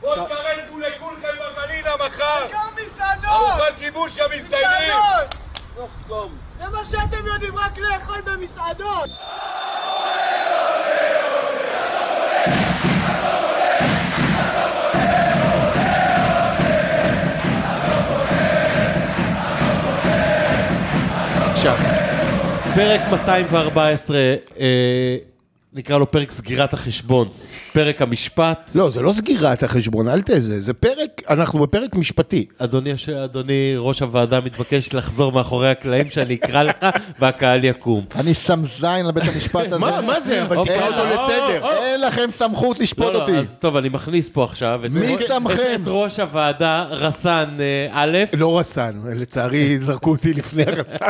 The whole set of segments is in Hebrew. בוא תקרן כולי כולכם בגלינה מחר! לא! היום מסעדות! ארוחת גיבוש המסתייגים! מסעדות! זה מה שאתם יודעים רק לאכול במסעדות! עכשיו, פרק 214, אה, נקרא לו פרק סגירת החשבון, פרק המשפט. לא, זה לא סגירת החשבון, אל תזה, זה פרק, אנחנו בפרק משפטי. אדוני, הש- אדוני ראש הוועדה מתבקש לחזור מאחורי הקלעים שאני אקרא לך והקהל יקום. אני שם זין לבית המשפט הזה. מה, מה זה? אבל אוקיי. תקרא אותו אה, לסדר. אין לכם סמכות לשפוט לא, אותי. לא, אז טוב, אני מכניס פה עכשיו. את- מי את- שמכם? את ראש הוועדה, רסן אה, א', לא רסן, לצערי זרקו אותי לפני הרסן.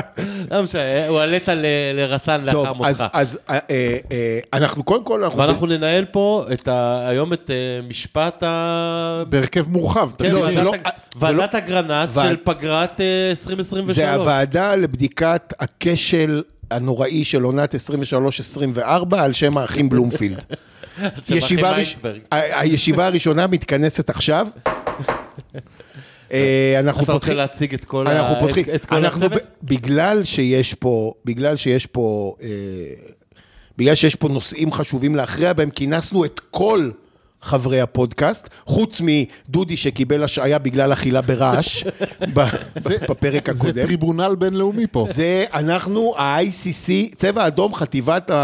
לא משנה, הועלית ל- לרסן לאחר טוב, אז- מותך. אז אה, אה, אה, אנחנו קודם כל, אנחנו ואנחנו ננהל פה את ה- היום את אה, משפט ה... בהרכב מורחב. כן, לא, זה ועדת לא- הג- זה לא- ועדת הגרנט ועד- של פגרת אה, 2023. זה הוועדה לבדיקת הכשל הנוראי של עונת 23-24 על שם האחים בלומפילד. של ישיבה האחים ראש- אייזברג. ה- הישיבה הראשונה מתכנסת עכשיו. אה, אנחנו אתה רוצה פותחים... להציג את כל אנחנו ה- פותחים, את- את כל אנחנו ב- הצוות? בגלל שיש פה, בגלל שיש פה, אה, בגלל שיש פה נושאים חשובים להכריע בהם, כינסנו את כל חברי הפודקאסט, חוץ מדודי שקיבל השעיה בגלל אכילה ברעש ב- ב- בפרק זה הקודם. טריבונל בינלאומי פה. זה אנחנו, ה-ICC, צבע אדום, חטיבת אה,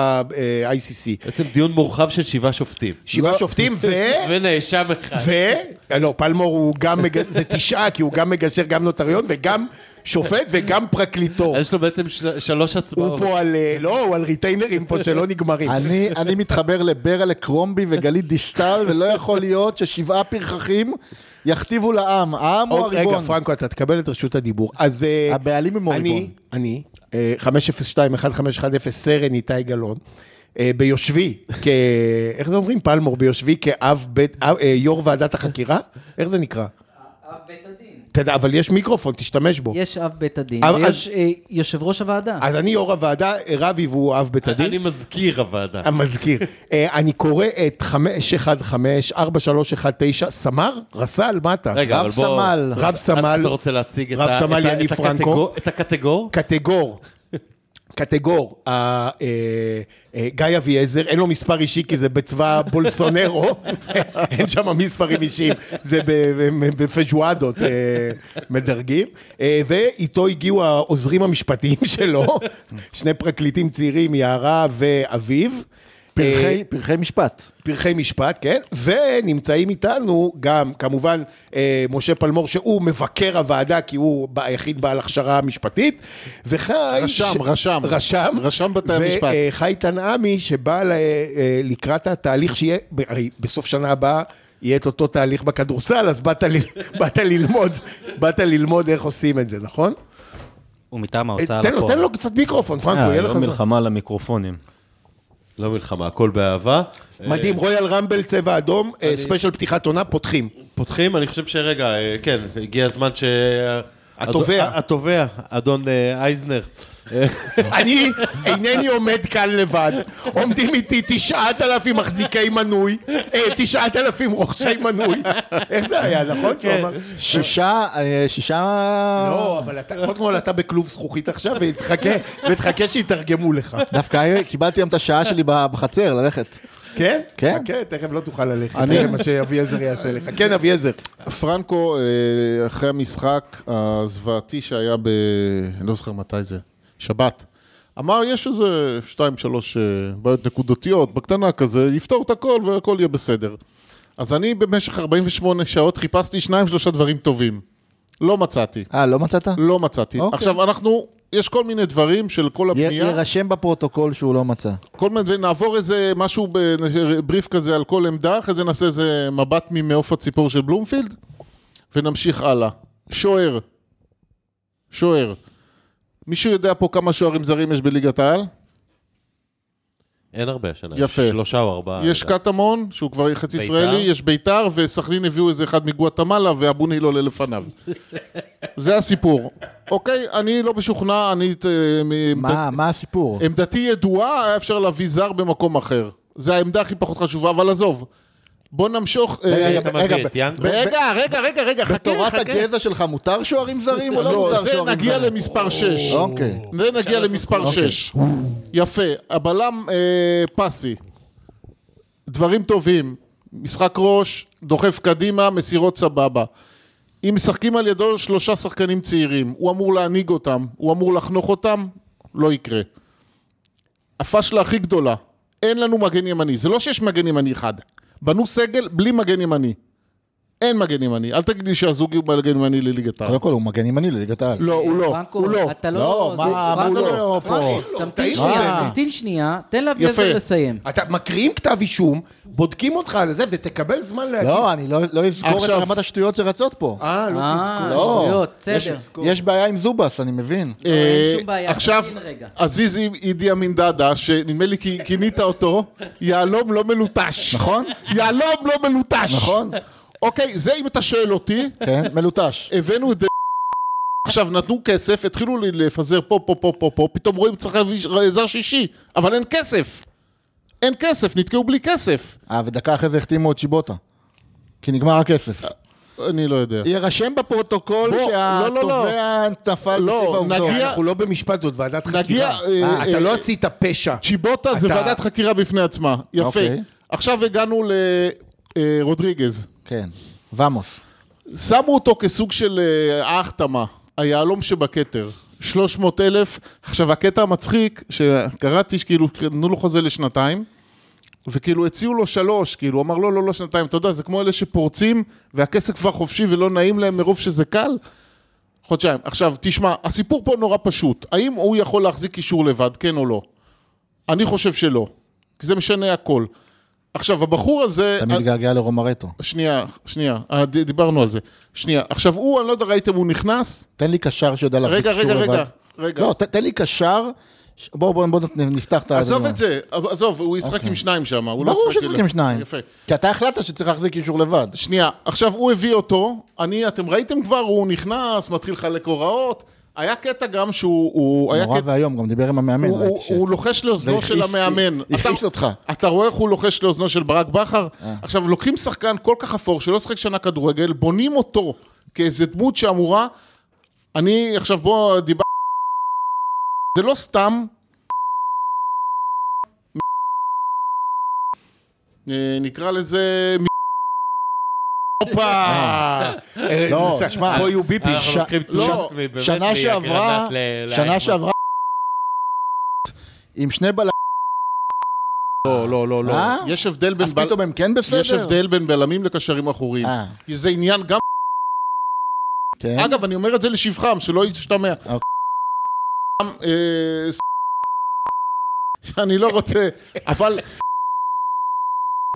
ה-ICC. בעצם דיון מורחב של שבעה שופטים. לא. שבעה שופטים ו... ונאשם אחד. ו... לא, פלמור הוא גם, מג- זה תשעה, כי הוא גם מגשר, גם נוטריון, וגם שופט וגם פרקליטור. אז יש לו בעצם של- שלוש הוא הצבעות. פה על, אה, לא, הוא על ריטיינרים פה שלא נגמרים. אני, אני מתחבר לברלה קרומבי וגלית דיסטל, ולא יכול להיות ששבעה פרחחים יכתיבו לעם. העם הוא עוד- רגע, הריבון. פרנקו, אתה תקבל את רשות הדיבור. אז... אה, הבעלים הם הריבון. אני, אני, אה, 502-1510, סרן איתי גלאון, אה, ביושבי, כ... איך זה אומרים? פלמור, ביושבי כאב בית... אה, אה, יו"ר ועדת החקירה? איך זה נקרא? אב בית הדין. אתה יודע, אבל יש מיקרופון, תשתמש בו. יש אב בית הדין, אבל אה, ויש אה, יושב ראש הוועדה. אז אני יו"ר הוועדה, רבי והוא אב בית הדין. אני מזכיר הוועדה. המזכיר. אה, אני קורא את 515-4319, סמ"ר? רס"ל, מה אתה? רגע, אבל רב בוא... סמל. רב סמל. אתה רוצה להציג את רב ה- את סמל ה- יניב את פרנקו. הקטגור- את הקטגור? קטגור. קטגור, אה, אה, אה, גיא אביעזר, אין לו מספר אישי כי זה בצבא בולסונרו, אין שם מספרים אישיים, זה ב- בפג'ואדות אה, מדרגים, אה, ואיתו הגיעו העוזרים המשפטיים שלו, שני פרקליטים צעירים, יערה ואביו. אה, פרחי, פרחי משפט. פרחי משפט, כן, ונמצאים איתנו גם, כמובן, אה, משה פלמור, שהוא מבקר הוועדה, כי הוא היחיד בעל הכשרה משפטית, וחי... רשם, רשם. רשם. רשם בתי המשפט. וחי תנעמי, שבא ל- אה, לקראת התהליך שיהיה, ב- הרי בסוף שנה הבאה... יהיה את אותו תהליך בכדורסל, אז באת, ל... באת ללמוד, באת ללמוד איך עושים את זה, נכון? הוא מטעם אה, ההוצאה תן לו, לפועל. תן לו קצת מיקרופון, פרנקו, אה, יהיה לך לא זמן. מלחמה על המיקרופונים. לא מלחמה, הכל באהבה. מדהים, אה. רויאל רמבל, צבע אדום, אה, ספיישל פתיחת עונה, פותחים. פותחים, אני חושב שרגע, אה, כן, הגיע הזמן ש... התובע. אד- התובע, אדון אה, אייזנר. אני אינני עומד כאן לבד, עומדים איתי תשעת אלפים מחזיקי מנוי, אה, תשעת אלפים רוכשי מנוי. איך זה היה, נכון? כן. שישה, אה, שישה... לא, אבל אתה, קודם כל אתה בכלוב זכוכית עכשיו, ותחכה, ותחכה שיתרגמו לך. דווקא היום קיבלתי היום את השעה שלי ב- בחצר, ללכת. כן? כן. חכה, תכף לא תוכל ללכת, אני- זה מה שאביעזר יעשה לך. כן, אביעזר. פרנקו, אה, אחרי המשחק הזוועתי שהיה ב... אני לא זוכר מתי זה, שבת, אמר, יש איזה שתיים, שלוש אה, בעיות נקודתיות, בקטנה כזה, יפתור את הכל והכל יהיה בסדר. אז אני במשך 48 שעות חיפשתי שניים, שלושה דברים טובים. לא מצאתי. אה, לא מצאת? לא מצאתי. אוקיי. עכשיו, אנחנו, יש כל מיני דברים של כל י- הבנייה. יירשם בפרוטוקול שהוא לא מצא. כל מיני, נעבור איזה משהו, ב- בריף כזה על כל עמדה, אחרי זה נעשה איזה מבט ממעוף הציפור של בלומפילד, ונמשיך הלאה. שוער. שוער. מישהו יודע פה כמה שוערים זרים יש בליגת העל? אין הרבה השנה. יפה. שלושה או אה, ארבעה. אה, יש אני יודע. קטמון, שהוא כבר חצי בית"ר? ישראלי, יש ביתר, וסכנין הביאו איזה אחד מגואטמלה, ואבו ניל עולה לפניו. זה הסיפור. אוקיי, אני לא משוכנע, אני... אה, מ- מה, מה אה, הסיפור? עמדתי ידועה, היה אפשר להביא זר במקום אחר. זה העמדה הכי פחות חשובה, אבל עזוב. בוא נמשוך... אה, רגע, אתה רגע, מביא ב- את יאנדרו? ב- רגע, רגע, רגע, רגע, חכה, בתורת חכה. הגזע שלך מותר שוערים זרים או לא לא, מותר זה שוערים נגיע לא. זרים? למספר 6. אוקיי. זה נגיע למספר 6. יפה. הבלם אה, פסי. דברים טובים. משחק ראש, דוחף קדימה, מסירות סבבה. אם משחקים על ידו שלושה שחקנים צעירים, הוא אמור להנהיג אותם, הוא אמור לחנוך אותם, לא יקרה. הפשלה הכי גדולה, אין לנו מגן ימני. זה לא שיש מגן ימני אחד. בנו סגל בלי מגן ימני. אין מגן ימני. אל תגיד לי שהזוג הוא מגן ימני לליגת העל. קודם כל הוא מגן ימני לליגת העל. לא, הוא לא, פרנקו, הוא לא. אתה לא, לא... מה- זה- מה פרנקו, אתה לא פה? תמתין אה. תעיר לו שנייה, באמת. תמתין שנייה, תן יפה. לאביעזר לסיים. אתה מקריאים כתב אישום, בודקים אותך על זה, ותקבל זמן להגיד. לא, אני לא- לא אזכור את עכשיו- רמת השטויות שרצות פה. אה, לא אה, תזכור. לא. שטויות, בסדר. יש- יש בעיה עם זובס, אני מבין. אין אה, שום בעיה, עכשיו, תמתין רגע. עזיזי אידי אמין דאדה, שנדמה לי כי- כינית אותו, יהלום לא מלוטש. נכון? יהלום לא מלוטש. נכון? אוקיי, זה אם אתה שואל אותי, כן, מלוטש. הבאנו את... דה- עכשיו נתנו כסף, התחילו לי לפזר פה, פה, פה, פה, פה, פתאום רואים צריך להביא זר שישי, אבל אין כסף. אין כסף, נתקעו בלי כסף. אה, ודקה אחרי זה החתימו את שיבוטה. כי נגמר הכסף. אני לא יודע. יירשם בפרוטוקול בוא, לא, לא, לא. שהתובע נפל לא, בסעיף העובדות. נגיע- אנחנו לא במשפט, זאת ועדת נגיע, חקירה. אה, אה, אה, אתה לא עשית פשע. צ'יבוטה זה אתה- ועדת חקירה בפני עצמה. יפה. אוקיי. עכשיו הגענו אה, לרודריגז. כן, ועמוס. שמו אותו כסוג של אה, ההחתמה, היהלום שבכתר. 300 אלף. עכשיו, הקטע המצחיק, שקראתי שכאילו נתנו לו חוזה לשנתיים, וכאילו הציעו לו שלוש, כאילו, הוא אמר לא, לא, לא שנתיים. אתה יודע, זה כמו אלה שפורצים, והכסף כבר חופשי ולא נעים להם מרוב שזה קל. חודשיים. עכשיו, תשמע, הסיפור פה נורא פשוט. האם הוא יכול להחזיק קישור לבד, כן או לא? אני חושב שלא. כי זה משנה הכל. עכשיו, הבחור הזה... אה, אתה מתגעגע לרומרטו. שנייה, שנייה, אה, ד- דיברנו על זה. שנייה, עכשיו הוא, אני לא יודע, ראיתם, הוא נכנס? תן לי קשר שיודע להחזיק רגע, שור לא, לבד. רגע, רגע, רגע. לא, ת- תן לי קשר. ש- בואו, בואו בואו נת- נפתח את ה... עזוב את זה, עזוב, הוא ישחק עם שניים שם, הוא לא ברור ישחק שצריך לבד. עם שניים. יפה. כי אתה החלטת שצריך להחזיק קישור לבד. שנייה, עכשיו הוא הביא אותו, אני, אתם ראיתם כבר, הוא נכנס, מתחיל לחלק הוראות, היה קטע גם שהוא, הוא היה נורא קטע, ואיום, גם דיבר עם המאמן. הוא- ראיתי הוא- ש- הוא לוחש זה לאוזנו של הכעיס- המאמן. הכעיס אתה- אותך. אתה רואה איך הוא לוחש לאוזנו של ברק בכר? עכשיו, לוקחים שחקן כל כך אפור, שלא שחק שנה כדורגל, בונים אותו כאיזה דמות שאמורה... אני, עכשיו בוא, דיבר... זה לא סתם... אה, נקרא לזה... הופה! אה, לא, זה- שמע, פה יהיו ביפי. אה, אנחנו ש- לוקחים טוויסט לא, מבאמת שנה מהקרנת שעברה, ל- לאיימן. שנה שעברה... עם שני בלמים. לא, לא, לא, לא. אה? יש הבדל בין... אז בל- פתאום הם כן בסדר? יש הבדל בין בלמים לקשרים אחוריים. אה, כי זה עניין גם... כן. אגב, אני אומר את זה לשבחם, שלא ישתמע. אוקיי. גם, אה, ס- שאני לא רוצה, אבל...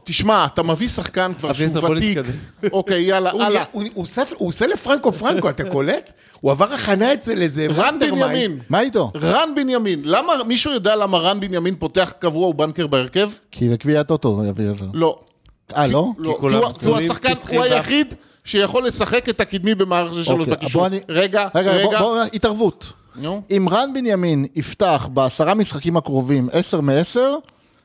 תשמע, אתה מביא שחקן כבר אביעזר, שהוא בוא ותיק. נתקדם. אוקיי, יאללה, הוא נהיה- הלאה. הוא- הוא עושה- הוא עושה לפרנקו פרנקו, אתה קולט? הוא עבר הכנה אצל איזה רן מאסטרמיינד. בנימין. מה איתו? רן בנימין. למה, מישהו יודע למה רן בנימין פותח קבוע ובנקר בהרכב? כי זה קביעת אוטו, יביא את זה. לא. אה, לא? לא, כולם הוא- הוא פצועים, השחקן, פצחים הוא ואף- היחיד שיכול לשחק את הקדמי במערך של שלוש אוקיי, בקישור. בוא אני- רגע, רגע, רגע. בוא, בוא, התערבות. נו. אם רן בנימין יפתח בעשרה משחקים הקרובים עשר מעשר,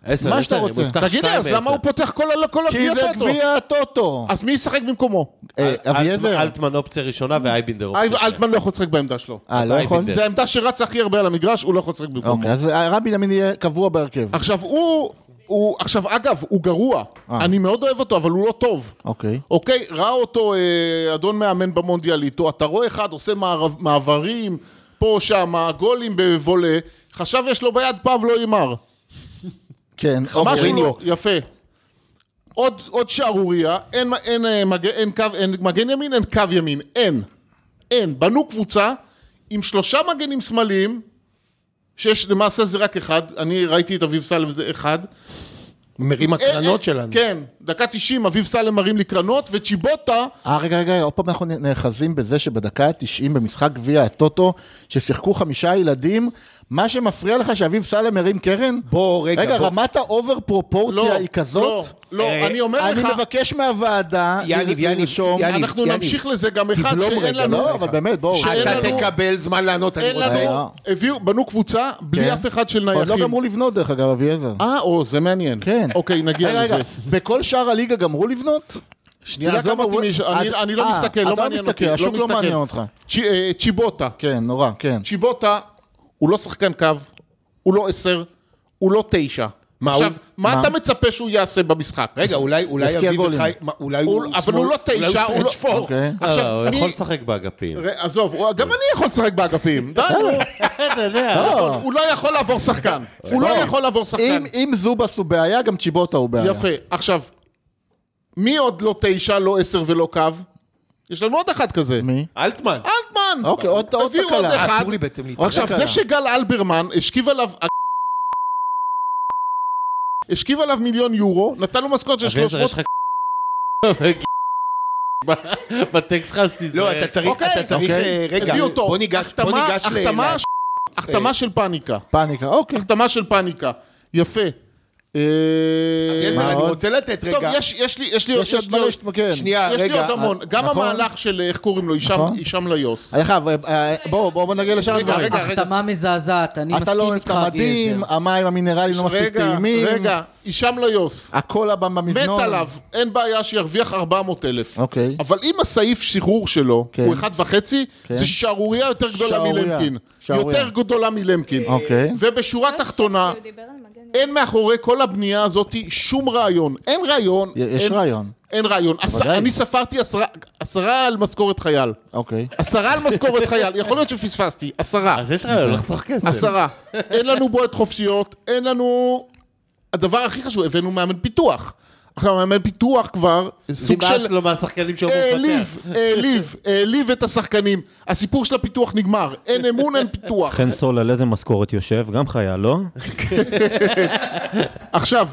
עשר, מה שאתה עשר, אם רוצה. הוא יפתח תגיד לי, שתיים אז למה בעשר. הוא פותח כל ה- כל כי זה הגביע שלו? גביע הטוטו. אז מי ישחק במקומו? אה, אלט- אביעזר, אלטמן אופציה ראשונה אה, ואייבינדר אייב- אופציה. שנייה. אלטמן לא יכול לשחק בעמדה שלו. אוקיי, כן. אה, אז לא יכול? אייבינדר. זו העמדה שרצה הכי הרבה על המגרש, הוא לא יכול לשחק במקומו. אוקיי, אז רן בנימין יהיה קבוע בהרכב. עכשיו הוא, הוא, עכשיו אגב, הוא גרוע. אה. אני מאוד אוהב אותו, אבל הוא לא טוב. אוקיי. אוקיי, ראה אותו אה, אדון מאמן במונדיאליטו, אתה רואה אחד עושה מערב, מעברים, פה, שם, גולים בוולה, חשב יש לו ביד לא פבלו הימר. כן, משהו, אוקיי. לא- יפה. עוד, עוד שערורייה, אין, אין, אה, מג, אין, קו, אין מגן ימין, אין קו ימין, אין. אין. בנו קבוצה עם שלושה מגנים שמאליים, שיש למעשה זה רק אחד, אני ראיתי את אביב סלם זה אחד. מרים אין- הקרנות אין- שלנו. כן, דקה 90, אביב סלם מרים לי קרנות, וצ'יבוטה, אה, רגע, רגע, עוד פעם אנחנו נאחזים בזה שבדקה ה-90 במשחק גביע הטוטו, ששיחקו חמישה ילדים, מה שמפריע לך שאביב סלם הרים קרן? בוא, רגע, רגע, בוא. רמת האובר פרופורציה היא לא, כזאת? לא, אני אומר אני לך, מבקש מהוועדה יניב, יניב, לרשום. יניב, אנחנו יניב. נמשיך לזה גם אחד תבלום שאין רגע, לנו... לא, אבל באמת, בואו. שאין אתה לנו- תקבל זמן לענות, אני אין רוצה... היה. לנו... הביאו, בנו קבוצה כן. בלי אף אחד של עוד לא נייחים. גמרו לבנות, דרך אגב, אביעזר. אה, או, זה מעניין. כן. אוקיי, רגע, נגיע רגע, לזה. בכל שאר הליגה גמרו לבנות? שנייה, אתה יודע עזוב כמה אותי, הוא- מש- אני- אתה- אני לא אה, מסתכל, אתה לא לא מעניין מסתכל, אותי. השוק לא מסתכל. לא מעניין אותך. צ'- אה, צ'יבוטה. כן, נורא, כן. צ'יבוטה הוא לא שחקן קו, הוא לא עשר, הוא לא תשע. מה עכשיו, הוא? מה מה? אתה מצפה שהוא יעשה במשחק? רגע, אולי אולי יבקיע אביב גולים. וחי... מה, אולי הוא- הוא... אבל הוא לא תשע, הוא לא... אוקיי. עכשיו, לא, הוא אני- יכול לשחק באגפים. ר- עזוב, הוא- גם אני יכול לשחק באגפים, אה, די, הוא- אתה יודע. לא, הוא לא יכול לעבור שחקן. הוא לא יכול לעבור שחקן. אה. אם- אם זובס הוא בעיה, גם צ'יבוטה הוא אה, בעיה. יפה. עכשיו, מי עוד לא תשע, לא עשר ולא קו? יש לנו עוד אחד כזה. מי? אלטמן. אלטמן. אוקיי, עוד עוד תביאו עוד תקלה. אחד. אסור לי בעצם להתערב. עכשיו, קרה. זה שגל אלברמן השכיב עליו... השכיב עליו מיליון יורו, נתן לו משכורת של אביעזר, 300... יש לך... בטקסט שלך, אז תיזהר. לא, אתה צריך... אוקיי, אתה צריך... אוקיי. אה, רגע, הביאו אותו. בוא ניגש... בוא החתמה- ניגש ל- החתמה ל- אה. ש- החתמה של פאניקה. פאניקה, אוקיי. החתמה של פניקה. יפה. אה, אביעזר, מה אני עוד? רוצה לתת טוב, רגע. לא יש- יש לי יש לי יש עוד כן. מלא שתמקן. שנייה, יש לי רגע. עוד המון. גם נכון. המהלך של אה, איך קוראים לו, הישאם- נכון. הישאם ליוס. היה חייב, אה, אה, בואו, בואו בואו נגיע לשאר רגע, הדברים. רגע, החתמה מזעזעת, אני אתה לא מסכים אוהב את איתך, המדים, אביעזר. המים המינרליים לא מספיק רגע, טעימים. רגע, הישאם ליוס. הכל הבא מת במזנון. עליו, אין בעיה שירוויח 400 אלף. אוקיי. אבל אם הסעיף שחרור שלו כן. הוא 1.5, זה שערורייה יותר גדולה שערורייה. מלמקין. שערורייה. יותר גדולה מלמקין. אוקיי. ובשורה התחתונה, אין מאחורי כל הבנייה הזאת שום רעיון. אין רעיון. יש אין- רעיון. אין רעיון. עש- בוודאי. אני ספרתי עשרה- עשרה על משכורת חייל. אוקיי. עשרה על משכורת חייל, יכול להיות שפספסתי, עשרה. אז יש לך לחסוך כסף. עשרה. כן. אין לנו בועט חופשיות, אין לנו... הדבר הכי חשוב, הבאנו מאמן פיתוח. עכשיו, מאמן פיתוח כבר, סוג של... לא אה, נמאס לו מהשחקנים שהוא העליב, מפתח. העליב, העליב את השחקנים. הסיפור של הפיתוח נגמר. אין אמון, אין פיתוח. חן סול על איזה משכורת יושב? גם חייל, לא? עכשיו,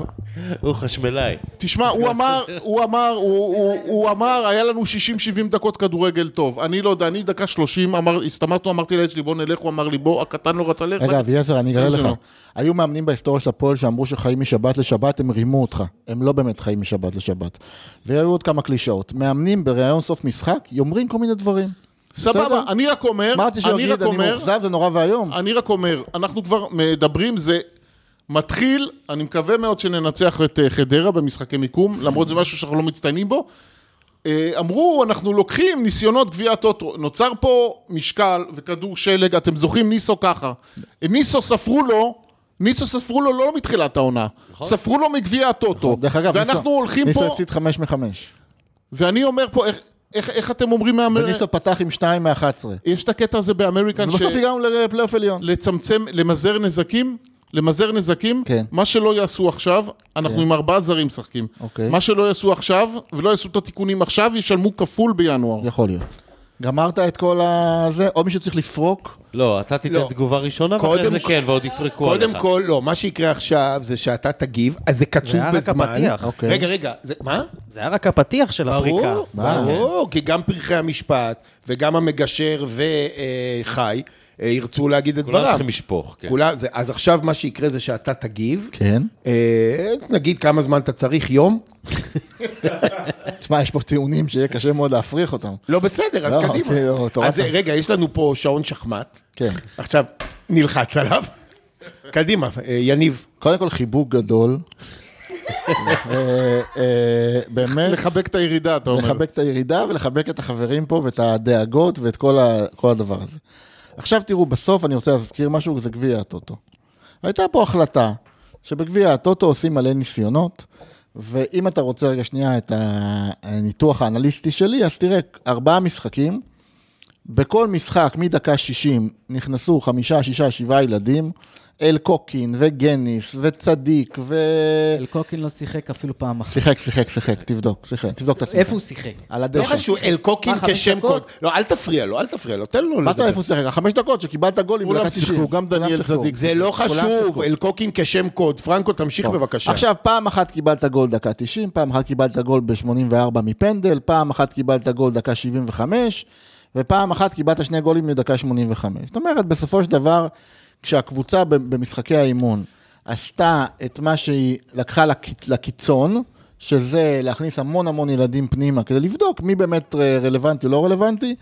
הוא חשמלאי. תשמע, הוא אמר, הוא אמר, הוא- הוא- הוא אמר, היה לנו 60-70 דקות כדורגל טוב. אני לא יודע, אני דקה 30, אמר- הסתמכנו, אמרתי לילד שלי, בוא נלך, הוא אמר לי, בוא, הקטן לא רצה ללכת. רגע, אביעזר, אני אגלה אין לך. שלא. היו מאמנים בהיסטוריה של הפועל שאמרו שחיים משבת לשבת, הם רימו אותך. הם לא באמת חיים משבת לשבת. והיו עוד כמה קלישאות. מאמנים בראיון סוף משחק, אומרים כל מיני דברים. סבבה, בסדר? אני רק אומר, אמרתי אני שיגיד, רק אני אומר, מאוכזב, זה נורא ואיום. אני רק אומר, אנחנו כבר מדברים, זה מתחיל, אני מקווה מאוד שננצח את אה, חדרה במשחקי מיקום, למרות זה משהו שאנחנו לא מצטיינים בו. אה, אמרו, אנחנו לוקחים ניסיונות גביע טוטו, נוצר פה משקל וכדור שלג, אתם זוכרים ניסו ככה. ניסו ספרו לו, ניסו ספרו לו לא מתחילת העונה, ספרו לו מגביע הטוטו. נכון. דרך אגב, ואנחנו ניסו- הולכים ניסו פה, הפסיד חמש מחמש. ואני אומר פה, איך- איך- איך אתם אומרים, מהמר- וניסו פתח עם שתיים מאחת עשרה. יש את הקטע הזה באמריקן, כן, ש- לא. ובסוף הגענו לפלייאוף עליון. לצמצם, למזער נזקים, למזער נזקים, כן. מה שלא יעשו עכשיו, אנחנו עם ארבעה זרים משחקים. אוקיי. מה שלא יעשו עכשיו, ולא יעשו את התיקונים עכשיו, ישלמו כפול בינואר. יכול להיות. גמרת את כל הזה? עוד מישהו צריך לפרוק? לא, אתה תיתן לא. תגובה ראשונה, ואחרי קודם- זה כן, ועוד יפרקו עליך. קודם כל, לא, מה שיקרה עכשיו זה שאתה תגיב, אז זה קצוב היה רק בזמן. הפתיח. אוקיי. רגע, רגע, זה- מה? זה היה רק הפתיח של הפריקה. ברור, מה? ברור, כי גם פרחי המשפט וגם המגשר וחי אה, ירצו להגיד את כולם דברם. צריכים לשפוך, כן. כולם, זה- אז עכשיו מה שיקרה זה שאתה תגיב. כן. אה, נגיד כמה זמן אתה צריך, יום? תשמע, יש פה טיעונים שיהיה קשה מאוד להפריך אותם. לא בסדר, אז לא, אוקיי, לא, קדימה. מטורף. אז רגע, יש לנו פה שעון שחמט. כן. עכשיו, נלחץ עליו. קדימה, אה, יניב. קודם כל חיבוק גדול. ו- אה, באמת, לחבק את הירידה, אתה אומר. לחבק את הירידה ולחבק את החברים פה ואת הדאגות ואת כל ה- כל הדבר הזה. עכשיו תראו, בסוף אני רוצה להזכיר משהו, זה גביע הטוטו. הייתה פה החלטה שבגביע הטוטו עושים מלא ניסיונות, ואם אתה רוצה רגע שנייה את הניתוח האנליסטי שלי, אז תראה, ארבעה משחקים, בכל משחק מדקה 60 נכנסו חמישה, שישה, שבעה ילדים, אל קוקין וגניס וצדיק ו... אה, אלקוקין לא שיחק אפילו פעם אחת. שיחק, שיחק, שיחק, תבדוק, שיחק, תבדוק את עצמך. איפה הוא שיחק? על לא הדשא. חשוב, אלקוקין מה, חמש כשם דקות? קוד. לא, אל תפריע לו, אל תפריע לו, תן לו מה אתה לדבר. איפה הוא שיחק? החמש דקות שקיבלת גולים לא כולם בדקה 90. שיחקו, גם כולם דניאל שיחקו. צדיק. זה לא חשוב, שיחקו. אלקוקין כשם קוד. פרנקו, תמשיך טוב. בבקשה. עכשיו, פעם אחת קיבלת גול דקה 90, פעם אחת קיבלת גול ב-84 מפנדל, פעם אחת קיבלת גול דקה 75, ופעם אחת קיבלת שני גולים מדקה 85. זאת אומרת, בסופו של דבר, כשהקבוצה ב- במשחקי האימון עשתה את מה שהיא לקחה לק- לקיצון, שזה להכניס המון המון ילדים פנימה כדי לבדוק מי באמת ר- רלוונטי או לא רלוונטי,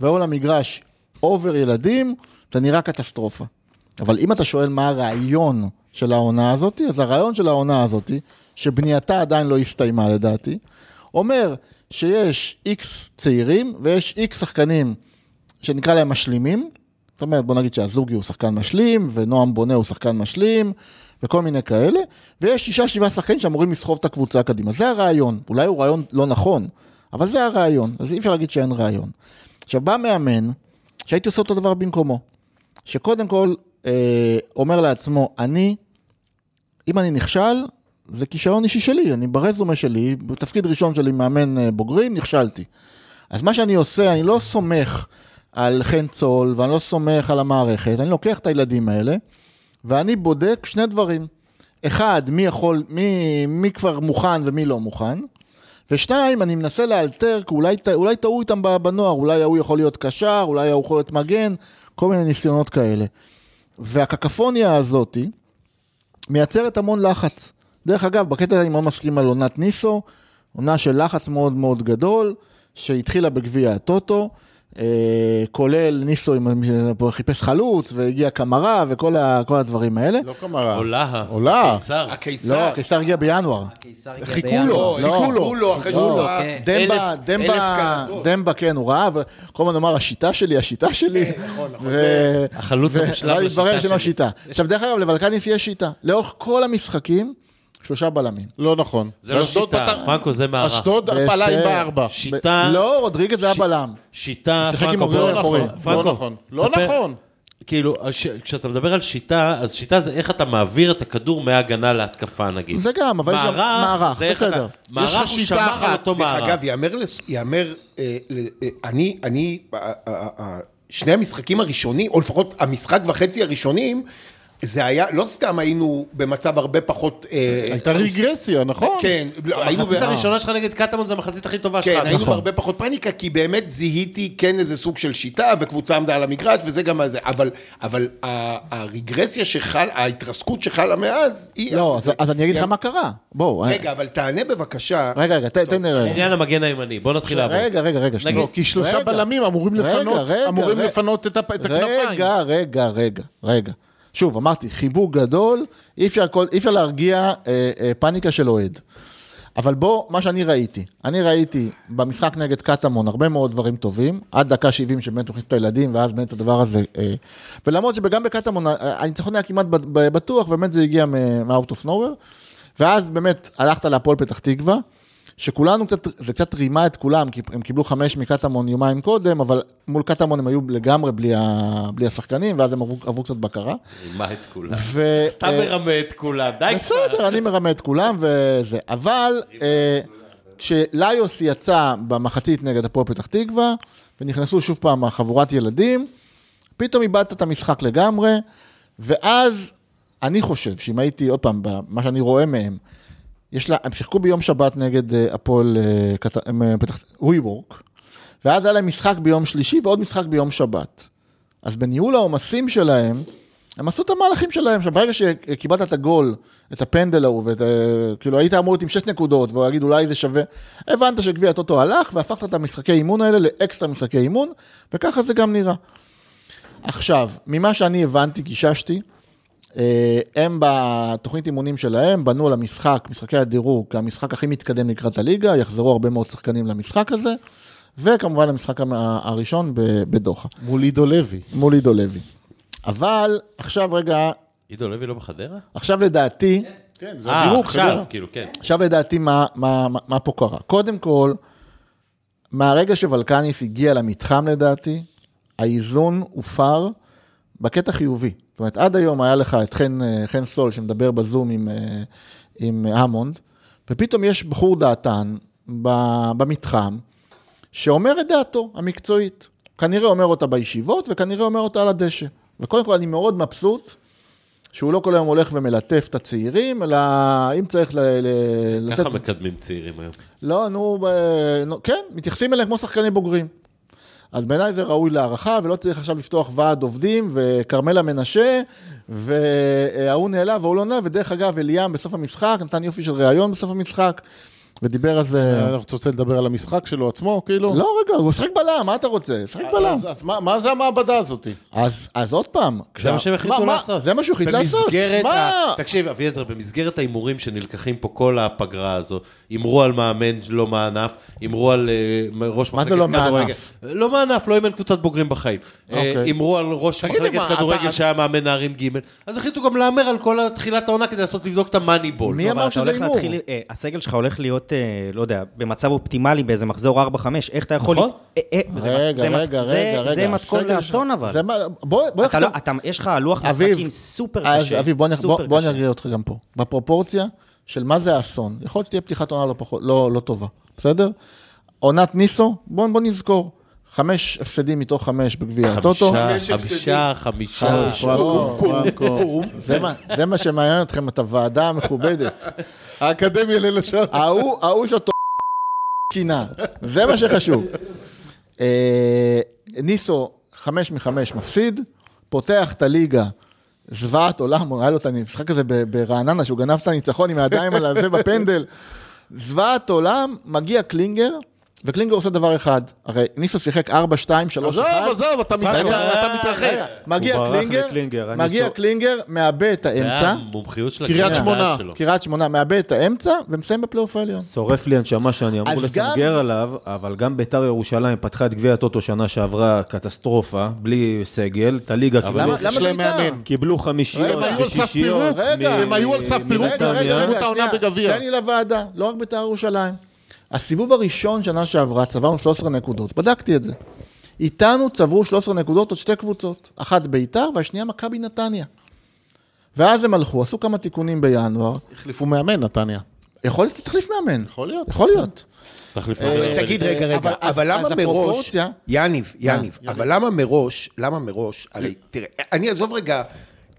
והוא למגרש אובר ילדים, זה נראה קטסטרופה. אבל אם אתה שואל מה הרעיון של העונה הזאת, אז הרעיון של העונה הזאת, שבנייתה עדיין לא הסתיימה לדעתי, אומר שיש איקס צעירים ויש איקס שחקנים שנקרא להם משלימים. זאת אומרת, בוא נגיד שהזוגי הוא שחקן משלים, ונועם בונה הוא שחקן משלים, וכל מיני כאלה, ויש שישה, שבעה שחקנים שאמורים לסחוב את הקבוצה קדימה. זה הרעיון, אולי הוא רעיון לא נכון, אבל זה הרעיון, אז אי אפשר להגיד שאין רעיון. עכשיו, בא מאמן, שהייתי עושה אותו דבר במקומו, שקודם כל אה, אומר לעצמו, אני, אם אני נכשל, זה כישלון אישי שלי, אני ברזומה שלי, בתפקיד ראשון שלי מאמן אה, בוגרים, נכשלתי. אז מה שאני עושה, אני לא סומך על חן צול ואני לא סומך על המערכת, אני לוקח את הילדים האלה ואני בודק שני דברים. אחד, מי יכול, מי, מי כבר מוכן ומי לא מוכן. ושתיים, אני מנסה לאלתר, כי אולי, ט- אולי טעו איתם ב- בנוער, אולי ההוא יכול להיות קשר, אולי ההוא יכול להיות מגן, כל מיני ניסיונות כאלה. והקקפוניה הזאתי, מייצרת המון לחץ. דרך אגב, בקטע הזה אני מאוד מסכים על עונת ניסו, עונה של לחץ מאוד מאוד גדול, שהתחילה בגביע הטוטו, אה, כולל ניסו עם- חיפש חלוץ, והגיע קמרה וכל ה, כל הדברים האלה. לא קמרה. עולה. עולה. שר. לא, קיסר הגיע בינואר. הקיסר אוקיי, הגיע חיכו בינואר. לו, לא. חיכו לו, לא, אחרי שהוא לא, ראה- אוקיי. דמבה, אלף- אלף דמבה, קלטות. דמבה, כן, הוא ראה, וכל הזמן אמר, השיטה שלי, השיטה שלי. נכון, נכון. החלוץ המושלם ואז התברר לשיטה שלא שלי. שיטה. עכשיו, דרך אגב, לבלקניס יש שיטה. לאורך כל המשחקים, שלושה בלמים. לא נכון. זה לא באשדוד שיטה, פתח- פרנקו זה מערך. אשדוד בסדר. פעלה עם בארבע. שיטה, ב- לא, רודריגז היה ש- בלם. שיטה, שיחק עם פרנקו, אוריון בוא- לא נכון, פרנקו, לא נכון. לא ספר- נכון. כאילו, הש- כשאתה מדבר על שיטה, אז שיטה זה איך אתה מעביר את הכדור מההגנה להתקפה, נגיד. זה גם, אבל יש גם מערך, זה איך אתה- בסדר. מערך יש לך הוא שיטה שמר על אחת, אותו דרך מערך. אגב, יאמר, לס- יאמר, אה, ל- אה, אני, אני, אה, אה, אה, שני המשחקים הראשונים, או לפחות המשחק וחצי הראשונים, זה היה, לא סתם היינו במצב הרבה פחות... אה, הייתה רגרסיה, נכון? כן, לא, היינו... המחצית ב- הראשונה שלך נגד קטמון זה המחצית הכי טובה שלך. כן, היינו נכון. בהרבה פחות פאניקה, כי באמת זיהיתי כן איזה סוג של שיטה, וקבוצה עמדה על המגרש, וזה גם זה, אבל, אבל ה- הרגרסיה שחל, ההתרסקות שחלה מאז, היא... לא, אז- זה- אז אני אגיד לך מה קרה. בואו. רגע, אבל תענה בבקשה. רגע, רגע, ת- תן לי רגע. עניין המגן הימני, בוא נתחיל לעבוד. רגע, רגע, רגע, שנייה. נגיד, כי שלושה רגע. בלמים אמורים רגע, לפנות, רגע, אמורים רגע. לפנות את הפ- את הכנפיים. רגע, רגע, רגע, רגע. שוב, אמרתי, חיבוק גדול, אי אפשר, כל, אי אפשר להרגיע אה, אה, פאניקה של אוהד. אבל בוא, מה שאני ראיתי, אני ראיתי במשחק נגד קטמון הרבה מאוד דברים טובים, עד דקה 70 שבאמת הוא הכניס את הילדים, ואז באמת הדבר הזה... אה, ולמרות שגם בקטמון אה, הניצחון היה כמעט ב- ב- בטוח, באמת זה הגיע מ-out of nowhere, ואז באמת הלכת להפועל פתח תקווה, שכולנו קצת, זה קצת רימה את כולם, כי הם קיבלו חמש מקטמון יומיים קודם, אבל מול קטמון הם היו לגמרי בלי, ה, בלי השחקנים, ואז הם עברו, עברו קצת בקרה. רימה את כולם. ו, אתה אה, מרמה את כולם, די כבר. בסדר, אני מרמה את כולם וזה. אבל אה, כשליוס יצא במחצית נגד הפועל פתח תקווה, ונכנסו שוב פעם חבורת ילדים, פתאום איבדת את המשחק לגמרי, ואז אני חושב שאם הייתי, עוד פעם, מה שאני רואה מהם, יש לה, הם שיחקו ביום שבת נגד אה, הפועל אה, קט- אה, פתח וורק, ואז היה להם משחק ביום שלישי ועוד משחק ביום שבת. אז בניהול העומסים שלהם, הם עשו את המהלכים שלהם, שברגע שקיבלת את הגול, את הפנדל ההוא, ואת, אה, כאילו היית אמור להיות עם שש נקודות, והוא יגיד אולי זה שווה, הבנת שגביע הטוטו הלך, והפכת את המשחקי אימון האלה לאקסטרה משחקי אימון, וככה זה גם נראה. עכשיו, ממה שאני הבנתי, גיששתי, אה, הם בתוכנית אימונים שלהם, בנו על המשחק, משחקי הדירוג, המשחק הכי מתקדם לקראת הליגה, יחזרו הרבה מאוד שחקנים למשחק הזה, וכמובן המשחק המ- הראשון ב- בדוחה, מול עידו לוי. מול עידו לוי. אבל עכשיו רגע, עידו לוי לא בחדרה? עכשיו לדעתי, כן, זה אה, הדירוג, עכשיו, חדרה. כאילו, כן. עכשיו לדעתי מה, מה, מה, מה פה קרה. קודם כל, מהרגע שוולקניס הגיע למתחם לדעתי, האיזון הופר בקטע חיובי. זאת אומרת, עד היום היה לך את חן, אה, חן סול שמדבר בזום עם, אה, עם אה, המונד, ופתאום יש בחור דעתן ב- במתחם, שאומר את דעתו המקצועית. כנראה אומר אותה בישיבות, וכנראה אומר אותה על הדשא. וקודם כל, אני מאוד מבסוט. שהוא לא כל היום הולך ומלטף את הצעירים, אלא אם צריך ל... ל- לתת... ככה מקדמים צעירים היום. אה, לא, נו, ב- נו, כן, מתייחסים אליהם כמו שחקני בוגרים. אז בעיניי זה ראוי להערכה, ולא צריך עכשיו לפתוח ועד עובדים, וכרמלה מנשה, וההוא נעלב וההוא לא נעלב, ודרך אגב, אליאם בסוף המשחק, נתן יופי של ראיון בסוף המשחק, ודיבר על זה... אה, אנחנו רוצים לדבר על המשחק שלו עצמו, כאילו? לא, רגע, הוא משחק בלם, מה אתה רוצה? משחק בלם. אה, אז- אז מה- מה זה המעבדה הזאת? אז, אז עוד פעם. כשה- מה שהם החליטו מה- מה- לעשות. זה מה שהוא החליט לעשות. במסגרת מה? ה... תקשיב, אביעזר, במסגרת ההימורים שנלקחים פה כל הפגרה הזו, הימרו על מאמן לא מענף, הימרו על אה, ראש מה מחלקת זה כדורגל. לא מענף? לא מענף, לא אימן קבוצת בוגרים בחיים. אה, הימרו על ראש תגיד לי, מחלקת מה, כדורגל אתה- שהיה מאמן נערים ג', אז החליטו גם להמר על כל תחילת העונה כדי לנסות לבדוק את המאניבול. מי אמר שזה הימור? אה, הסגל שלך הולך להיות, אה, לא יודע, במצב אופטימלי באיזה מחזור 4-5, איך אתה יכול... נכון. אה, אה, זה מת- רגע, זה מת- רגע, זה- רגע, רגע. זה מתכון הסגל לאסון שם. אבל. זה מה- בוא, בוא אתה לא- אתה- יש לך לוח משחקים סופר אז קשה. אביב, בוא, נח- סופר בוא, בוא קשה. אני ארגיע אותך גם פה. בפרופורציה של מה זה האסון, יכול להיות שתהיה פתיחת עונה לא, פחות, לא, לא טובה, בסדר? עונת ניסו, בוא, בוא נזכור, חמש הפסדים מתוך חמש בגביע הטוטו. חמישה, חמישה, חמישה. פרנקו, קום. זה מה- זה מה שמעניין אתכם, את הוועדה המכובדת. האקדמיה ללשון. ההוא, ההוא שאותו קינה, זה מה שחשוב. אה, ניסו, חמש מחמש מפסיד, פותח את הליגה, זוועת עולם, היה לו את המשחק הזה ב- ברעננה, שהוא גנב את הניצחון עם הידיים על הזה בפנדל. זוועת עולם, מגיע קלינגר, וקלינגר עושה דבר אחד, הרי ניסו שיחק 4, 2, 3, עזוב, 1. עזוב, אתה רגע, מתרחק, אתה רגע, מתרחק. מגיע הוא ברח קלינגר, לקלינגר, אני מגיע סו- קלינגר, מאבד את זה האמצע, המומחיות של קריית הקריית שמונה. שלו. קריית שמונה, מאבד את האמצע, ומסיים בפלייאוף העליון. שורף לי הנשמה שאני אמור אז גם- לסנגר עליו, אבל גם ביתר ירושלים פתחה את גביע הטוטו שנה שעברה קטסטרופה, בלי סגל, את הליגה קיבלו- למה למה להם בית"ר? מאמן. קיבלו חמישיות רגע, הם היו על סף ושישיות. פירוק. רגע, מ- הם היו על סף פירוק רגע, רגע, סיימו רגע, את העונה שנייה, בגביע. תן לי לוועדה, לא רק בית"ר ירושלים. הסיבוב הראשון שנה שעברה צברנו 13 נקודות, בדקתי את זה. איתנו צברו 13 נקודות עוד שתי קבוצות, אחת בית"ר והשנייה מכבי נתניה. ואז הם הלכו, עשו כמה תיקונים בינואר, החליפו מאמן, נתניה. יכול להיות שתחליף מאמן. יכול להיות. יכול להיות. תחליף תגיד, רגע, רגע, אבל- אבל אז- למה אז מראש, הפרופורציה- יניב, יניב, אבל למה מראש, למה מראש, הרי תראה, אני אעזוב רגע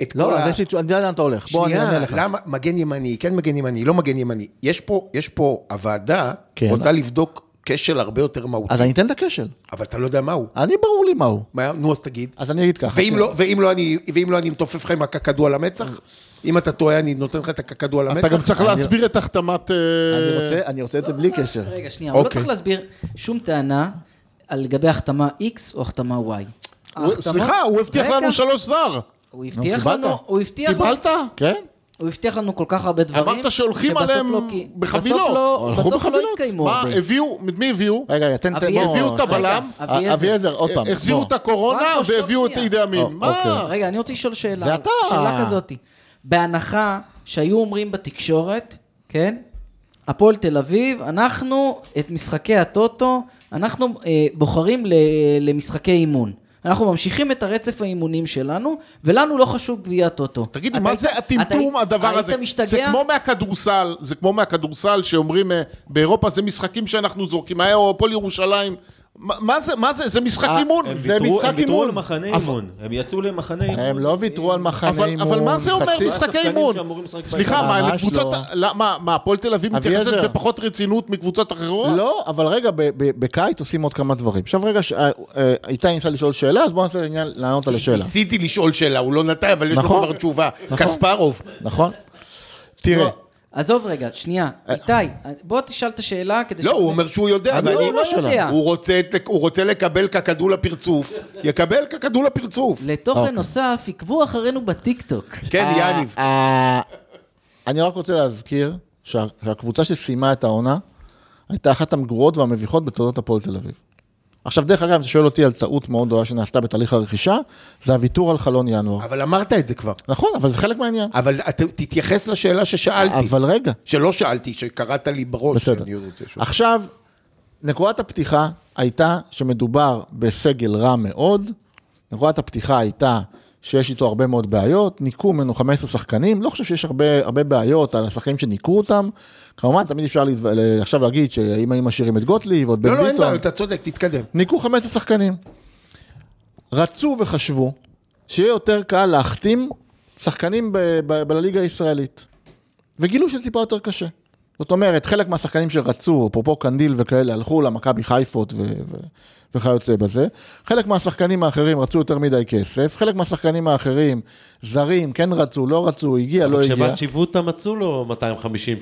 את כל לא, ה- אז יש לי תשוב- אני יודע לאן אתה הולך, בוא אני אענה לך. למה מגן ימני, כן מגן ימני, לא מגן ימני. יש פה, יש פה, הוועדה כן. רוצה לבדוק כשל הרבה יותר מהותי, אז אני אתן את הכשל. אבל אתה לא יודע מהו. אני ברור לי מהו. מה- נו, אז תגיד. אז אני אגיד ככה. ואם כן. לא- ואם לא אני- ואם לא אני מתופף לך עם הקקדו על המצח? אם אתה טועה, אני נותן לך את הקקדו על המצח? אתה גם צריך להסביר את החתמת... אה, אני רוצה- אני רוצה את אה, זה בלי קשר. רגע, שנייה, הוא לא אוקיי. צריך להסביר שום טענה על לגבי החתמה X או החתמה Y. הוא- ההחתמה- סליחה, הוא הבטיח רגע, לנו שלוש זר. הוא הבטיח קיבלת. לנו, הוא הבטיח לנו- קיבלת? כן. הוא הבטיח לנו כל כך הרבה דברים. אמרת שהולכים שבסוף עליהם לא כי- בחבילות. בסוף לא- הלכו בסוף לא בחבילות. התקיימו מה, הרבה. הביאו? את מי הביאו? רגע, רגע, תן, תן, אביעזר. הביאו את רגע, הבלם, אביעזר. אביעזר, עוד פעם. אה, החזירו בוא. את הקורונה רק תשתוק והביאו את שנייה. אוקיי. עידי ימין. או, מה? רגע, אני רוצה לשאול שאלה. זה אתה. שאלה כזאת. בהנחה שהיו אומרים בתקשורת, כן? הפועל תל אביב, אנחנו את משחקי הטוטו, אנחנו אה, בוחרים ל, למשחקי אימון. אנחנו ממשיכים את הרצף האימונים שלנו, ולנו לא חשוב גביע הטוטו. תגיד לי, אתה מה היית- זה הטמטום אתה- הדבר הזה? היית משתגע? זה כמו מהכדורסל, זה כמו מהכדורסל שאומרים אה, באירופה זה משחקים שאנחנו זורקים, היה הפועל ירושלים. מה- מה זה, מה זה, זה אה, משחק אימון. הם זה ויתרו- משחק הם ויתרו אימון. על מחנה אימון, הם יצאו למחנה אימון. כאילו. הם לא ויתרו על מחנה אבל, אימון. אבל מה זה אומר חצי- משחקי השחקנים אימון? שאמורים לשחק סליחה, באימון. מה, ממש לקבוצות... לא. לא, מה, מה, הפועל תל אביב מתייחסת אביעזר. בפחות רצינות מקבוצות אחרות? לא, אבל רגע, ב- ב- בקיץ עושים עוד כמה דברים. עכשיו רגע, ש- אה, אה, איתי ניסה לשאול שאלה, אז בואו נעשה עניין לענות על השאלה. ניסיתי לשאול שאלה, הוא לא נתן, אבל יש לו נכון. כבר תשובה. קספרוב. נכון? תראה, לא, עזוב רגע, שנייה. אה. איתי, בוא תשאל את השאלה כדי לא, הוא אומר שהוא יודע, אבל ואני... הוא לא יודע. הוא רוצה את- הוא רוצה לקבל קקדו לפרצוף, יקבל קקדו לפרצוף. אוקיי. לתוכן נוסף, עקבו אחרינו בטיקטוק. כן, ה- יניב. ה- אה, אני רק רוצה להזכיר שה- שהקבוצה שסיימה את העונה הייתה אחת המגרועות והמביכות בתולדות הפועל תל אביב. עכשיו, דרך אגב, אם אתה שואל אותי על טעות מאוד גדולה שנעשתה בתהליך הרכישה, זה הוויתור על חלון אה. ינואר. אבל אמרת את זה כבר. נכון, אבל זה חלק מהעניין. אבל ת- תתייחס לשאלה ששאלתי. אבל רגע, שלא שאלתי, שקראת לי בראש, בסדר. שאני רוצה שוב. עכשיו, נקודת הפתיחה הייתה שמדובר בסגל רע מאוד. נקודת הפתיחה הייתה שיש איתו הרבה מאוד בעיות, ניקו ממנו 15 שחקנים, לא חושב שיש הרבה, הרבה בעיות על השחקנים שניקו אותם. כמובן, תמיד אפשר להתו... ל- עכשיו להגיד שאם היו משאירים את גוטליב ועוד בן לא, ביטון... לא, אין בעיה, אתה צודק, תתקדם. ניקו 15 שחקנים. רצו וחשבו שיהיה יותר קל להחתים שחקנים ב- ב- בליגה הישראלית. וגילו שזה טיפה יותר קשה. זאת אומרת, חלק מהשחקנים שרצו, אפרופו קנדיל וכאלה, הלכו למכבי חיפות ו- ו- וכיוצא בזה. חלק מהשחקנים האחרים רצו יותר מדי כסף, חלק מהשחקנים האחרים זרים, כן רצו, לא רצו, הגיע, לא הגיע. כשבת שיבוטה מצאו לו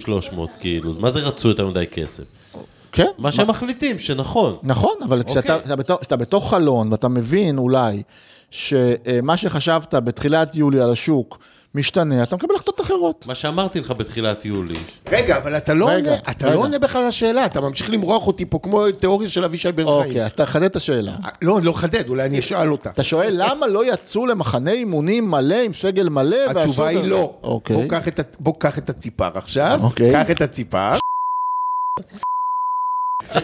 250-300, כאילו, אז מה זה רצו יותר מדי כסף? כן, מה שהם מחליטים, שנכון. נכון, אבל כשאתה אוקיי. אתה בתוך- כשאתה בתוך חלון ואתה מבין אולי שמה שחשבת בתחילת יולי על השוק משתנה, אתה מקבל החלטות אחרות. מה שאמרתי לך בתחילת יולי, רגע, אבל אתה לא רגע, עונה, אתה רגע. לא עונה בכלל על השאלה, אתה ממשיך למרוח אותי פה כמו תיאוריה של אבישי בן חיים. אוקיי, אז תחדד את השאלה. לא, אני לא חדד, אולי אני אשאל אותה. אתה שואל למה לא יצאו למחנה אימונים מלא עם סגל מלא? ועשו התשובה את היא ה- לא. בוא אוקיי. קח את ה- בוא קח את הציפר עכשיו, אוקיי. קח את הציפר.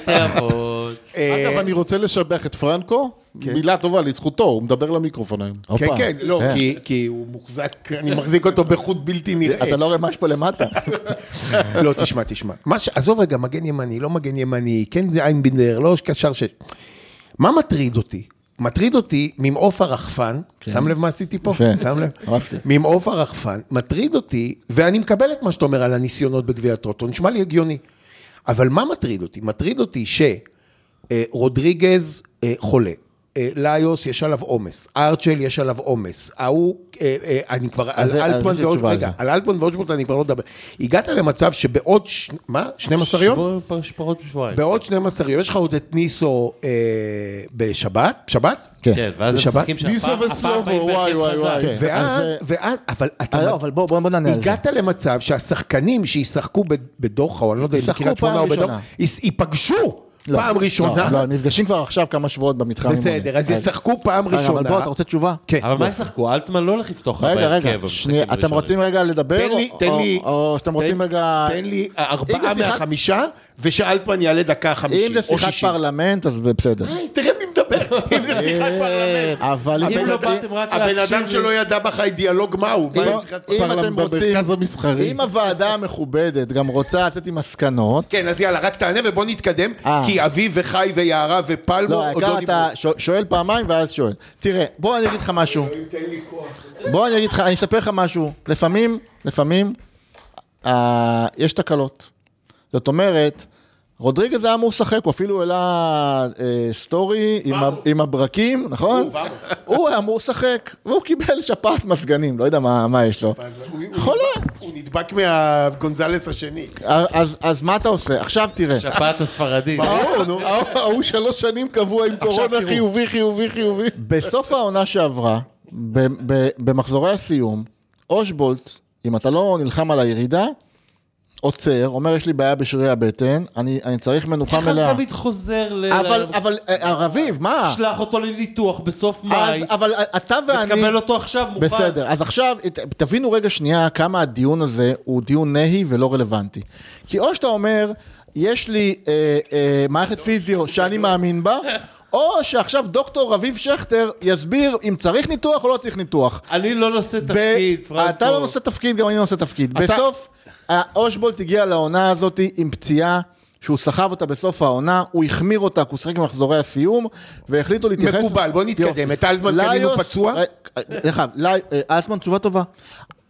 תיאבון. אה, אגב, אני רוצה לשבח את פרנקו, כן. מילה טובה לזכותו, הוא מדבר למיקרופון היום. כן, הופה. כן, לא, אה. כי- כי הוא מוחזק, אני מחזיק אותו בחוט בלתי נראה. אתה לא רואה מה יש פה למטה. לא, תשמע, תשמע. מה ש... עזוב רגע, מגן ימני, לא מגן ימני, כן זה איינבינדר, לא קשר ש... מה מטריד אותי? מטריד אותי ממעוף הרחפן, שם לב מה עשיתי פה? כן. יפה. שם לב? אהבתי. ממעוף הרחפן, מטריד אותי, ואני מקבל את מה שאתה אומר על הניסיונות בגביע הטוטו, נשמע לי הגיוני. אבל מה מטריד אותי? מטריד אותי שרודריגז חולה. אה, לאיוס יש עליו עומס, ארצ'ל יש עליו עומס, ההוא, אה, אה, אני כבר, על זה- אז אלטמן יש לי ועוד, תשובה על רגע, זה. על אלטמן ואושבולט אני כבר לא מדבר. הגעת למצב שבעוד, ש... מה? 12 יום? שבוע- פחות משבועיים. בעוד 12 יום, יש לך עוד את ניסו אה, בשבת, שבת? כן, ואז הם בשבת? משחקים ניסו שהפעם- הפעם וסלובו, באים וואי, בהרכב וואי, חזק. וואי. כן, ואז, אז, אה, ואז, אבל אתה... אה, לא, אבל בוא בוא- בוא נענה על זה. הגעת למצב שהשחקנים שישחקו ב- בדוחה, או אני לא יודע אם ישחקו בקריית פעם שמונה או בדוחה, ראשונה. יס- ייפגשו לא, פעם לא, ראשונה. לא, הם נפגשים כבר עכשיו כמה שבועות במתחם אימונים. בסדר, אז ישחקו פעם רגע, ראשונה. אבל בוא, אתה רוצה תשובה? כן. אבל מה ישחקו? אלטמן לא הולך לפתוח לך רגע, בהרכב. רגע, במשחקים שנייה, אתם הראשונים. רוצים רגע לדבר? תן לי, או- תן לי, או- או שאתם רוצים תן- רגע... תן לי אם ארבעה זה שיחת- מהחמישה, ושאלטמן יעלה דקה אם חמישית, זה או שיחת שישית. פרלמנט, אה, אז בסדר. היי, תראה מי מדבר, אם זה אה, שיחת פרלמנט. אבל אם הבן לא אדם- באתם רק הבן להקשיב אדם לי. שלא ידע בחיי דיאלוג מהו, בא עם שיחת אם פרלמנט. אתם רוצים, במרכז המסחרי. אם הוועדה המכובדת גם רוצה לצאת עם מסקנות, כן, אז יאללה, רק תענה ובוא נתקדם, אה. כי אביב וחי ויערה ופלמו לא, עוד לא העיקר דיברו. אתה ש- שואל פעמיים ואז שואל. תראה, בוא אני אגיד לך משהו. בוא אני אגיד לך, אני אספר לך משהו. לפעמים, לפעמים, אה, יש תקלות. זאת אומרת, רודריגז היה אמור לשחק, הוא אפילו העלה אה, סטורי עם, ה, עם הברקים, נכון? הוא היה אמור לשחק, והוא קיבל שפעת מזגנים, לא יודע מה, מה יש לו. חולה. הוא נדבק מהגונזלס השני. אז, אז מה אתה עושה? עכשיו תראה. שפעת הספרדית. ההוא שלוש שנים קבוע עם קורונה תראו. חיובי, חיובי, חיובי. בסוף העונה שעברה, ב- ב- במחזורי הסיום, אושבולט, אם אתה לא נלחם על הירידה, עוצר, אומר יש לי בעיה בשרירי הבטן, אני, אני צריך מנוחה איך מלאה. אתה תמיד חוזר ל... אבל, ל- אבל, אה, אה, רביב, מה? שלח אותו לניתוח בסוף אז, מאי, אבל אה, אתה ואני... תקבל אותו עכשיו מוכן. בסדר, אז עכשיו ת- תבינו רגע שנייה כמה הדיון הזה הוא דיון נהי ולא רלוונטי. כי או שאתה אומר, יש לי אה, אה, מערכת פיזיו שאני מאמין בה, או שעכשיו דוקטור רביב שכטר יסביר אם צריך ניתוח או לא צריך ניתוח. אני לא נושא ב- תפקיד, פרנקו. אתה לא נושא תפקיד, גם אני לא נושא תפקיד. בסוף, אה, אושבולט הגיע לעונה הזאת עם פציעה. שהוא סחב אותה בסוף העונה, הוא החמיר אותה, כי הוא שיחק במחזורי הסיום, והחליטו להתייחס... מקובל, בוא נתקדם. יופי. את אלטמן קנינו ליוס- פצוע? אה, אה, דרך אגב, לי- אה, אלטמן תשובה טובה.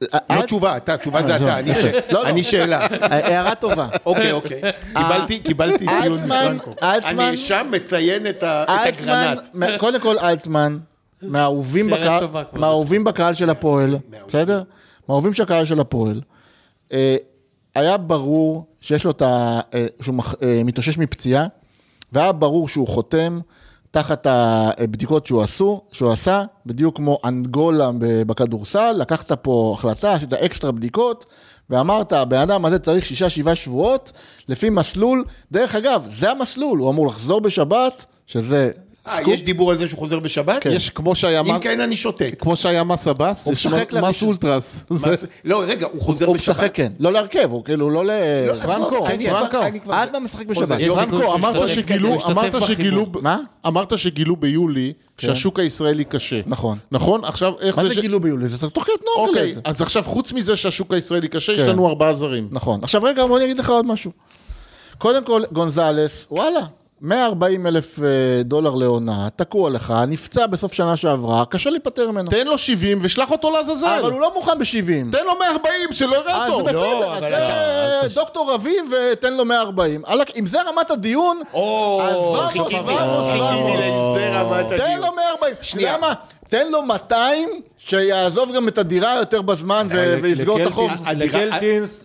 אה, לא אלט- תשובה, אתה, תשובה זה עזוב, אתה, אני ש- לא, לא. אני שאלה. אה, הערה טובה. אוקיי, אוקיי. קיבלתי- קיבלתי ציון אה, אלטמן, מפרנקו. אלטמן, אני שם מציין את ה- את אלטמן, הגרנט. מ- קודם כל אלטמן, מהאהובים שאלה בקהל, טובה, כבוד מהאהובים בקהל של הפועל, בסדר? מהאהובים של הקהל של הפועל. אה, היה ברור שיש לו את ה... אה, שהוא מח- אה, מתאושש מפציעה, והיה ברור שהוא חותם תחת הבדיקות שהוא, עשו, שהוא עשה, בדיוק כמו אנגולה ב- בכדורסל, לקחת פה החלטה, עשית אקסטרה בדיקות, ואמרת, הבן אדם הזה צריך שישה, שבעה שבועות, לפי מסלול, דרך אגב, זה המסלול, הוא אמור לחזור בשבת, שזה אה, סקופ, יש דיבור על זה שהוא חוזר בשבת? יש, כמו שהיה אם מס- כן, אני שותק. כמו שהיה מס עבאס, הוא יש לו משחק מס לראשון. אולטרס. זה- מה זה- לא, רגע, הוא חוזר הוא בשבת? משחק, כן, לא להרכב, הוא כאילו לא ל... פרנקו, אני- פרנקו. אני כבר- אוקיי. עד במשחק בשבת. יש סיכוי פרנקו, שהוא אמרת ישתתף שגילו, בחיבור. אמרת שגילו, מה? כן. אמרת שגילו ביולי שהשוק הישראלי קשה. נכון. נכון? עכשיו, איך מה זה זה ש... גילו ביולי? כן. זה תוך כדי תנועה. אוקיי, אוקיי. אז עכשיו, חוץ מזה שהשוק הישראלי קשה, יש לנו ארבעה זרים. נכון. עכשיו רגע, בוא אני אגיד לך עוד משהו. קודם כל, גונזלס, וואלה, 140 אלף אה, דולר לעונה, תקוע לך, נפצע בסוף שנה שעברה, קשה להיפטר ממנו. תן לו 70 ושלח אותו לעזאזל. אבל הוא לא מוכן ב-70. תן לו לא, 140, שלא יראה אה, זה אותו. בסדר, אז זה דוקטור רביב, אה, תן לו 140. עלק, אם זה רמת הדיון, אז 700, 700, 700. תן לו 140. למה? תן לו 200, שיעזוב גם את הדירה יותר בזמן אה, ו- ויסגור אה, את החוב. לקלטינס- לקלטינס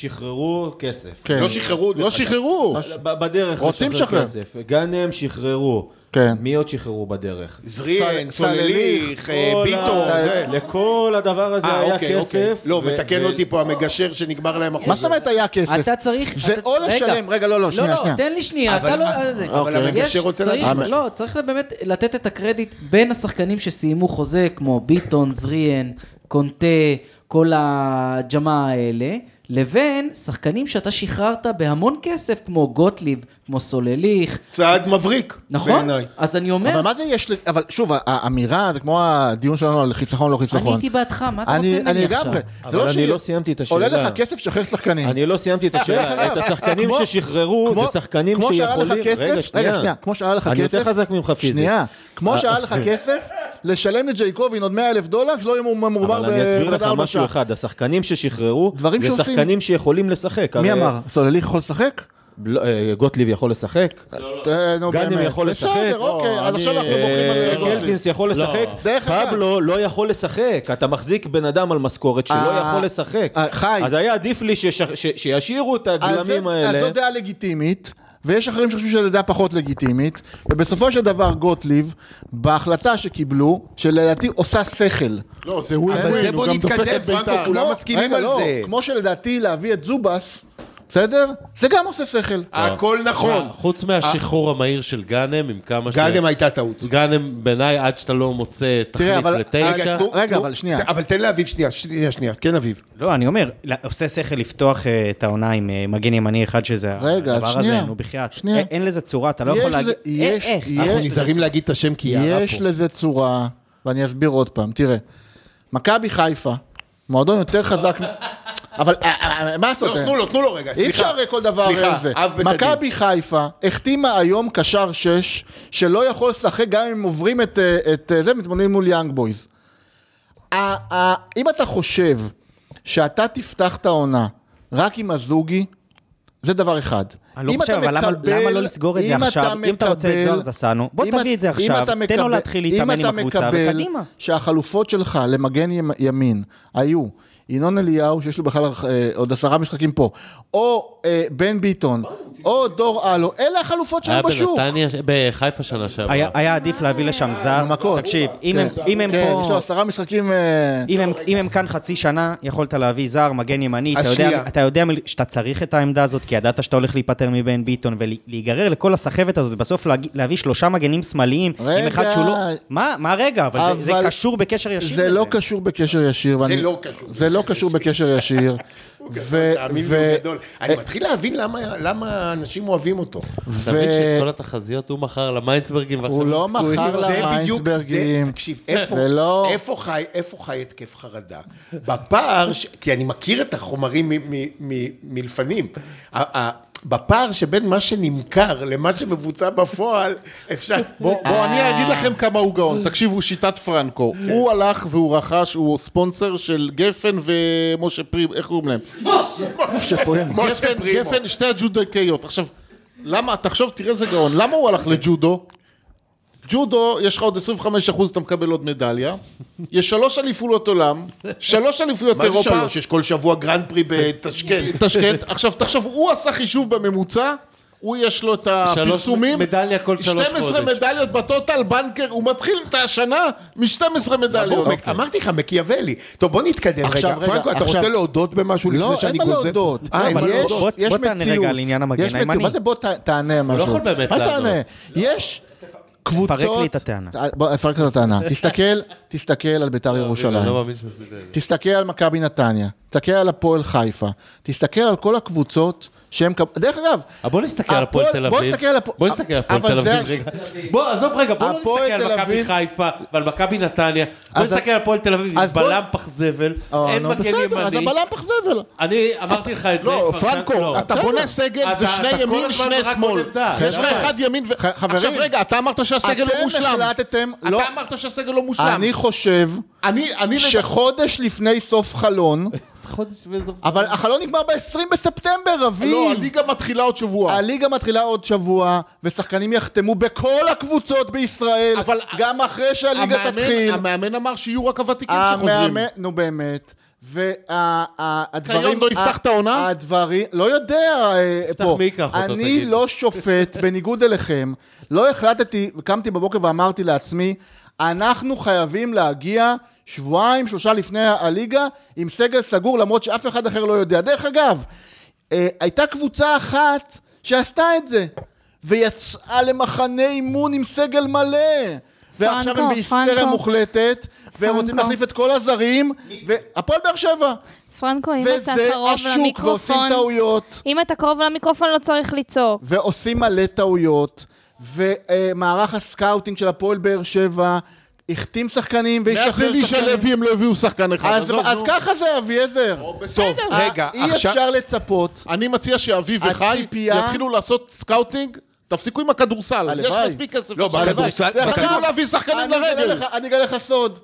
ששחררו כסף. כן. לא שחררו, לא שחררו. ב- בדרך רוצים לשחרר. כסף. גאנם שחררו. כן. מי עוד שחררו בדרך? זריאן, סל- סולליך, אה, כל ביטון. ה- זה. לכל הדבר הזה אה, היה אוקיי, אוקיי. כסף. לא, ו- מתקן ו- אותי פה המגשר שנגמר להם החוזה. מה זאת אומרת היה כסף? אתה צריך... זה אתה- או לשלם- רגע, לא, לא, שנייה, לא, שנייה. אוקיי, לא, תן לי שנייה, אבל אתה לא... מה- זה. אבל יש- המגשר רוצה צריך- לדעת. לא, צריך באמת לתת את הקרדיט בין השחקנים שסיימו חוזה, כמו ביטון, זריאן, קונטה, כל הג'מה האלה, לבין שחקנים שאתה שחררת בהמון כסף, כמו גוטליב, כמו סולליך, צעד מבריק, נכון? בעיניי. אז אני אומר, אבל מה זה יש, ל- אבל שוב, ה- האמירה, זה כמו הדיון שלנו על חיסכון, לא אני חיסכון. הייתי בעדך, מה אתה רוצה אני ממני אני עכשיו? לגמרי. אבל זה לא אני שהיא- לא סיימתי את עולה השאלה. לך כסף, אה, שחרר שחקנים. אני לא סיימתי את השאלה. דרך את אגב, השחקנים כמו- ששחררו, כמו- זה שחקנים כמו שהיה לך שיכולים... כסף- רגע, שנייה, כמו שהיה לך אני יותר כסף- חזק ממך פיזית. אה, אוקיי. שנייה, כמו שהיה לך כסף, לשלם לג'ייקובין עוד 100 אלף דולר, שלא יהיה ממורבר אבל אני אסביר לך בחדר משהו הלבשה. אחד, השחקנים ששחררו, דברים זה שעושים. שחקנים שיכולים לשחק. מי הרי- אמר? סולליך יכול לשחק? לא, אה, גוטליב יכול לשחק, אה, נו, גאנם באמת. יכול לשחק. בסדר, אוקיי, אז עכשיו אנחנו בוחרים אה, על גוטליב. לא. קלטינס יכול לשחק, דרך אגב. פבלו לא יכול לשחק, אתה מחזיק בן אדם על משכורת שלא אה, יכול לשחק. אה, חי. אז היה עדיף לי שש- ש- שישאירו את אז הגלמים זה- אז האלה. זו דעה לגיטימית, ויש אחרים שחושבים שזו דעה פחות לגיטימית, ובסופו של דבר גוטליב, בהחלטה שקיבלו, שלדעתי עושה שכל. לא, זה הוא אבל אה, זה בוא נתקדם, פרנקו, כולם כמו- מסכימים רגע, על לא, זה. כמו שלדעתי להביא את זובס, בסדר? זה גם עושה שכל. הכל אה, נכון. מה, חוץ מהשחרור המהיר של גאנם, עם כמה ש... גאנם הייתה טעות. גאנם בעיניי, עד שאתה לא מוצא תחליף אבל- אה, כן, לתשע. רגע, נו, רגע, אבל שנייה. אבל תן לאביב שנייה, שנייה, שנייה. כן, אביב. לא, אני אומר, לא, עושה שכל לפתוח אה, את העונה עם אה, מגן ימני אחד שזה רגע, אז הדבר שנייה. הזה, נו בחייאת. שנייה. אה, אין לזה צורה, אתה לא יש יכול לזה- להגיד... אה, יש- איך? יש- אנחנו נזהרים להגיד את השם כי היא הערה יש פה. לזה צורה, ואני אסביר עוד פעם, תראה, מכבי חיפה, מועדון יותר חזק, מ- אבל אה, אה, מה לעשות? לא, תנו לו, תנו לו רגע, אי סליחה. אפשר הרי כל דבר אה, סליחה, זה. אב בית הדין. מכבי חיפה החתימה היום קשר שש, שלא יכול לשחק גם אם עוברים את, אה, את אה, זה, מתמודדים מול יאנג בויז. ה- ה- אם אתה חושב שאתה תפתח את העונה רק עם הזוגי, זה דבר אחד. אני לא אם חושב, אתה אבל למה- מקבל- למה לא לסגור את זה אם עכשיו? אם אתה רוצה את מקבל- זוהר זסנו, בוא אם תביא את- את זה אם עכשיו, אתה תן לו מקבל- להתחיל להתאמן עם הקבוצה, אם אתה מקבל וקדימה. שהחלופות שלך למגן ימ- ימין היו ינון אליהו, שיש לו בכלל אה, עוד עשרה משחקים פה, או אה, בן ביטון, או דור אלו, אלה החלופות היה שהיו בשוק. בנתניה, בחיפה שנה היה- שעברה. היה עדיף להביא לשם זר. מכות. תקשיב, אם הם- כן, אם הם כן, יש לו פה... עשרה משחקים... אה, אם הם, אם הם כאן חצי שנה, יכולת להביא זר, מגן ימני, אז אתה יודע, שנייה. אתה יודע מל- שאתה צריך את העמדה הזאת, כי ידעת שאתה הולך להיפטר מבן ביטון, ולהיגרר לכל הסחבת הזאת, ובסוף להג- להביא שלושה מגנים שמאליים, עם אחד רגע. שהוא לא... מה, מה רגע? אבל, זה, זה אבל- קשור בקשר ישיר זה לזה. לא קשור בקשר ישיר. זה ואני- לא קשור זה לא קשור בקשר ישיר. ו- תאמין לי, ו- אה, הוא גדול. אני מתחיל להבין למה- למה אנשים אוהבים אותו. תבין שאת ו- כל התחזיות הוא מכר למיינצברגים, ועכשיו הוא לא הם תקועים. מכר זה בדיוק, למיינצברגים. זה- תקשיב, איפה, זה לא- איפה, חי, איפה חי התקף חרדה? בפער, ש... כי אני מכיר את החומרים מ- מ- מ- מלפנים. ה- ה- בפער שבין מה שנמכר למה שמבוצע בפועל, אפשר... בואו אה. בוא, אני אגיד לכם כמה הוא גאון, תקשיבו, שיטת פרנקו. כן. הוא הלך והוא רכש, הוא ספונסר של גפן ומשה פרימו, איך קוראים להם? גפן, גפן, שתי הג'ודאיקאיות. עכשיו, למה, תחשוב, תראה איזה גאון, למה הוא הלך לג'ודו? ג'ודו, יש לך עוד 25 אחוז, אתה מקבל עוד מדליה. יש שלוש אליפויות עולם, שלוש אליפויות מה זה אירופה. שלוש? יש כל שבוע גרנד פרי בטשקנט. תשקנט. עכשיו, תחשוב, הוא עשה חישוב בממוצע, הוא יש לו את הפרסומים. שלוש מדליה כל שלוש 12 חודש. מדליות בטוטל, בנקר, הוא מתחיל את השנה מ-12 מדליות. בוא, אמרתי לך, מקיאוולי. טוב, בוא נתקדם רגע. עכשיו, רגע, פרנקו, אתה עכשיו- רוצה להודות במשהו לפני לא, שאני אין מה גוזר? להודות. לא, אה, אין מה יש- להודות. בוא- יש בוא תענה רגע מציאות. על עניין המגן יש מציאות. הימני. מה זה בוא ת- תענה משהו? יכול באמת מה שתענה? לענות. יש... אה, קבוצות... פרק לי את הטענה. בוא, אפרק את הטענה. תסתכל, תסתכל על ביתר אני ירושלים. לא מאמין שעשית את זה. תסתכל על מכבי נתניה, תסתכל על הפועל חיפה, תסתכל על כל הקבוצות שהם... קב- דרך אגב... אבל אה, בוא נסתכל על הפועל תל אביב. בוא נסתכל על הפועל... בוא נסתכל על הפועל אבל תל זה אביב הש- רגע. בוא, עזוב רגע, בוא לא הפועל נסתכל תל על מכבי אביב- חיפה ועל מכבי נתניה. בוא אז- נסתכל על הפועל תל אביב עם אז בוא- בלם פח זבל, אה, אין נו, מגן בסדר, אתה ימני. בלם פח זבל. אני אמרתי לך את זה. לא, כבר- פרנקו, לא. אתה בסדר. בונה סגל, זה אתה- שני אתה כל ימין, הזמן שני רק שמאל. עובד דעת. יש לך למה? אחד ימין ו... חברים. עכשיו רגע, אתה אמרת שהסגל לא אתם מושלם. החלטתם... לא, אתה אמרת שהסגל לא מושלם. אני חושב אני, אני... שחודש לפני סוף חלון, אבל החלון נגמר ב-20 בספטמבר, לא, אביב. הליגה מתחילה עוד שבוע. הליגה מתחילה עוד שבוע, ושחקנים יחתמו בכל הקבוצות בישראל, אבל- גם אחרי שהליגה המאמן- תתחיל. המאמן אמר שיהיו רק הוותיקים שחוזרים. המאמן, נו באמת. והדברים... כיום לא יפתח את העונה? הדברים... לא יודע אה, פה. מי ייקח אותו, אני תגיד. לא שופט, בניגוד אליכם. לא החלטתי, קמתי בבוקר ואמרתי לעצמי, אנחנו חייבים להגיע שבועיים, שלושה לפני הליגה, עם סגל סגור, למרות שאף אחד אחר לא יודע. דרך אגב, אה, הייתה קבוצה אחת שעשתה את זה, ויצאה למחנה אימון עם סגל מלא. ועכשיו פרנקו, הם בהיסטריה פרנקו. מוחלטת, והם רוצים פרנקו. להחליף את כל הזרים, והפועל באר שבע. פרנקו, אם אתה וזה קרוב השוק, ועושים למיקרופון, טעויות, אם אתה קרוב למיקרופון לא צריך לצעוק. ועושים מלא טעויות, ומערך הסקאוטינג של הפועל באר שבע החתים שחקנים מאז וישחרר אלישע שחקנים. לוי הם לא הביאו שחקן אחד. אז, עזוב, אז נו. ככה זה אביעזר. אה, בסדר. טוב, רגע, אי עכשיו- אפשר לצפות. אני מציע שאביב וחי הציפייה- יתחילו לעשות סקאוטינג, תפסיקו עם הכדורסל. יש הלוואי. מספיק כסף. לא, עכשיו. בכדורסל- דרך אגב, תתחילו להביא שחקנים אני אגלה לרגל. לך- אני אגלה לך סוד.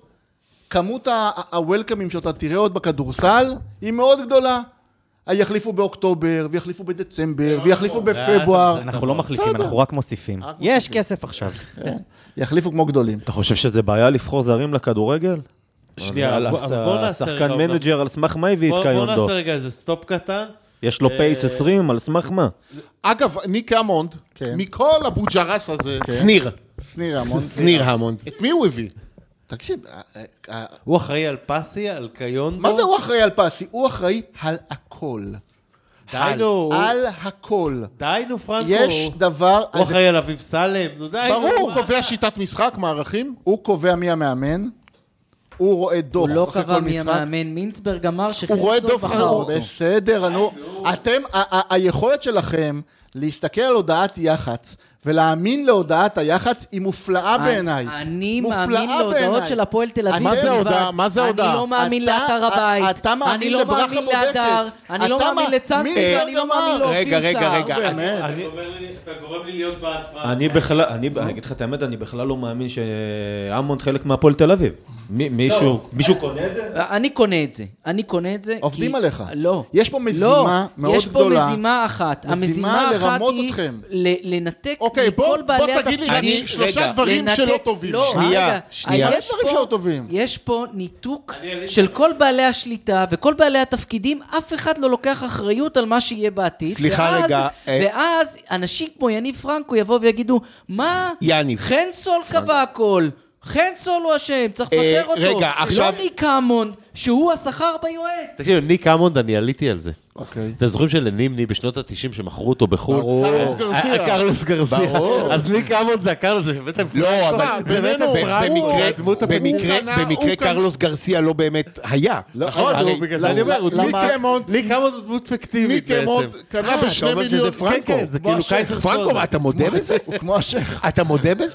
כמות ה- הוולקאמים שאתה תראה עוד בכדורסל היא מאוד גדולה. אה, יחליפו באוקטובר, ויחליפו אה, בדצמבר, ויחליפו בפברואר. אנחנו לא מחליפים, אנחנו רק מוסיפים. יש כסף עכשיו. יחליפו כמו גדולים. אתה חושב שזה בעיה לבחור זרים לכדורגל? שנייה, על כן, בוא- הס- בוא נעשה השחקן רגע- מנג'ר על סמך מה הביא בוא את בוא קיונדו? נעשה אה, רגע איזה סטופ קטן. יש לו פייס 20 על סמך מה? אגב, ניק אמונד, כן. מכל הבוג'רס הזה, שניר, שניר המון. שניר המונד. את מי הוא הביא? תקשיב, ה- ה- הוא אחראי על פסי, על קיונדו. מה זה הוא אחראי על פסי? הוא אחראי על הכל. די נו, על הכל. די נו פרנקו. יש דבר... הוא אחראי על אביב סלם, נו די נו. ברור, הוא מה? קובע שיטת משחק, מערכים. הוא קובע מי המאמן, הוא רואה הוא דוח לא אחרי קבע כל מי משחק. המאמן, לא. מינצברג אמר שחיפשו רואה דוב בחר חרוב. אותו. בסדר, נו. אתם, ה- ה- היכולת שלכם להסתכל על הודעת יח"צ ולהאמין להודעת היח"צ היא מופלאה בעיניי. אני מופלאה מאמין להודעות בעיניי. אה, של הפועל תל אביב. מה זה בלבד. ההודעה? מה זה ההודעה? אני לא מאמין אתה- לאתר אתה- הבית. אתה מאמין אני לא לברכה מאמין בודקת. לאדר. אני לא אתה מאמין מה- לצאנץ מי ואני גמר? לא מאמין לאופיר רגע, רגע, סער. רגע. באמת. אתה אומר לי- אתה גורם לי להיות בעד פרנקו. אני בכלל, אני אני אגיד לך את האמת, אני בכלל לא מאמין שהמון חלק מהפועל תל אביב. מי- לא, מישהו, מישהו... אני קונה את זה, אני קונה את זה. עובדים כי- עליך. לא. יש פה משימה מאוד יש פה גדולה. משימה אחת. משימה המשימה האחת לרמות היא אתכם. ל- לנתק אוקיי, בוא מכל בעלי בוא תגיד לי רק התפקידים. ש- שלושה רגע, דברים לנתק- שלא טובים. לא, שנייה, רגע. שנייה. יש יש דברים פה- שלא טובים. יש פה ניתוק של כל בעלי השליטה וכל בעלי התפקידים, אף אחד לא לוקח אחריות על מה שיהיה בעתיד. סליחה ואז- רגע, אה. ואז אנשים כמו יניב פרנקו יבואו ויגידו, מה, יניב. חנסול קבע הכל. חנסול הוא אשם, צריך אה, לפטר אותו. רגע, עכשיו- לא ניק אמונד, שהוא השכר ביועץ. תקשיב, ניק אמונד, אני עליתי על זה. אוקיי. אתם זוכרים שלנימני בשנות ה-90 שמכרו אותו בחו"ל? ברור. אה, קרלוס גרסיה. ה- קרלוס גרסיה. ברור. אז ניק אמונד זה הקרלוס, זה באמת לא, אבל זה באמת ב- הפרעה. במקרה- הדמות במקרה- הפנית. הוא במקרה קנה- קרלוס גרסיה לא באמת היה. לא, נכון, הרי- נו, בגלל זה אני אומר, הוא דמות- למה- ניק אמונד הוא דמות פיקטיבית ניק אמונד בעצם. קנה בשני אומר שזה מיליון... פרנקו. כן, כן, זה כמו כאילו השייח. קייזר פרנקו, סודה. מה, אתה מודה בזה? הוא כמו השייח. אתה מודה בזה?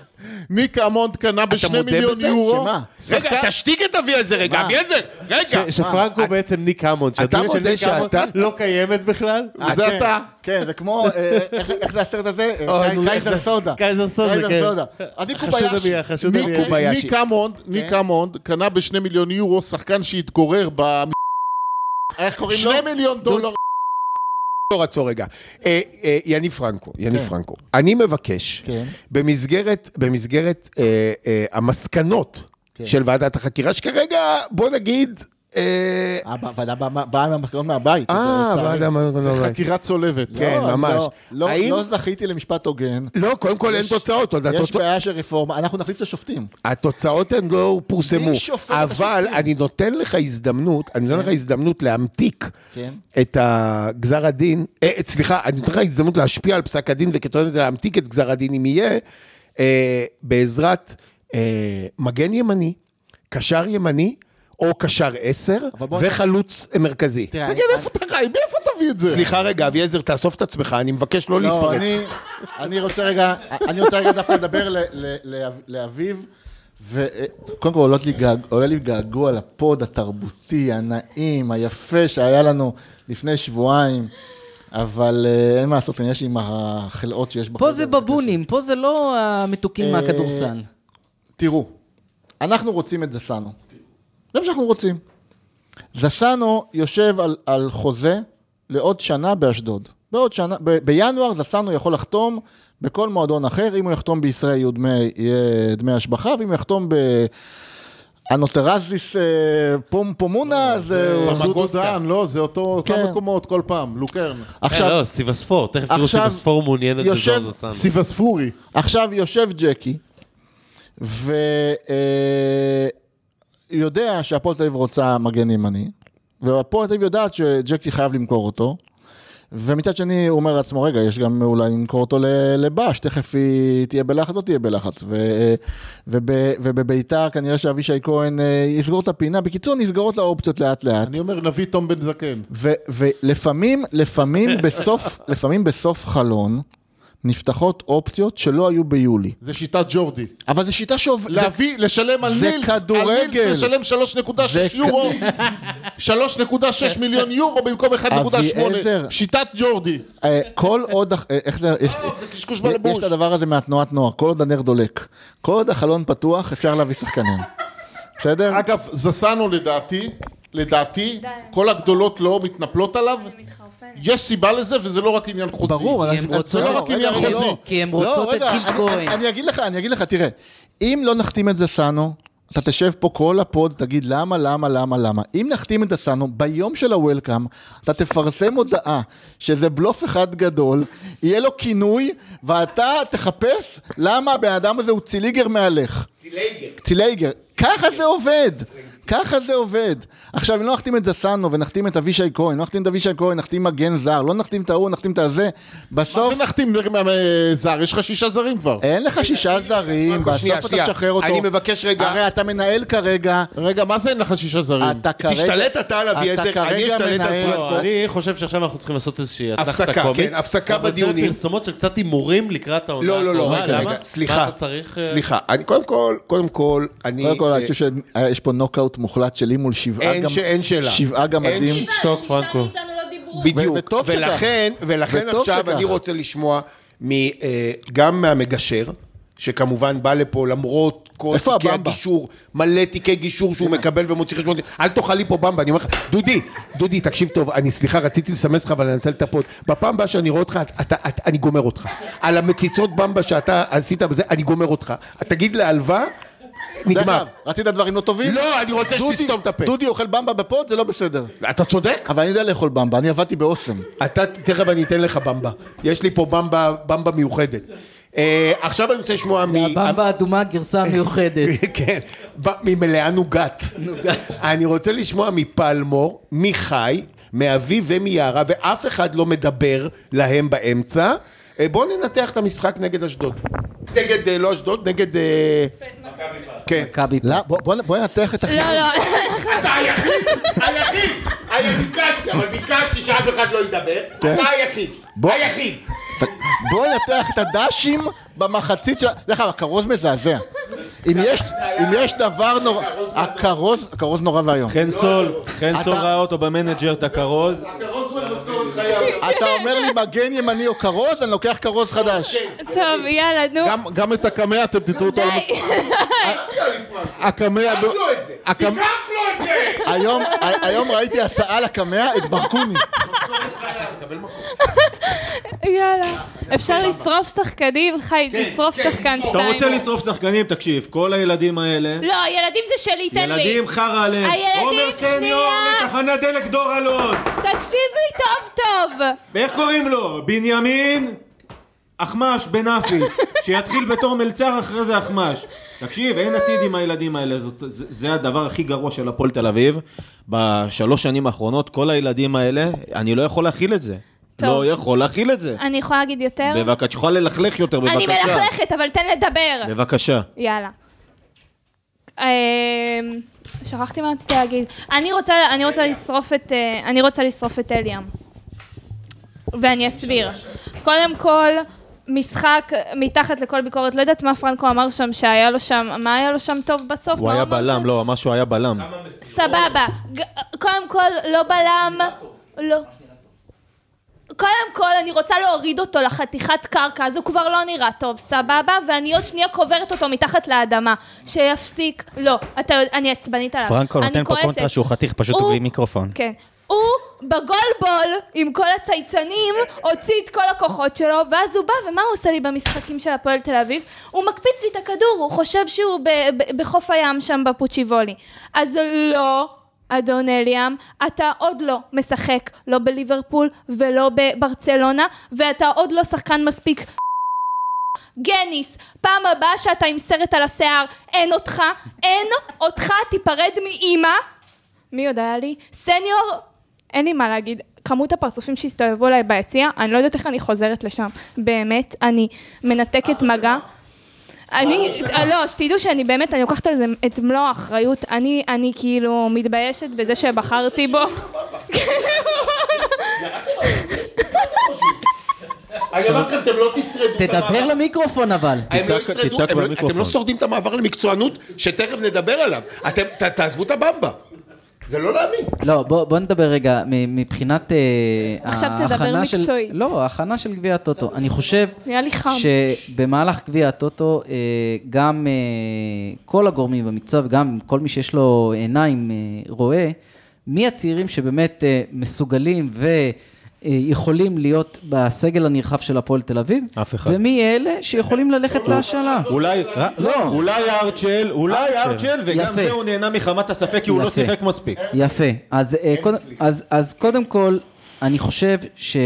ניק אמונד קנה בשני מודה מיליון בזה? יורו. שמה? שחקן- רגע, תשתיק את אביעזר רגע, אביעזר, רגע. ש- שפרנקו בעצם ניק אמונד, שהדמות של אה, מודה ניק אמונד שאתה- לא קיימת בכלל. אה, זה כן, אתה. כן, זה כמו, אה, איך איך זה הסרט הזה? אה, אוי, קי- נו, איך קייזר זה- סודה. קייזר סודה, קייזר כן. סודה. אני חשוד קוביישי. אביה, חשוד ניק- אביה. קוביישי. ניק אמונד, כן. ניק אמונד קנה בשני מיליון יורו שחקן שהתגורר ב... לא. איך קוראים לו? שני מיליון דולר. עצור, עצור רגע. אה, אה, יניב פרנקו, יניב פרנקו. אני מבקש, כן. במסגרת, במסגרת אה, אה, המסקנות של ועדת החקירה, שכרגע, בוא נגיד... אה, הוועדה באה- באה עם המחקרון מהבית. אה, לצערי. ועדה... זה חקירה צולבת. לא, כן, לא, ממש. לא- האם- לא זכיתי למשפט הוגן. לא, קודם כל אין יש- תוצאות, עוד יש התוצא- בעיה של רפורמה, אנחנו נחליף את השופטים. התוצאות הן לא פורסמו, מי שופט את אבל השופטים? אני נותן לך הזדמנות, אני נותן לך הזדמנות להמתיק כן. את הגזר הדין, אה, סליחה, אני נותן לך הזדמנות להשפיע על פסק הדין וכתוב לזה להמתיק את גזר הדין אם יהיה, אה, בעזרת אה, מגן ימני, קשר ימני, או קשר עשר, וחלוץ מרכזי. תראה, תגיד, אני- איפה אתה חי? מאיפה תביא את זה? סליחה רגע, אביעזר, תאסוף את עצמך, אני מבקש לא לא, להתפרץ. אני, אני רוצה רגע, אני רוצה רגע דווקא לדבר ל- ל- לאב- לאביב, וקודם כל עולות לי געג- עולה לי געגוע לפוד התרבותי, הנעים, היפה שהיה לנו לפני שבועיים, אבל אה, אין מה לעשות, אני יש עם החלאות שיש פה בחדר, זה בבונים, פה זה לא המתוקים אה, מהכדורסן. תראו, אנחנו רוצים את זסנו. זה מה שאנחנו רוצים. זסנו יושב על, על חוזה לעוד שנה באשדוד. בעוד שנה, ב, בינואר זסנו יכול לחתום בכל מועדון אחר, אם הוא יחתום בישראל יהיו דמי, יהיה דמי השבחה, ואם הוא יחתום ב... אנוטרזיס אה, פום פומונה, זה... הוא- במגוסטן, לא, זה אותו אותם כן. מקומות כל פעם, לוקרן. עכשיו... עכשיו, לא, סיבספור, תכף תראו עכשיו סיבספור מעוניינת יושב- בזוז אה. הסן. סיפס פורי. עכשיו יושב ג'קי, ויודע שהפועל תל אביב רוצה מגן ימני, והפועל תל אביב יודעת שג'קי חייב למכור אותו, ומצד שני הוא אומר לעצמו, רגע, יש גם אולי למכור אותו ל- לבאש, תכף היא תהיה בלחץ, לא תהיה בלחץ. ו- וב- ובביתר כנראה שאבישי כהן אה, יסגור את הפינה. בקיצור, נסגרות לה האופציות לאט לאט. אני אומר, נביא תום בן זקן. ו- ולפעמים, לפעמים בסוף, לפעמים בסוף חלון, נפתחות אופציות שלא היו ביולי. זה שיטת ג'ורדי. אבל זו שיטה שעוב... זה- להביא, לשלם על זה נילס. כדורגל. על נילס לשלם 3.6 יורו. 3.6 מיליון יורו במקום 1.8. אביעזר. שיטת ג'ורדי. אה, כל עוד... אה, איך זה... יש... אה, זה קשקוש יש בלבוש. את הדבר הזה מהתנועת נוער, כל עוד הנר דולק. כל עוד החלון פתוח, אפשר להביא שחקנים. בסדר? אגב, זסנו לדעתי, לדעתי, כל הגדולות לא מתנפלות עליו. יש סיבה לזה, וזה לא רק עניין חוזי. ברור, כי אני- הן רוצות- לא, לא רק רגע, עניין רגע, חוזי. לא. כי הן לא, רוצות את רגע, גיל אני- כהן. אני אגיד לך, אני אגיד לך, תראה, אם לא נחתים את זסנו, אתה תשב פה כל הפוד, תגיד למה, למה, למה, למה. אם נחתים את זסנו, ביום של הוולקאם, אתה תפרסם הודעה שזה בלוף אחד גדול, יהיה לו כינוי, ואתה תחפש למה הבן אדם הזה הוא ציליגר מהלך. צילייגר. ככה זה עובד. ככה זה עובד. עכשיו, אם לא נחתים את זסנו ונחתים את אבישי כהן, לא נחתים את אבישי כהן, נחתים מגן זר, לא נחתים את ההוא, נחתים את הזה, מה בסוף... אה. זה נחתים אה, זר? יש לך שישה זרים כבר. אין לך אה, שישה זרים, שנייה, בסוף אתה שנייה. תשחרר אותו. אני מבקש רגע- הרי אתה מנהל כרגע, רגע, מה זה אין לך שישה זרים? אתה כרגע... תשתלט אתה על אביעזר, אתה אני כרגע אשתלט על מנהל- פרנקו. לא, אני חושב שעכשיו אנחנו צריכים לעשות איזושהי אה, הפסקה, אתנחתה קומית. כן, הפסקה אנחנו נצא בדיונים. לפרסומות של קצת הימורים לקראת העונה. לא, לא, לא, הקרובה. רגע, למה? רגע, סליחה. מה אתה צריך... אה, סליחה, אני קודם כל, קודם כל, אני... קודם כל, אה, אני חושב שיש פה נוקאוט מוחלט שלי מול שבעה אין גם... ש- אין שאלה. שבעה גמדים. שבעה, שתוק, שישה פרנקו. מאיתנו לא דיברו. בדיוק. ו- וטוב שכך. ולכן, ולכן וטוב עכשיו שכך. אני רוצה לשמוע מ, אה, גם מהמגשר, שכמובן בא לפה למרות כל איפה תיקי הבמבה? הגישור, מלא תיקי גישור שהוא מקבל ומוציא חשבון, אל תאכל לי פה במבה, אני אומר לך, דודי, דודי, תקשיב טוב, אני סליחה, רציתי לסמס לך, אבל אני אנצל את הפוד. בפעם הבאה שאני רואה אותך, אתה- אתה- אתה- אני גומר אותך. על המציצות במבה שאתה עשית בזה, אני גומר אותך. תגיד להלווה, דרך נגמר. אגב, רצית דברים לא טובים? לא, אני רוצה דודי- שתסתום את הפה. דודי אוכל במבה בפוד, זה לא בסדר. אתה צודק. אבל אני יודע לאכול במבה, אני עבדתי באוסם. אתה, תכף אני אתן לך במבה. יש לי פה במבה, במבה מיוחדת. אה, עכשיו אני רוצה לשמוע מ... זה הבמבה האדומה, גרסה מיוחדת. כן, ב- ממלאה נוגת. נוגת. אני רוצה לשמוע מפלמור, מחי, מאביב ומיערה, ואף אחד לא מדבר להם באמצע. אה, בואו ננתח את המשחק נגד אשדוד. נגד, אה, לא אשדוד, נגד... אה, כן. מכבי פה. לא, בוא- בוא בוא ננתח את לא, לא, אתה היחיד, היחיד. אני ביקשתי, אבל ביקשתי שאף אחד לא ידבר. אתה היחיד. כן. בוא- היחיד. ת- בוא נתח את הדשים במחצית של... דרך אגב, הכרוז מזעזע. אם יש, אם יש דבר נורא... הכרוז, הכרוז נורא ואיום. כן. לא, חן סול, חן סול אתה- ראה אותו במנג'ר, את הכרוז. אתה אומר לי מגן ימני או כרוז, אני לוקח כרוז חדש. כן. טוב, יאללה, נו. גם- גם את הקמע אתם תתנו אותו על די. המסך. הקמע... קח לו את זה! הקמ- קח לו את זה! היום, ה- היום ראיתי הצעה לקמע את ברקוני. יאללה. אפשר לשרוף שחקנים? חי, כן. תשרוף שחקן אתה שתיים. רוצה לשרוף שחקנים, תקשיב, כל הילדים האלה, לא, ילדים זה שלי, תן לי. ילדים חרא עליהם. הילדים, עומר סניור, שנייה. לתחנת דלק דור אלון. תקשיב לי טוב טוב. ואיך קוראים לו? בנימין אחמש בן אפיס, שיתחיל בתור מלצר אחרי זה אחמש. תקשיב, אין עתיד עם הילדים האלה, זאת, זה, זה הדבר הכי גרוע של הפועל תל אביב. בשלוש שנים האחרונות, כל הילדים האלה, אני לא יכול להכיל את זה. טוב. לא יכול להכיל את זה. אני יכולה להגיד יותר? בבקשה, את יכולה ללכלך יותר, בבקשה. אני מלכלכת, אבל תן לדבר. בבקשה. יאללה. אמ, שכחתי מה רציתי להגיד. אני רוצה, אני רוצה לשרוף את, אה, אני רוצה לשרוף את אליאם. ואני אסביר. קודם כל, משחק מתחת לכל ביקורת. לא יודעת מה פרנקו אמר שם, שהיה לו שם, מה היה לו שם טוב בסוף? הוא מה היה אמר בלם, שם? לא, אמר שהוא היה בלם. סבבה. ג- קודם כל, לא בלם. לא. קודם כל, אני רוצה להוריד אותו לחתיכת קרקע, אז הוא כבר לא נראה טוב, סבבה? ואני עוד שנייה קוברת אותו מתחת לאדמה. שיפסיק. לא, אתה יודע, אני עצבנית עליו. פרנקו אני נותן פה כועסת. קונטרה שהוא חתיך, פשוט הוא- הוא בלי מיקרופון. כן. הוא בגולבול עם כל הצייצנים הוציא את כל הכוחות שלו ואז הוא בא ומה הוא עושה לי במשחקים של הפועל תל אביב? הוא מקפיץ לי את הכדור, הוא חושב שהוא ב- ב- בחוף הים שם בפוצ'יבולי. אז לא, אדון אליאם, אתה עוד לא משחק לא בליברפול ולא בברצלונה ואתה עוד לא שחקן מספיק גניס, פעם הבאה שאתה עם סרט על השיער, אין אותך, אין אותך, תיפרד מאימא. מי עוד היה לי? סניור, אין לי מה להגיד. כמות הפרצופים שהסתובבו אליי ביציע, אני לא יודעת איך אני חוזרת לשם. באמת, אני מנתקת מגע. אני, לא, שתדעו שאני באמת, אני לוקחת על זה את מלוא האחריות. אני, אני כאילו מתביישת בזה שבחרתי בו. אני אמרתי לכם, אתם לא תשרדו את תדבר למיקרופון אבל. הם לא תצעק- ישרדו, תצעק הם לא- אתם במיקרופון. לא שורדים את המעבר למקצוענות, שתכף נדבר עליו. אתם, ת- תעזבו את הבמבה. זה לא להאמין. לא, בוא, בוא נדבר רגע מ- מבחינת אה, עכשיו תדבר ההכנה של... מקצועית. לא, ההכנה של גביע הטוטו. אני חושב נראה לי חם. שבמהלך גביע הטוטו, אה, גם אה, כל הגורמים במקצוע וגם כל מי שיש לו עיניים אה, רואה, מי הצעירים שבאמת אה, מסוגלים ו... אה, יכולים להיות בסגל הנרחב של הפועל תל אביב, אף אחד. ומי אלה שיכולים ללכת להשאלה. אולי, לא. אולי ארצ'ל, אולי ארצ'ל. ארצ'ל, וגם יפה. זה הוא נהנה מחמת הספק, כי הוא לא יפה. שיחק מספיק. יפה. אז, אה, קודם, אז, אז קודם כל, אני חושב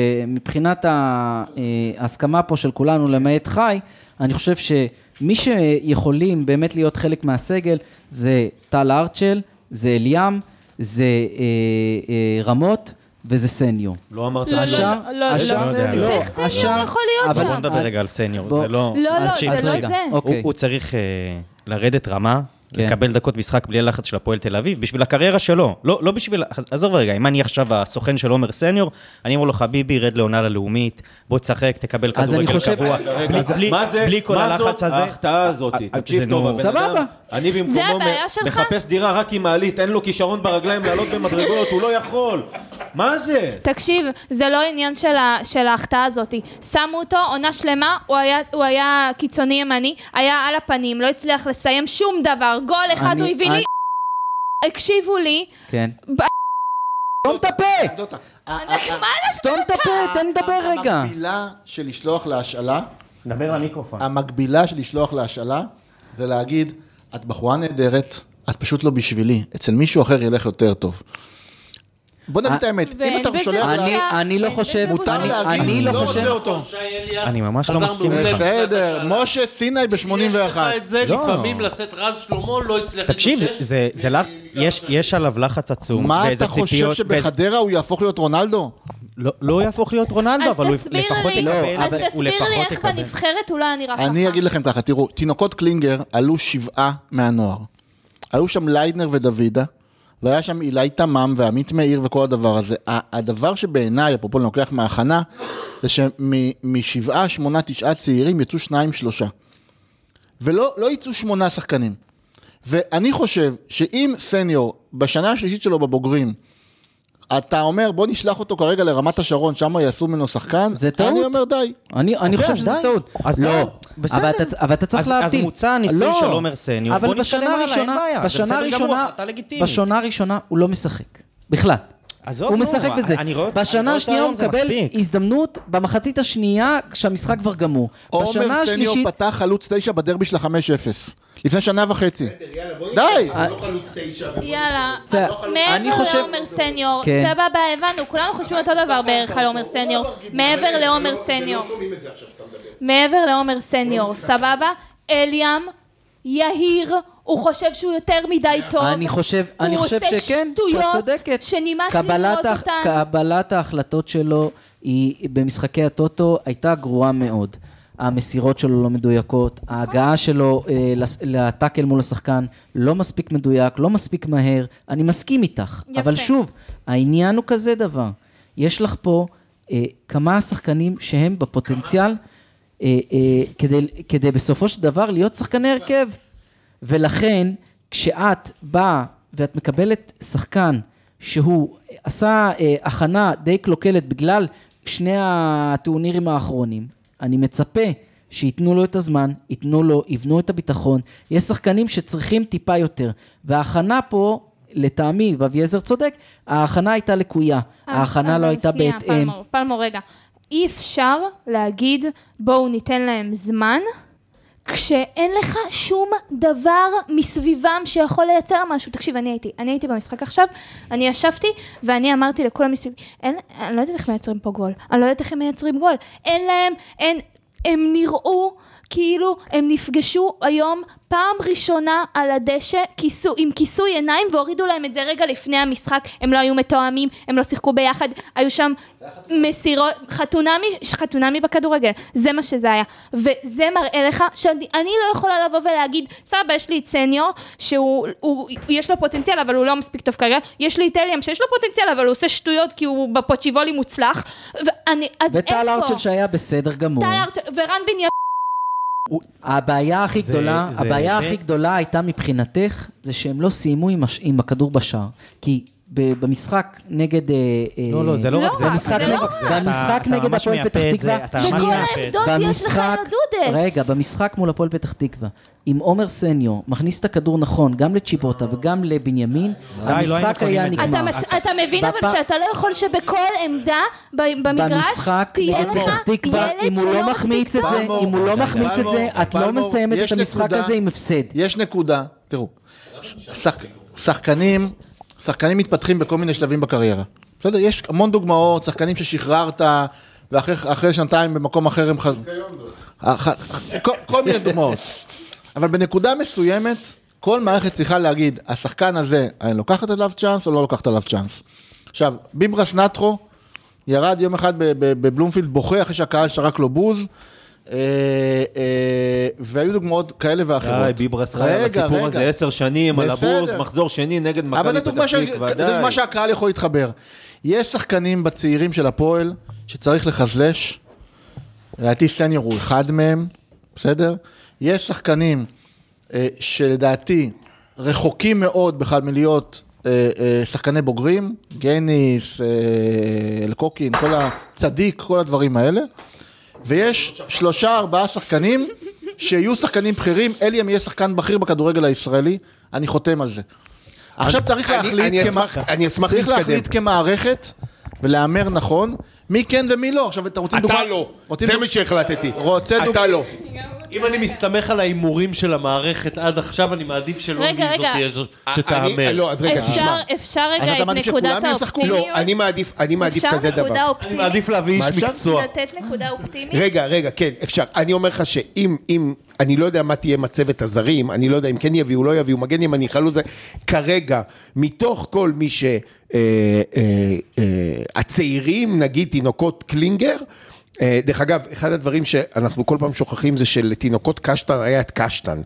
שמבחינת ה- אה, ההסכמה פה של כולנו, למעט חי, אני חושב שמי שיכולים באמת להיות חלק מהסגל זה טל ארצ'ל, זה אליאם, זה אה, אה, רמות וזה סניו. לא אמרת. לא, לא, השאר- לא, לא, השאר- לא, לא, לא, זה איך סניור השאר- יכול להיות אבל- שם? בוא נדבר רגע על סניור, בוא. זה לא... לא, לא, אז זה שיפסיק. לא רגע. זה. הוא- אוקיי. הוא צריך אה, לרדת רמה, כן. לקבל דקות משחק בלי הלחץ של הפועל תל אביב, בשביל הקריירה שלו. לא לא בשביל... עזוב רגע, אם אני עכשיו הסוכן של עומר סניור, אני אומר לו, חביבי, רד לעונה ללאומית, בוא תשחק, תקבל אז אני כדורגל חושב- קבוע. בלי- בלי- מה זה- בלי כל מה הלחץ זאת הזה. ההחטאה הזאת, אה, אה, זה תקשיב טוב, נו. הבן סבבה. אדם, אני במקומו זה הבעיה מ- שלך? מחפש דירה רק עם מעלית, אין לו כישרון ברגליים לעלות במדרגות, הוא לא יכול. מה זה? תקשיב, זה לא עניין של, ה, של ההחטאה הזאת. שמו אותו עונה שלמה, הוא היה, הוא היה קיצוני ימני, היה על הפנים, לא הצליח לסיים שום דבר. גול אחד אני- הוא הביא אני- לי, הקשיבו לי. כן. ב- סתום את הפה! אנקדוטה. אה, סתום את הפה, תן לי לדבר רגע. המקבילה של לשלוח להשאלה, דבר למיקרופון. המקבילה של לשלוח להשאלה, זה להגיד, את בחורה נהדרת, את פשוט לא בשבילי, אצל מישהו אחר ילך יותר טוב. בוא נגיד את האמת, אם ואין אתה בזה שולח... לה- אני- אני לא חושב, מותר אני- להגיד, אני לא לא חושב- רוצה אותו. אני ממש לא מסכים איתך. בסדר, משה סיני ב-81. יש לך את זה, לא. לפעמים לצאת רז שלמה לא הצליח תקשיב, להתאושש. זה- זה- זה לח- יש- יש עליו לחץ עצום. מה ואיזה אתה חושב ציפיות, ואיזה- שבחדרה הוא יהפוך להיות רונלדו? לא- לא הוא יהפוך להיות רונלדו, אז אבל הוא תסביר לפחות לי, לא, יקבל... אז אבל הוא תסביר לי לפחות איך יקבל. בנבחרת הוא לא היה נראה ככה. אני אגיד לכם ככה, תראו, תינוקות קלינגר עלו שבעה מהנוער. היו שם ליידנר ודוידה, והיה שם אילי תמם ועמית מאיר וכל הדבר הזה. ה- הדבר שבעיניי, אפרופו אני לוקח מההכנה, זה שמשבעה, שמונה, תשעה צעירים יצאו שניים, שלושה. ולא לא יצאו שמונה שחקנים. ואני חושב שאם סניור, בשנה השלישית שלו בבוגרים, אתה אומר, בוא נשלח אותו כרגע לרמת השרון, שם יעשו ממנו שחקן, זה טעות. אני אומר די. אני, אני חושב שזו די. טעות. אוקיי, אז לא, די, בסדר. אבל אתה, אבל אתה צריך אז- אז להבדיל. לא, מוצע הניסוי של עומר סניור, אבל בוא בשנה נתקדם הלאה, אין הראשונה- בעיה, זה בשנה בסדר גמור, הראשונה- החלטה לגיטימית. בשנה הראשונה הוא לא משחק. בכלל. עזוב, הוא נו, משחק אני- בזה. אני רואה אותו- אני בשנה רואה השנייה אותו הוא היום, זה מקבל מספיק. הזדמנות במחצית השנייה כשהמשחק כבר גמור. בשנה עומר סניור השלישית... פתח חלוץ 9 בדרבי של ה-5-0. לפני שנה וחצי. די! אה, יאללה, זה- אני מעבר חושב- לעומר סניור, כן. סבבה, הבנו, כולנו חושבים אותו דבר בערך על עומר סניור, מעבר לעומר סניור. מעבר לעומר סניור, סבבה? אליאם, יהיר, הוא חושב שהוא יותר מדי טוב. אני חושב, אני חושב שכן, הוא שאת עושה שטויות, צודקת. שנמאס קבלת לראות ההח- אותן. אה, קבלת ההחלטות שלו היא, במשחקי הטוטו הייתה גרועה מאוד. המסירות שלו לא מדויקות, נכון. ההגעה שלו אה, לס- לטאקל מול השחקן לא מספיק מדויק, לא מספיק מהר. אני מסכים איתך. יפה. אבל שוב, העניין הוא כזה דבר. יש לך פה אה, כמה שחקנים שהם בפוטנציאל אה, אה, כדי, כדי בסופו של דבר להיות שחקני הרכב. ולכן, כשאת באה ואת מקבלת שחקן שהוא עשה אה, הכנה די קלוקלת בגלל שני הטורנירים האחרונים, אני מצפה שייתנו לו את הזמן, ייתנו לו, יבנו את הביטחון. יש שחקנים שצריכים טיפה יותר. וההכנה פה, לטעמי, ואביעזר צודק, ההכנה הייתה לקויה. ההכנה לא אה, אבל הייתה שנייה, בהתאם. פלמור, פלמור, רגע. אי אפשר להגיד, בואו ניתן להם זמן, כשאין לך שום דבר מסביבם שיכול לייצר משהו. תקשיב, אני הייתי, אני הייתי במשחק עכשיו, אני ישבתי, ואני אמרתי לכולם מסביבי, אין, אני לא יודעת איך מייצרים פה גול. אני לא יודעת איך הם מייצרים גול. אין להם, אין, הם נראו... כאילו הם נפגשו היום פעם ראשונה על הדשא כיסו, עם כיסוי עיניים והורידו להם את זה רגע לפני המשחק, הם לא היו מתואמים, הם לא שיחקו ביחד, היו שם מסירות, חתונמי, חתונמי בכדורגל, זה מה שזה היה. וזה מראה לך שאני אני לא יכולה לבוא ולהגיד, סבא יש לי את סניור, שהוא, הוא, יש לו פוטנציאל אבל הוא לא מספיק טוב כרגע, יש לי את אליאם שיש לו פוטנציאל אבל הוא עושה שטויות כי הוא בפוצ'יבולי מוצלח, ואני, אז איפה? וטל ארצ'ל שהיה בסדר גמור. טל ארצ'ל, ורן בנימין הוא- הבעיה הכי זה- גדולה, זה- הבעיה זה- הכי גדולה הייתה מבחינתך, זה שהם לא סיימו עם הש- עם הכדור בשער. כי ב- במשחק נגד... אה, אה, לא, לא, זה לא לא רק זה. רק, במשחק זה לא נגד- רק. אתה- במשחק אתה נגד ממש הפועל מייפה פתח את זה, תקווה, אתה ממש בכל מייפה את זה. העמדות יש לך במשחק- ילדודס. רגע, במשחק מול הפועל פתח תקווה, אם עומר סניו מכניס את הכדור נכון, גם לצ'יבוטה וגם לבנימין, אה, לא היינו המשחק קונים היה את זה. אתה, נגמר. מס... אתה מבין אבל בפ- שאתה לא יכול שבכל עמדה ב... במגרש במשחק תהיה נגד לך פתח תקווה, ילד אם הוא שלא לא מספיק מחמיץ את טוב. זה, פלמור, אם הוא לא רגע, מחמיץ את זה, פלמור, את לא פלמור, מסיימת יש את המשחק נקודה- הזה עם הפסד. יש נקודה, תראו, שחק, שחקנים, שחקנים מתפתחים בכל מיני שלבים בקריירה. בסדר? יש המון דוגמאות, שחקנים ששחררת, ואחרי אחרי שנתיים במקום אחר הם חזרו. כל, כל מיני דוגמאות. אבל בנקודה מסוימת, כל מערכת צריכה להגיד, השחקן הזה, אני לוקחת עליו צ'אנס או לא לוקחת עליו צ'אנס. עכשיו, ביברס נטחו ירד יום אחד ב- ב- בבלומפילד בוכה אחרי שהקהל שרק לו בוז. אה, אה, והיו דוגמאות כאלה די, ואחרות. ביברס חי על רגע, הסיפור רגע. הזה עשר שנים, על בסדר. הבוז, מחזור שני נגד כן, מכבי אבל פתח זו תקווה, דוגמה, ש... זו דוגמה שהקהל יכול להתחבר. יש שחקנים בצעירים של הפועל שצריך לחזלש, לדעתי סניור הוא אחד מהם, בסדר? יש שחקנים אה, שלדעתי רחוקים מאוד בכלל מלהיות אה, אה, שחקני בוגרים, גניס, אה, אלקוקין, כל הצדיק, כל הדברים האלה. ויש שלושה ארבעה שחקנים שיהיו שחקנים בכירים, אליאם יהיה שחקן בכיר בכדורגל הישראלי, אני חותם על זה. עכשיו צריך אני- להחליט, אני כמה- אשמח- אני אשמח צריך להתקדם. להחליט כמערכת ולהמר נכון, מי כן ומי לא. עכשיו אתם רוצים אתה לא. רוצים זה דוג- מה שהחלטתי. רוצה דוג- אתה לא. אם אני מסתמך על ההימורים של המערכת עד עכשיו, אני מעדיף שלא רגע, היא רגע. זאת תהיה זו- אני- שתהמר. לא, אז רגע, אפשר, תשמע. אפשר אז רגע אתה את מעדיף נקודת שכולם ישחקו? האופטימיות? לא, אני מעדיף, אני מעדיף כזה אפשר נקודה דבר. אני אופטימית? מעדיף להביא איש מה מקצוע. לתת נקודה אופטימית? רגע, רגע, כן, אפשר. אני אומר לך שאם, אם, אני לא יודע מה תהיה מצבת הזרים, אני לא יודע אם כן יביאו, לא יביאו, מגן ימני, חלוץ, כרגע, מתוך כל מי ש... אה, אה, אה, הצעירים, נגיד תינוקות קלינגר, אה, דרך אגב, אחד הדברים שאנחנו כל פעם שוכחים זה שלתינוקות קשטן היה את קשטן.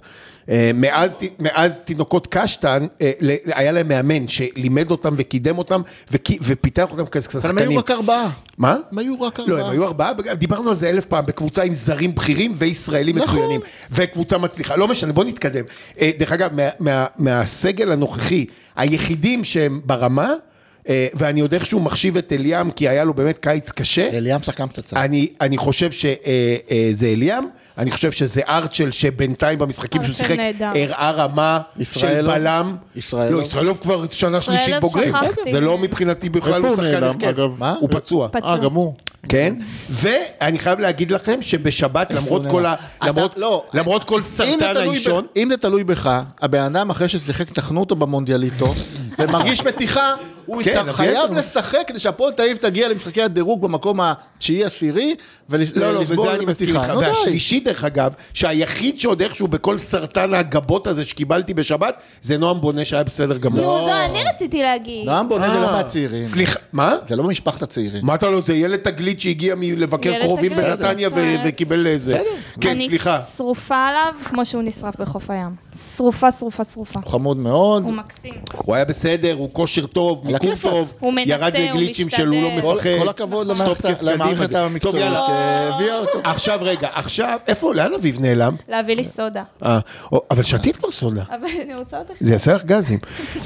אה, מאז, ת- מאז תינוקות קשטן, אה, ל- היה להם מאמן שלימד אותם וקידם אותם וכי- ופיתח אותם כשחקנים. אבל הם היו רק ארבעה. מה? הם היו רק ארבעה. לא, הם היו ארבעה, בג- דיברנו על זה אלף פעם, בקבוצה עם זרים בכירים וישראלים נכון. מצוינים. וקבוצה מצליחה, לא משנה, בוא נתקדם. אה, דרך אגב, מה- מה- מהסגל הנוכחי, היחידים שהם ברמה, אה, ואני עוד איכשהו מחשיב את אליאם, כי היה לו באמת קיץ קשה. אליאם שחקן פצצה. אני, אני חושב שזה אליאם, אני חושב שזה ארצ'ל שבינתיים במשחקים שהוא ארצ'ל שיחק, נהדר. הראה רמה של ישראלוב? בלם. ישראלוב? לא, ישראלוב כבר שנה שלישית ישראלוב בוגרים. שכחתי. זה לא מבחינתי בכלל, איפה הוא הוא שחקן נעלם, הרכב. אגב? מה? הוא פצוע. אה, גם הוא. כן, ואני חייב להגיד לכם שבשבת, למרות כל ה... אתה- למרות- לא. למרות כל אם זה סרטן תלוי ב- האישון, אם זה תלוי בך, הבן אדם אחרי ששיחק, טחנו אותו במונדיאליטו, ומרגיש מתיחה, הוא כן, יצא- אבל יש חייב לנו- לשחק כדי שהפועל תל אביב תגיע למשחקי הדירוג במקום התשיעי-עשירי, ולסבול לא, לא, בזה אני מסכים איתך. נו די. והשלישי, דרך אגב, שהיחיד שעוד איכשהו בכל סרטן הגבות הזה שקיבלתי בשבת, זה נועם בונה שהיה בסדר גמור. נו, זו אני רציתי להגיד. רם בונה זה לא אה, מהצעירים. סליחה, מה? זה לא במשפחת הצעירים. מה אתה לא, זה ילד תגלית שהגיע מלבקר ילד קרובים תגלית, בנתניה ו- בסדר. וקיבל איזה... כן, סליחה. אני שרופה עליו כמו שהוא נשרף בחוף הים. שרופה, שרופה, שרופה. הוא חמוד מאוד. הוא מקסים. הוא היה בסדר, הוא כושר טוב, מיקום הכיפאק. טוב. הוא מנסה, ירד הוא לגליצ'ים משתדל. שלו, הוא לא כל- מפחד. כל הכבוד סטופ למערכת- קסקדים למערכת הזה. המקצועית טוב, יאללה. שהביאה אותו. עכשיו רגע, עכשיו, איפה, לאן אביב נעלם? להביא לי סודה. אה, או- אבל שתית כבר סודה. אבל אני רוצה אותך. זה יעשה לך גזים.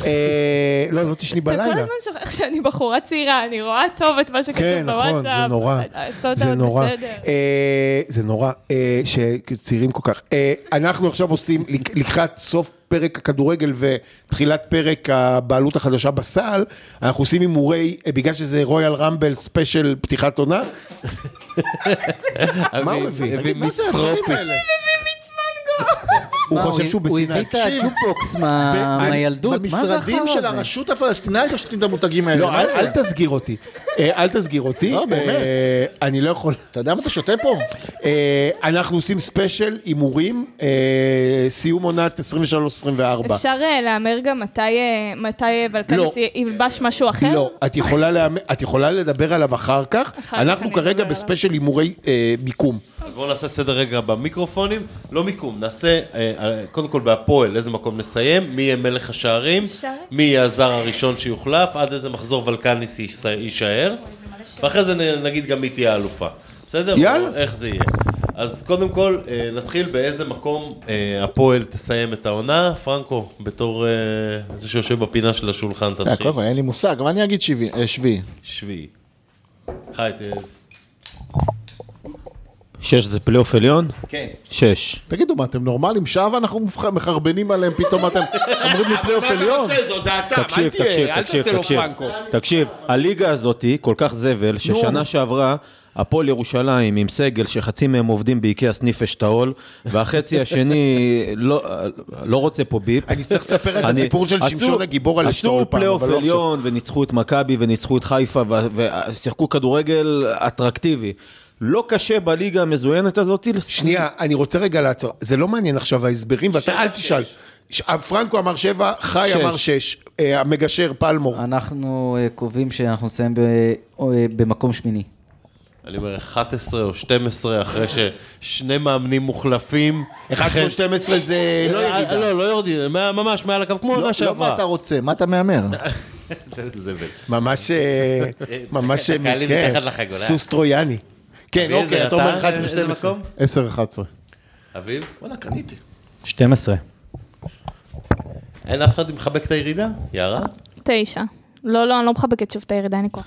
אה, לא, לא תשני אתה כל בלילה. הזמן שוכח שאני בחורה צעירה, אני רואה טוב את מה שכתוב כן, בוואטסאפ. אה, נכון, זה נורא. הסודה זה עוד נורא. בסדר. אה, זה נורא, אה, שצעירים כל כך. אה, אנחנו עכשיו עושים, לק- לקראת סוף פרק הכדורגל ותחילת פרק הבעלות החדשה בסל, אנחנו עושים הימורי, אה, בגלל שזה רויאל רמבל ספיישל פתיחת עונה, מה הוא הביא? תגיד, מה זה הדברים האלה? הוא מה, חושב שהוא הוא בסיני. הביא את הג'ופבוקס מה- אה, מהילדות, מה זה במשרדים של החרא הזה? הרשות הפלסטינאית או שותים את המותגים האלה? לא, מה אל- זה? אל תסגיר אותי. אה, אל תסגיר אותי. לא, באמת. אה, אני לא יכול. אתה יודע מה אתה שותה פה? אה, אנחנו עושים ספיישל הימורים, אה, סיום עונת 23-24. אפשר אה, להמר גם מתי, אה, מתי אה, בלקניס לא. ילבש משהו אחר? לא, את יכולה, להמ... את יכולה לדבר עליו אחר כך, כך אנחנו אני כרגע אדבר בספיישל הימורי אה, מיקום. אז בואו נעשה סדר רגע במיקרופונים, לא מיקום, נעשה, אה, אה, קודם כל בהפועל, איזה מקום נסיים, מי יהיה מלך השערים, מי יהיה הזר הראשון שיוחלף, עד איזה מחזור ולקניס ייש- יישאר, ואחרי זה נ- נגיד גם מי תהיה האלופה, בסדר? יאללה. או איך זה יהיה. אז קודם כל, אה, נתחיל באיזה מקום אה, הפועל תסיים את העונה, פרנקו, בתור אה, זה שיושב בפינה של השולחן, אה, תתחיל. קודם כל, אין לי מושג, אבל אני אגיד שביעי. אה, שביעי. שביעי. חי, ת- שש זה פלייאוף עליון? כן. שש. תגידו, מה, אתם נורמלים? שעה ואנחנו מפח- מחרבנים עליהם, פתאום אתם אומרים לי אוקיי, פלייאוף עליון? זו דעתם, תקשיב, תקשיב, תקשיב, תקשיב. תקשיב, הליגה הזאתי כל כך זבל, ששנה שעברה, הפועל ירושלים עם סגל שחצי מהם עובדים באיקאה סניף אשתאול, והחצי השני לא- לא רוצה פה ביפ. אני צריך לספר את אני- הסיפור של עשו- שמשון הגיבור על אשתאול פעם, עשו אבל לא עכשיו. פלייאוף עליון, וניצחו את מכבי, וניצחו את חיפה, ו- ושיחקו כדורגל אטרקטיבי. לא קשה בליגה המזוינת הזאת. שנייה, אני רוצה רגע לעצור. זה לא מעניין עכשיו ההסברים, ואתה אל תשאל. ש- אה, פרנקו אמר שבע, חי שש. אמר שש. אה, המגשר פלמור. אנחנו אה, קובעים שאנחנו נסיים ב- או, אה, במקום שמיני. אני אומר 11 או 12 אחרי ששני מאמנים מוחלפים. 11 או 12 זה לא אה, ירידה. לא, לא יורדים, מה- ממש מעל הקו, כמו לא עונה לא מה אתה שעברה. רוצה, מה אתה מהמר? זבל. ממש, אה, ממש, תקע לי כן. מתחת לחגורה. סוס טרויאני. כן, ואיזה, אוקיי, אתה אומר אתה? 11 איזה 12. מקום? 10-11. אביב? וואלה, קניתי. 12. אין אף אחד מחבק את הירידה? יערה? תשע. לא, לא, אני לא מחבקת שוב את הירידה, אין לי כוח.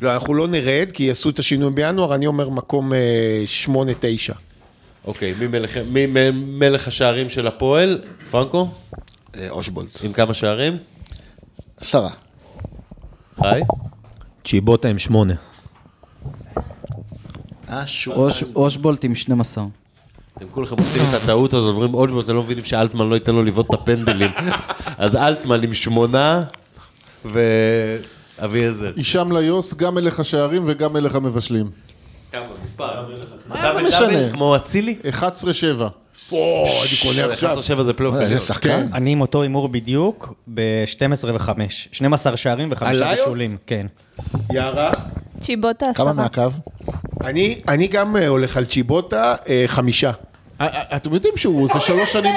לא, אנחנו לא נרד, כי יעשו את השינוי בינואר, אני אומר מקום אה, 8-9. אוקיי, מי מלך- מי מ- מלך השערים של הפועל? פרנקו? אושבולט. עם כמה שערים? עשרה. חי? צ'יבוטה עם שמונה. אוש- אושבולט עם 12. אתם כולכם עושים את הטעות הזאת, עוברים עוד מעט, אתם לא מבינים שאלטמן לא ייתן לו לבעוט את הפנדלים. אז אלטמן עם שמונה, ואבי עזר. הישאם ליוס, גם מלך השערים וגם מלך המבשלים. כמה? מספר. לא משנה. כמו אצילי? 11-7. אני קונה עכשיו. 11-7 זה פלייאוף. איזה עליון. שחקן. אני עם אותו הימור בדיוק ב-12 ו-5. 12 שערים וחמישה הליוס? בישולים. כן. יערה? צ'יבוטה כמה עשרה. מהקו? אני אני גם אה, הולך על צ'יבוטה, אה, חמישה. אה, אה, אתם יודעים שהוא, זה שלוש שנים...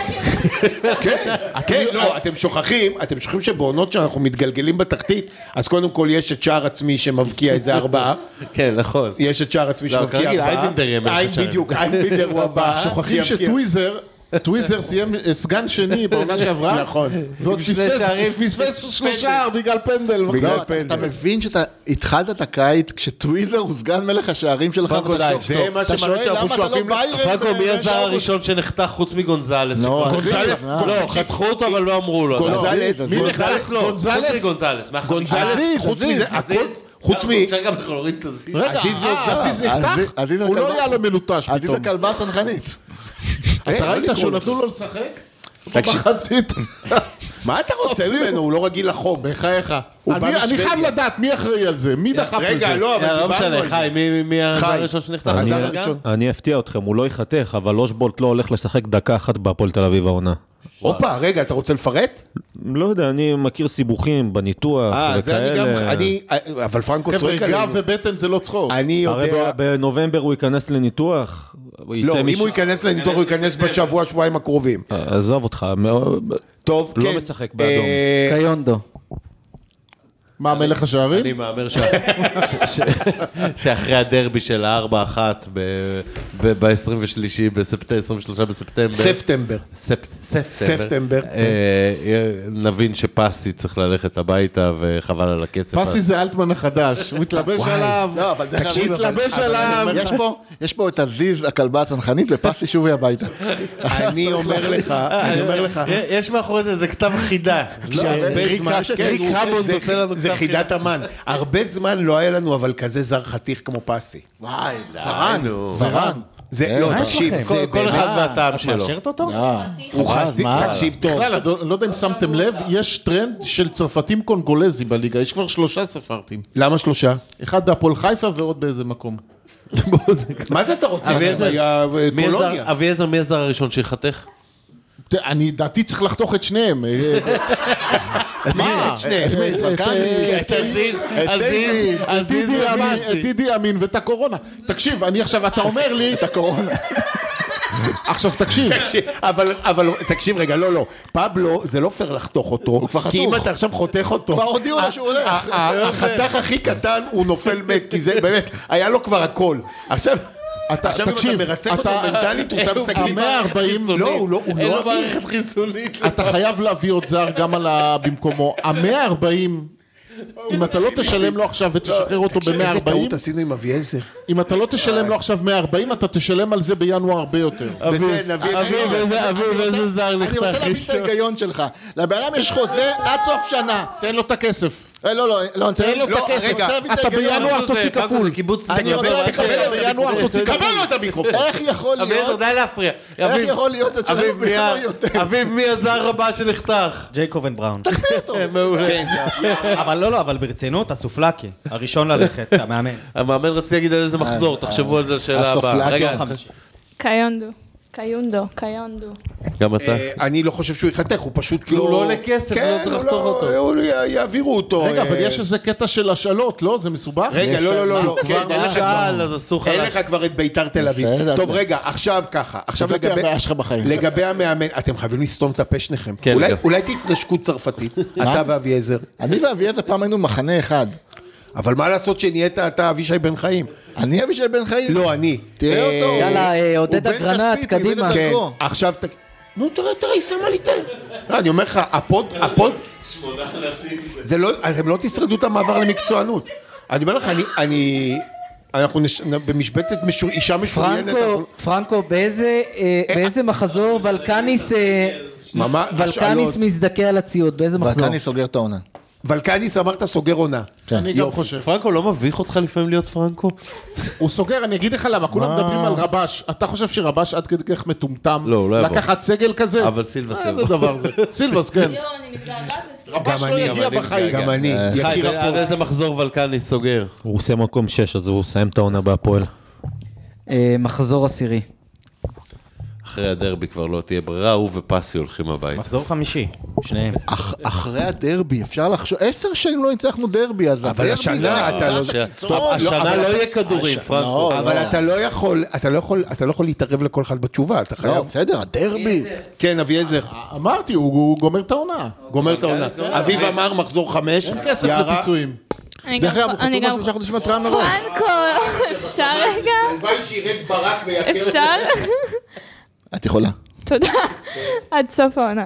כן, לא, אתם שוכחים, אתם שוכחים שבעונות שאנחנו מתגלגלים בתחתית, אז קודם כל יש את שער עצמי שמבקיע איזה ארבעה. כן, נכון. יש את שער עצמי לא, שמבקיע כרגיל, ארבעה. אייבינדר יהיה מלך אייב- השערים. בדיוק, אייבינדר הוא הבא. שוכחים שיבקיע. שטוויזר, טוויזר סיים אה, סגן שני בעונה שעברה, נכון. ועוד עם שני פספס- שערים. פספס שלושה בגלל פנדל. בגלל לא, לא, אתה- אתה מבין שאתה התחלת את הקיץ כשטוויזר הוא סגן מלך השערים שלך, פרנקו, די, ואתה זה שואל, מה אתה שמראה שואל, שאנחנו למה אתה לא שואפים ל- ביירן פרנקו, מי הזר ושאר- הראשון שנחתך חוץ מגונזלס? נו, שכבר- עזוב, גונזלס, אה. לא, לא, חתכו אותו, אבל לא אמרו לו. גונזלס, עזוב, מי עזוב. נכנס לו? חוץ מגונזלס. מהחמישה. גונזלס, חוץ עזיז, מזה, עזיז. הכל, חוץ מ... אפשר גם להוריד את הזיז. רגע, עזיז לא אה, זז. עזיז נחתך, עזיז הוא לא הכלבה. היה לו אוקיי. מלוטש עתיד פתאום. הכלבה הצנחנית. אתה אה, ראית לא שהוא לקרוא נתנו לו לשחק? במחצית. מה אתה רוצה ממנו? הוא לא רגיל לחום. בחייך. הוא בא אני אני משוודיה. חייב לדעת מי אחראי על זה, מי דחף לזה. רגע, לא, אבל לא דיברנו על משנה, זה. חי, מי- מי- מי חי. הראשון שנחתך? הזר אני- הראשון. אני אפתיע אתכם, הוא לא ייחתך, אבל אושבולט לא הולך לשחק דקה אחת בהפועל תל אביב העונה. הופה, רגע, אתה רוצה לפרט? לא יודע, אני מכיר סיבוכים בניתוח אה, זה אני גם... וכאלה. אני... אבל פרנקו חבר'ה, צועק עלינו. גב ובטן זה לא צחוק. אני הרי יודע... ב- בנובמבר הוא ייכנס לניתוח, הוא לא, יצא אם משם. הוא ייכנס לניתוח, הוא ייכנס בשבוע, שבועיים הקרובים. עזוב אותך, מאוד- טוב, כן. לא משחק באדום. אה, קיונדו. מה, מלך השערים? אני מהמר שה- ש- ש- שאחרי הדרבי של ה-4-1 ב-23 ספטמבר. בספטמבר, ספט- ספטמבר, ספטמבר, אה, נבין שפסי צריך ללכת הביתה וחבל על הכסף. פסי זה אלטמן החדש, הוא מתלבש עליו. לא, אבל דרך תקשיב, אגב, אבל- מתלבש אבל עליו. אני אומר לך, יש פה- יש פה את הזיז, הכלבה הצנחנית, ופסי שובי הביתה. אני אומר לך, אני אומר לך, אה, יש מאחורי זה, זה כתב חידה. כשהרבה לא, זמן, כן, ריק הוא- רמוס זה- עושה לנו זה כתב חידה. חידת אמן. הרבה זמן לא היה לנו אבל כזה זר חתיך כמו פסי. וואי, ורן, ורן. לא. זה, לא, מה יש תקשיב, לכם? זה כל אחד באמת, והטעם את שלו. מאשרת אותו? הוא חתיך, תקשיב טוב. בכלל, אני לא- לא יודע אם שמתם לב, יש טרנד של צרפתים קונגולזים בליגה, יש כבר שלושה ספרטים. למה שלושה? אחד בהפועל חיפה ועוד באיזה מקום. מה זה אתה רוצה? אביעזר- היה, אה, מי הזר- קולוניה. אביעזר, מי הזר הראשון שיחתך? ת- אני, דעתי צריך לחתוך את שניהם. אה, אה, מה? את שניהם. את- את- את- אה, את הזיז, דידי, הזיז, את הזיז דידי אמין- את ופסי. דידי אמין ואת הקורונה. תקשיב, אני עכשיו, אה, אתה אומר לי... את הקורונה. עכשיו תקשיב, תקשיב, אבל, אבל תקשיב רגע, לא, לא. פבלו, זה לא פייר לחתוך אותו. הוא כבר כי חתוך. אם אתה עכשיו חותך אותו... כבר הודיעו לו שהוא הולך. ה- ה- לא החתך הכי קטן, הוא נופל מת, כי זה באמת, היה לו כבר הכל. עכשיו... אתה, עכשיו תקשיב, אם אתה מרסק אותו אתה- מנטלית, הוא שם סכין. המאה ארבעים- לא, הוא לא, הוא אין לא... לו מערכת חיסונית. אתה חייב להביא עוד זר גם על ה... במקומו. המאה ארבעים, אם אתה לא תשלם לו עכשיו ותשחרר אותו תקשיב, במאה איזה ארבעים, טעות עשינו עם אביעזר. אם אתה לא תשלם לו עכשיו 140, אתה תשלם על זה בינואר הרבה יותר. בסדר, נביא את אביב, איזה- אביב, איזה זר אני נחתך רוצה להבין את ראשון. ההיגיון שלך. לבן אדם יש חוזה עד סוף שנה. תן לו את הכסף. אה, לא, לא, לא, אני צריך לו את הכסף. אתה בינואר תוציא כפול. תקבל לו בינואר תוציא כפול. לו את המיקרופון. איך יכול אביעזר, להיות? די להפריע. איך אביב, יכול להיות? עד אביב, שלב מי ה- בינואר יותר? אביב, מי הזר הבא שנחתך? אה, ג'ייקובן בראון. מעולה. אבל לא, לא, אבל ברצינות, הסופלקי. הראשון ללכת, המאמן. המאמן רציתי להגיד על איזה מחזור, תחשבו על זה לשאלה הבאה. הסופלק רגע, יום קיונדו. קיונדו, קיונדו. גם אתה. אה, אני לא חושב שהוא ייחתך, הוא פשוט כי לא... הוא לא עולה כסף, כן, לא צריך הוא לחתוך אותו. הוא לא- יעבירו אותו. רגע, אה, אבל יש איזה קטע של השאלות, לא? זה מסובך? רגע, לא, לא, לא, לא, כבר כן, אין לך שאל, אז עשו אין חלק. לך כבר את ביתר תל אביב. בסדר. טוב, רגע, עכשיו ככה. עכשיו זאת לגבי- הבעיה שלך בחיים. לגבי המאמן, אתם חייבים לסתום את הפה שניכם. כן, אולי- לגב. אולי תתנשקו צרפתית, אתה ואביעזר. אני ואביעזר פעם היינו מחנה אחד. אבל מה לעשות שנהיית אתה אבישי בן חיים? אני אבישי בן חיים. לא, אני. תראה אה, אותו. יאללה, אה, הוא עודד בן אגרנט, כספית, הוא איבד את קדימה. כן, דרכו. עכשיו ת... נו, תראה, תראה, היא שמה לי טלפון. לא, אני אומר לך, הפוד, הפוד... זה לא, אתם לא תשרדו את המעבר למקצוענות. אני אומר לך, אני... אני... אנחנו נש... במשבצת משור... אישה משוריינת. פרנקו, אנחנו- פרנקו, באיזה, אה, באיזה מחזור ולקניס, אה, ממש, ולקניס השאלות. מזדכה על הציוד? באיזה מחזור? וכאן אני סוגר את העונה. ולקניס אמרת סוגר עונה. כן. אני גם חושב. פרנקו, לא מביך אותך לפעמים להיות פרנקו? הוא סוגר, אני אגיד לך למה, כולם מדברים על רבש. אתה חושב שרבש עד כדי כך מטומטם? לא, הוא לא יבוא. לקחת סגל כזה? אבל סילבס אה, איזה יבוא. דבר זה? סילבס, כן. יואו, אני מתגעגעת לסוף. רבש לא יגיע בחיים. גם אני. כן, אה, אה, חי, עד איזה מחזור ולקני סוגר? הוא עושה מקום 6, אז הוא יסיים את העונה בהפועל. אה, מחזור עשירי. אחרי הדרבי כבר לא תהיה ברירה, הוא ופסי הולכים הביתה. מחזור חמישי, שניהם. אח- אחרי הדרבי, אפשר לחשוב, עשר שנים לא ניצחנו דרבי, אז אבל הדרבי זה... השנה אתה לא... ש- טוב, השנה לא יהיה כדורים, פרנקו. אבל אתה לא יכול, אתה לא יכול, אתה לא יכול להתערב לכל אחד בתשובה, אתה לא, חייב. בסדר, הדרבי. כן, אביעזר. אמרתי, הוא- הוא גומר את העונה. גומר את העונה. אוקיי. אביב אמר מחזור חמש. אין כסף לפיצויים. אני דרך אגב, גם- הוא אני חתום על גם- שלושה חודשים התראה לא- מראש. פרנקו, אפשר רגע? הלוואי שירד ברק ויכר. אפשר? את יכולה. תודה. עד סוף העונה.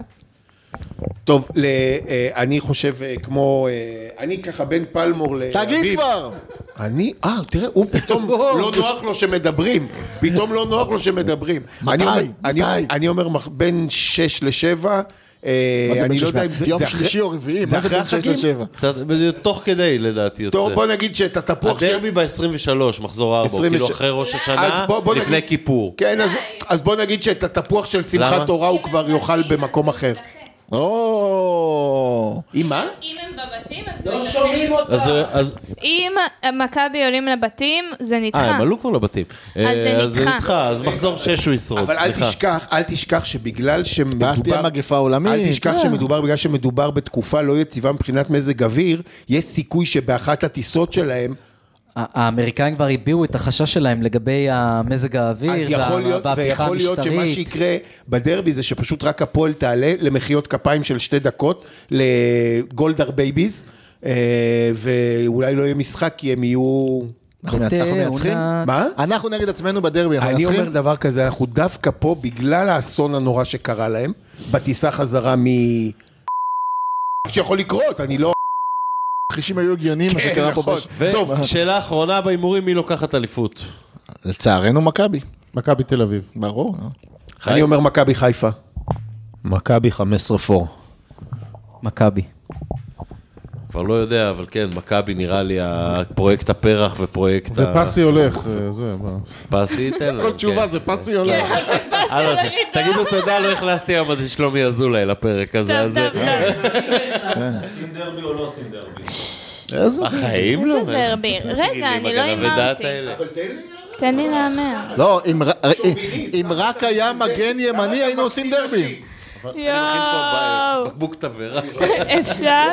טוב, ל- אה, אני חושב אה, כמו... אה, אני ככה בין פלמור לאביב. תגיד כבר! אני, אה, תראה, הוא פתאום לא נוח לו שמדברים. פתאום לא נוח לו שמדברים. מתי? אני אומר- אני- מתי? אני אומר מח- בין שש לשבע. אה, מה זה אני בין לא שש יודע ל- אם זה... יום זה אחרי- שלישי או רביעי, זה מה זה אחרי בין שש החגים? לשבע? קצת, בדיוק, תוך כדי לדעתי יוצא. טוב, בוא נגיד שאת התפוח של... הדרבי ב-23, מחזור 4, 23. כאילו אחרי ראש השנה, אז בוא- בוא לפני נגיד- כיפור. כן, אז- אז בוא נגיד שאת התפוח של שמחת למה? תורה הוא כבר יאכל במקום אחר. או, לא... עם מה? אם הם בבתים, אז... לא שומעים אותו. אז, אה, אז, אם מכבי עולים לבתים, זה אה, נדחה. הם עלו כבר לבתים. אה, אז זה נדחה. נדחה, אז מחזור 6 הוא ישרוד, אבל אל סליחה. תשכח, אל תשכח שבגלל שמדובר... ואז תהיה מגפה עולמית, אל תשכח כן. שמדובר, בגלל שמדובר בתקופה לא יציבה מבחינת מזג אוויר, יש סיכוי שבאחת הטיסות שלהם, ה- האמריקאים כבר הביעו את החשש שלהם לגבי המזג האוויר, אז יכול וה- להיות, וההפיכה ויכול להיות שמה המשטרית. שיקרה בדרבי זה שפשוט רק הפועל תעלה למחיאות כפיים של שתי דקות לגולדהר בייביז, אה, ואולי לא יהיה משחק כי הם יהיו... אנחנו אנחנו תאונה. מנצחים? מה? אנחנו נגד עצמנו בדרבי, אנחנו אני אומר מנצחים? דבר כזה, אנחנו דווקא פה, בגלל האסון הנורא שקרה להם, בטיסה חזרה מ... שיכול לקרות, אני לא... החישים היו הגיוניים, כן, מה שקרה פה נכון. בש... טוב, שאלה אחרונה בהימורים, מי לוקחת אליפות? לצערנו מכבי, מכבי תל אביב. ברור. נו. אני אומר מכבי חיפה. מכבי 15 פור. מכבי. כבר לא יודע, אבל כן, מכבי נראה לי הפרויקט הפרח ופרויקט ה... ופסי הולך, אה, זה... מה. פסי ייתן להם. כל תשובה כן. זה פסי הולך. כן, הלאה, תגידו תודה, לא הכנסתי היום את שלומי אזולאי לפרק הזה, אז... אה, טוב, טוב, עושים דרבי או לא עושים דרבי? בחיים לא. טוב, דרבי. רגע, אני לא הימרתי. תן לי להמר. לא, אם ר- אם אה, רק היה מגן ימני, היינו עושים דרבי. יואו, בקבוק תבערה. אפשר?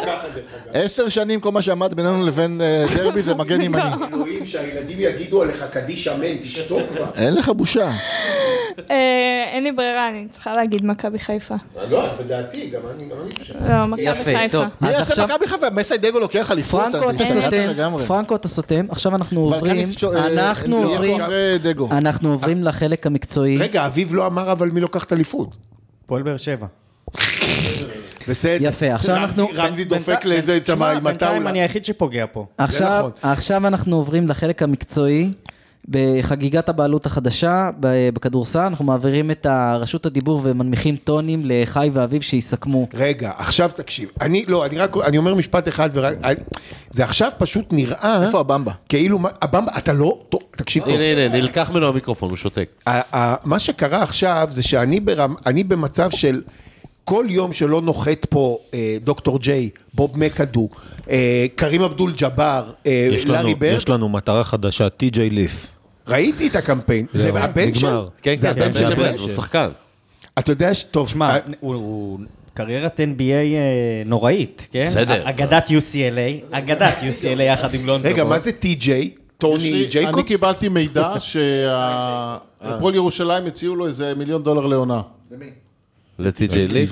עשר שנים כל מה שעמד בינינו לבין אה, דרבי זה לא. מגן ימני. אלוהים, שהילדים יגידו עליך קדיש אמן, תשתוק כבר. אין לך בושה. אה, אין לי ברירה, אני צריכה להגיד מכבי חיפה. לא, בדעתי, גם אני גם אני חושב. לא, מכבי יפה, חיפה. טוב. מי אז יעשה עכשיו מכבי חיפה? מסיידגו לוקח אליפות? פרנקו אתה השתגעת סותם, לגמרי. פרנקו אתה סותם, עכשיו אנחנו עוברים, ולקניס צ'ו- אה, אנחנו אה, עוברים, אחרי דגו. אנחנו עוברים לחלק המקצועי. אה, רגע, אביב לא אמר אבל מי לוקח את אליפות. פועל באר שבע. בסדר. יפה, עכשיו רמזי- אנחנו- רמזי דופק בינתיים- לאיזה תשמע, צמא עם הטאולה. בינתיים אני היחיד שפוגע פה. עכשיו, נכון. עכשיו אנחנו עוברים לחלק המקצועי. בחגיגת הבעלות החדשה ב- בכדורסל, אנחנו מעבירים את רשות הדיבור ומנמיכים טונים לחי ואביב שיסכמו. רגע, עכשיו תקשיב. אני, לא, אני רק, אני אומר משפט אחד ורק... זה עכשיו פשוט נראה... איפה הבמבה? כאילו, מה- הבמבה, אתה לא... טוב, תקשיב טוב. הנה, הנה, נלקח ממנו המיקרופון, הוא שותק. ה- ה- מה שקרה עכשיו זה שאני ברמ, אני במצב של כל יום שלא נוחת פה אה, דוקטור ג'יי, בוב מקאדו, אה, קרים אבדול ג'אבר, אה, יש לנו- לארי ברד, יש לנו מטרה חדשה, טי.ג'יי ליף. ראיתי את הקמפיין, זה הבן של... נגמר. כן, זה כן, הבן של בן, ברשת. הוא שחקן. אתה יודע ש... טוב, שמע, אה, הוא- הוא קריירת NBA אה, נוראית, כן? בסדר. אגדת UCLA, אגדת UCLA יחד עם לונזו. רגע, בול. מה זה טי.ג'יי? טוני יש לי- אני ג'ייקובס? קיבלתי מידע שהפועל ירושלים הציעו לו איזה מיליון דולר לעונה. לטי.ג'יי ליף.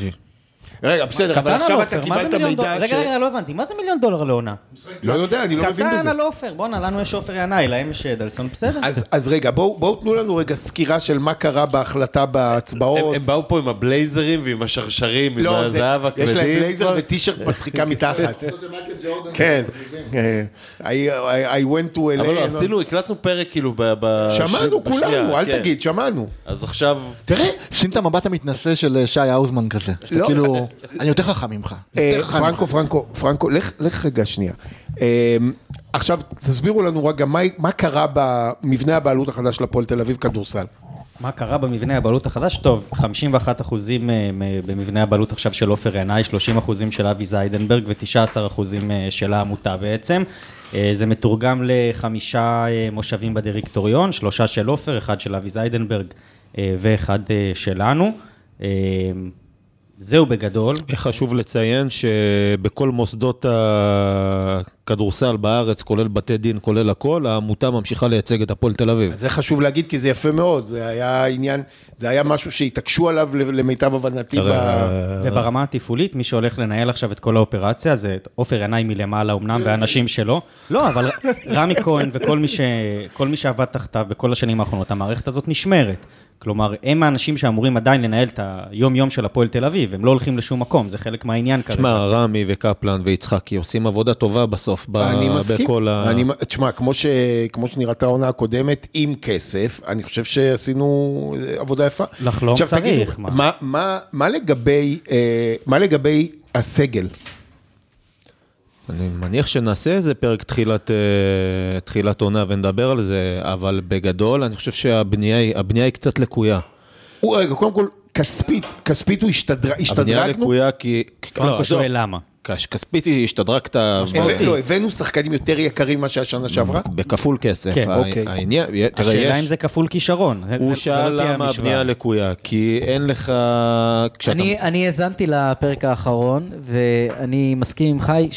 רגע, בסדר, אבל קטן על עכשיו אתה עופר, מה זה קיבלת מיליון מידע דולר? ש... רגע, רגע, לא הבנתי, מה זה מיליון דולר לעונה? לא יודע, אני לא מבין קטן בזה. על עופר, בואנה, לנו יש עופר ינאי, להם יש דלסון, בסדר. אז- אז רגע, בואו בואו תנו לנו רגע סקירה של מה קרה בהחלטה בהצבעות. הם הם באו פה עם הבלייזרים ועם השרשרים, עם לא, זה, הזהב יש להם הכבדים. בלייזר וטישרט מצחיקה מתחת. כן. אה, I I went to LA. אבל לא, אה, עשינו, הקלטנו פרק כאילו ב... ב- שמענו בשנייה, כולנו, כן. אל תגיד, שמענו. אז עכשיו... תראה, שים את המבט המתנשא של אה, שי האוזמן כזה. שאתה לא. כאילו, אני יותר חכם ממך. אני אה, יותר חכם ממך. פרנקו, פרנקו, פרנקו, לך- לך רגע שנייה. אה, עכשיו, תסבירו לנו רגע מה- מה קרה במבנה הבעלות החדש של הפועל תל אביב כדורסל. מה קרה במבנה הבעלות החדש? טוב, 51 אחוזים אה, במבנה הבעלות עכשיו של עופר ינאי, 30 אחוזים של אבי זיידנברג ו-19 אחוזים אה, של העמותה בעצם. אה, זה מתורגם לחמישה אה, מושבים בדירקטוריון, שלושה של עופר, אחד של אבי זיידנברג אה, ואחד אה, שלנו. אה, זהו בגדול. חשוב לציין שבכל מוסדות הכדורסל בארץ, כולל בתי דין, כולל הכל, העמותה ממשיכה לייצג את הפועל תל אביב. אז זה חשוב להגיד, כי זה יפה מאוד, זה היה עניין, זה היה משהו שהתעקשו עליו למיטב הבנתי. ב- וברמה התפעולית, מי שהולך לנהל עכשיו את כל האופרציה זה עופר ינאי מלמעלה אמנם, והאנשים שלו. לא, אבל רמי כהן וכל מי, ש... כל מי שעבד תחתיו בכל השנים האחרונות, המערכת הזאת נשמרת. כלומר, הם האנשים שאמורים עדיין לנהל את היום-יום של הפועל תל אביב, הם לא הולכים לשום מקום, זה חלק מהעניין כרגע. שמע, רמי וקפלן ויצחקי עושים עבודה טובה בסוף. ב- אני מסכים. אה, בכל ה... אני, תשמע, כמו, ש, כמו שנראתה העונה הקודמת, עם כסף, אני חושב שעשינו אה, עבודה יפה. לחלום עכשיו, צריך, תגידו, מה? מה, מה, מה, לגבי, אה, מה לגבי הסגל? אני מניח שנעשה איזה פרק תחילת, אה, תחילת עונה ונדבר על זה, אבל בגדול אני חושב שהבנייה היא- הבנייה היא קצת לקויה. הוא, רגע, קודם כל, כספית, כספית הוא השתדר- הבנייה השתדרגנו. לקויה כי... לא, פרנקו עזוב. שואל למה. כש- כספית היא השתדרגת הבא- לא, הבאנו שחקנים יותר יקרים ממה שהיה שנה שעברה. בכפול כסף. כן, הע- אוקיי. העניין, תראה, השאלה יש- אם זה כפול כישרון. זה- הוא זה- זה לא שאל תהיה למה המשוואה. הבנייה לקויה, כי אין לך... כשאתה- אני, אני האזנתי לפרק האחרון, ואני מסכים עם חי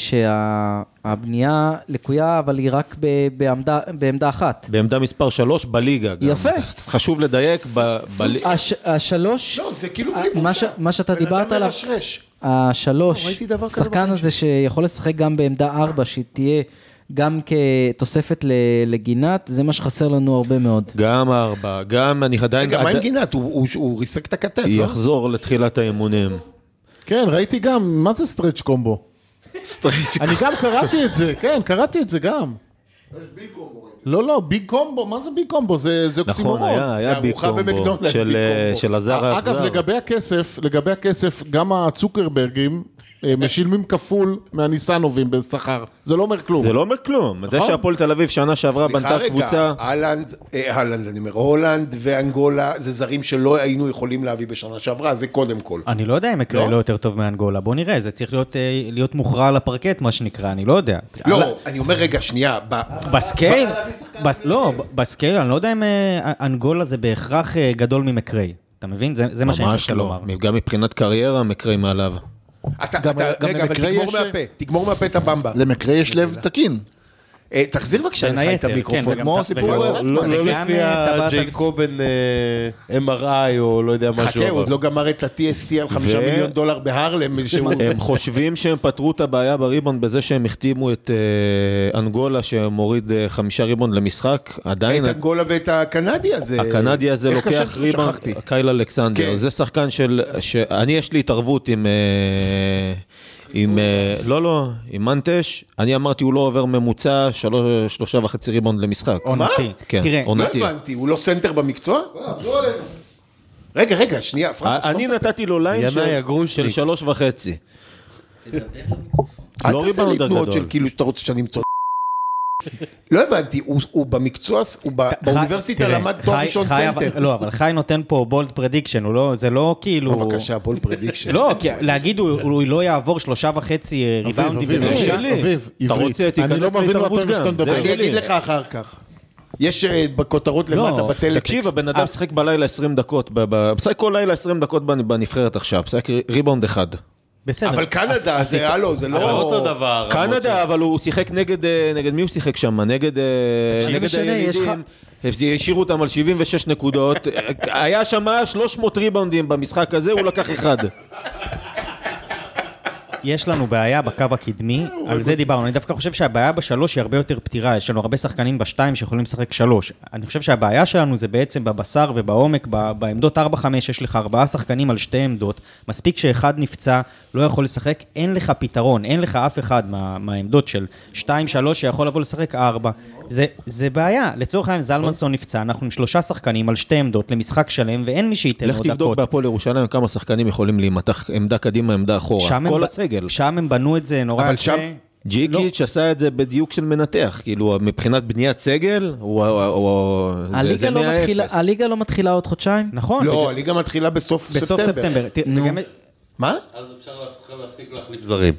שהבנייה לקויה, אבל היא רק ב, בעמדה, בעמדה אחת. בעמדה מספר 3 בליגה גם. יפה. חשוב לדייק, ב- בלי- אה. הש, השלוש, לא, זה כאילו ה- בלי בושה. מה, ש, מה שאתה דיברת בן אדם עליו, מרשרש. לא, השלוש, ראיתי דבר כזה שחקן בחיים הזה שיכול לשחק גם בעמדה ארבע, שהיא תהיה גם כתוספת ל- לגינת, זה מה שחסר לנו הרבה מאוד. גם ארבע, גם אני עדיין... רגע, מה עם עד- גינת? הוא- הוא הוא ריסק את הכתף, לא? יחזור לתחילת האימונים. כן, ראיתי גם, מה זה סטרץ' קומבו? אני גם קראתי את זה, כן, קראתי את זה גם. לא, לא, ביג קומבו, מה זה ביג קומבו? זה זה אוקסימורון. נכון, היה, היה ביג ארוחה קומבו במקדונלדס, של, ביג אה, קומבו. של הזר האכזר. אגב, לגבי הכסף, לגבי הכסף, גם הצוקרברגים אה, משלמים כפול מהניסנובים בשכר. זה לא אומר כלום. זה לא אומר כלום. זה נכון. שהפועל תל אביב שנה שעברה סליחה בנתה רגע, קבוצה... אהלנד, אה, אהלנד, אני אומר, הולנד ואנגולה זה זרים שלא היינו יכולים להביא בשנה שעברה, זה קודם כל. אני לא יודע אם מקרה לא יותר טוב מאנגולה, בוא נראה, זה צריך להיות, אה, להיות מוכרע על הפרקט, מה שנקרא, אני לא יודע. לא, אני אומר, רגע, שנייה, ב- בסקייל, בס- לא, ב- בסקייל, אני לא יודע אם אה, אנגולה זה בהכרח אה, גדול ממקרי. אתה מבין? זה זה מה שאני ממש רוצה לא. לומר. גם מבחינת קריירה, מקרי מעליו. לא, אתה, אתה, גם רגע, אבל למקרה תגמור יש- מהפה, תגמור מהפה את הבמבה. למקרה יש לב תקין. אה, תחזיר בבקשה בין לך את היתר, כן, המיקרופון. וגם כמו ת- הסיפור וגם- הזה. לא זה לא גם, לפי אה, טבעת- הג'ייקובן אה, MRI או לא יודע מה שהוא חכה, הוא עבר. עוד לא גמר את ה-TST על חמישה ו- אה, מיליון דולר בהרלם, שהוא... הם חושבים שהם פתרו את הבעיה בריבון בזה שהם החתימו את אה, אנגולה שמוריד אה, חמישה ריבון למשחק, עדיין את הגולה ואת הקנדי אה, הזה. הקנדי הזה איך לוקח קשרתי? ריבון, שכחתי. קייל אלכסנדר, כן. זה שחקן של, ש- אני יש לי התערבות עם, אה, עם, אה, לא, לא, עם מנטש, אני אמרתי הוא לא עובר ממוצע שלוש- שלושה וחצי ריבון למשחק. אוקיי. עונתי. כן, תראה, לא עונתי. הבנתי, הוא לא סנטר במקצוע? רגע, רגע, שנייה, פרנק, אני נתתי לו ליין ינאי של- הגרושניק. של שלוש וחצי. אל לא תעשה לי ריבאונדר תנועות גדול. של כאילו שאתה רוצה שאני אמצוא... לא הבנתי, הוא- הוא במקצוע, הוא ב- חי- באוניברסיטה תראה, למד תואר חי- ראשון חי- אבל- סנטר. לא, אבל חי נותן פה בולד פרדיקשן, הוא לא, זה לא כאילו... בבקשה, בול פרדיקשן. לא, כי להגיד הוא הוא לא יעבור שלושה וחצי אה, ריבאונדים. לא- אביב, בבאר אביב, שבע. שלי. אביב, אתה עברית. רוצה, אני לא תיכנס מבין להתערבות מהפרק שאתה גם. מדבר. זה אני שלי. אגיד לך אחר כך. יש אה, בכותרות למטה בטלטקסט. לא, תקשיב, הבן אה. אדם משחק בלילה 20 דקות, ב- ב- משחק כל לילה 20 דקות בנ- בנבחרת עכשיו, משחק ריבאונד אחד. בסדר. אבל קנדה, זה הלו, זה אבל לא... אותו דבר. למרות ש- קנדה, אבל הוא שיחק נגד, אה, נגד מי הוא שיחק שם? נגד אה, תקשיב, נגד משנה, יש לך- הילידים. השאירו אותם על 76 נקודות. היה שם 300 ריבאונדים במשחק הזה, הוא לקח אחד. יש לנו בעיה בקו הקדמי, על זה דיברנו. אני דווקא חושב שהבעיה בשלוש היא הרבה יותר פתירה, יש לנו הרבה שחקנים בשתיים שיכולים לשחק שלוש. אני חושב שהבעיה שלנו זה בעצם בבשר ובעומק, ב- בעמדות 4-5 יש לך ארבעה שחקנים על שתי עמדות, מספיק שאחד נפצע, לא יכול לשחק, אין לך פתרון, אין לך אף אחד מה, מהעמדות של 2-3 שיכול לבוא לשחק 4. זה, זה בעיה. לצורך העניין זלמנסון נפצע, אנחנו עם שלושה שחקנים על שתי עמדות למשחק שלם, ואין מי שייתן לו לך דקות. תבדוק בהפועל ירושלים כמה שחקנים יכולים להימתח עמדה קדימה, עמדה אחורה. שם הם כל ב- הסגל. שם הם בנו את זה נורא אבל יפה. שם- לא. ג'יקיץ' עשה את זה בדיוק של מנתח, כאילו מבחינת בניית סגל, הוא- הוא- הוא- זה- הליגה זה לא, 100 מתחילה, הליגה לא מתחילה עוד חודשיים? נכון. לא, הליגה מתחילה בסוף בסוף ספטמבר. ספטמבר. תראה, וגם- מה? אז אפשר להפסיק- להפסיק להחליף זרים.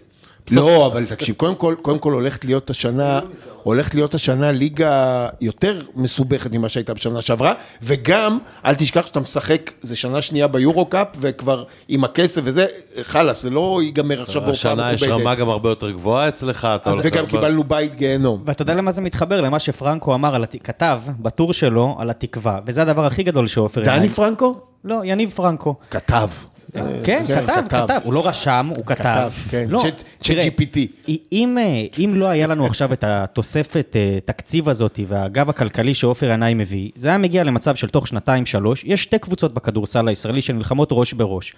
לא, אבל תקשיב, קודם כל, קודם כל הולכת להיות השנה, הולכת להיות השנה ליגה יותר מסובכת ממה שהייתה בשנה שעברה, וגם, אל תשכח שאתה משחק, זה שנה שנייה ביורו-קאפ, וכבר עם הכסף וזה, חלאס, זה לא ייגמר עכשיו בהופעה השנה יש רמה מכובדת. גם הרבה יותר גבוהה אצלך, אתה הולך... וגם הרבה- קיבלנו בית גיהנום. ואתה יודע למה זה מתחבר? למה שפרנקו אמר, על הת- כתב בטור שלו על התקווה, וזה הדבר הכי גדול שעופר... דני ינאי- כן. פרנקו? לא, יניב פרנקו. כתב. כן, כן, כתב, כתב. כתב. הוא לא רשם, הוא כתב. כן. לא, צ'אט- תראה, צ'אט GPT. אם- אם, אה, אם לא היה לנו עכשיו את התוספת אה, תקציב הזאת והגב הכלכלי שעופר ינאי מביא, זה היה מגיע למצב של תוך שנתיים-שלוש, יש שתי קבוצות בכדורסל הישראלי שנלחמות ראש בראש.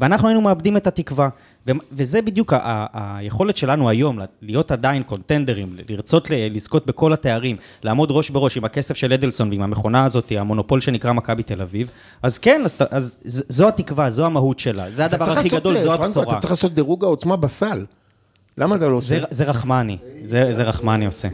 ואנחנו היינו מאבדים את התקווה, ו- וזה בדיוק ה- ה- היכולת שלנו היום, ל- להיות עדיין קונטנדרים, ל- לרצות ל- לזכות בכל התארים, לעמוד ראש בראש עם הכסף של אדלסון ועם המכונה הזאת, המונופול שנקרא מכבי תל אביב, אז כן, אז, ת- אז ז- זו התקווה, זו המהות שלה, זה אתה הדבר צריך הכי לעשות, אה, גדול, זו פרנקו, הבשורה. אתה צריך לעשות דירוג העוצמה בסל. למה אתה לא עושה? זה, זה רחמני, זה, זה רחמני עושה.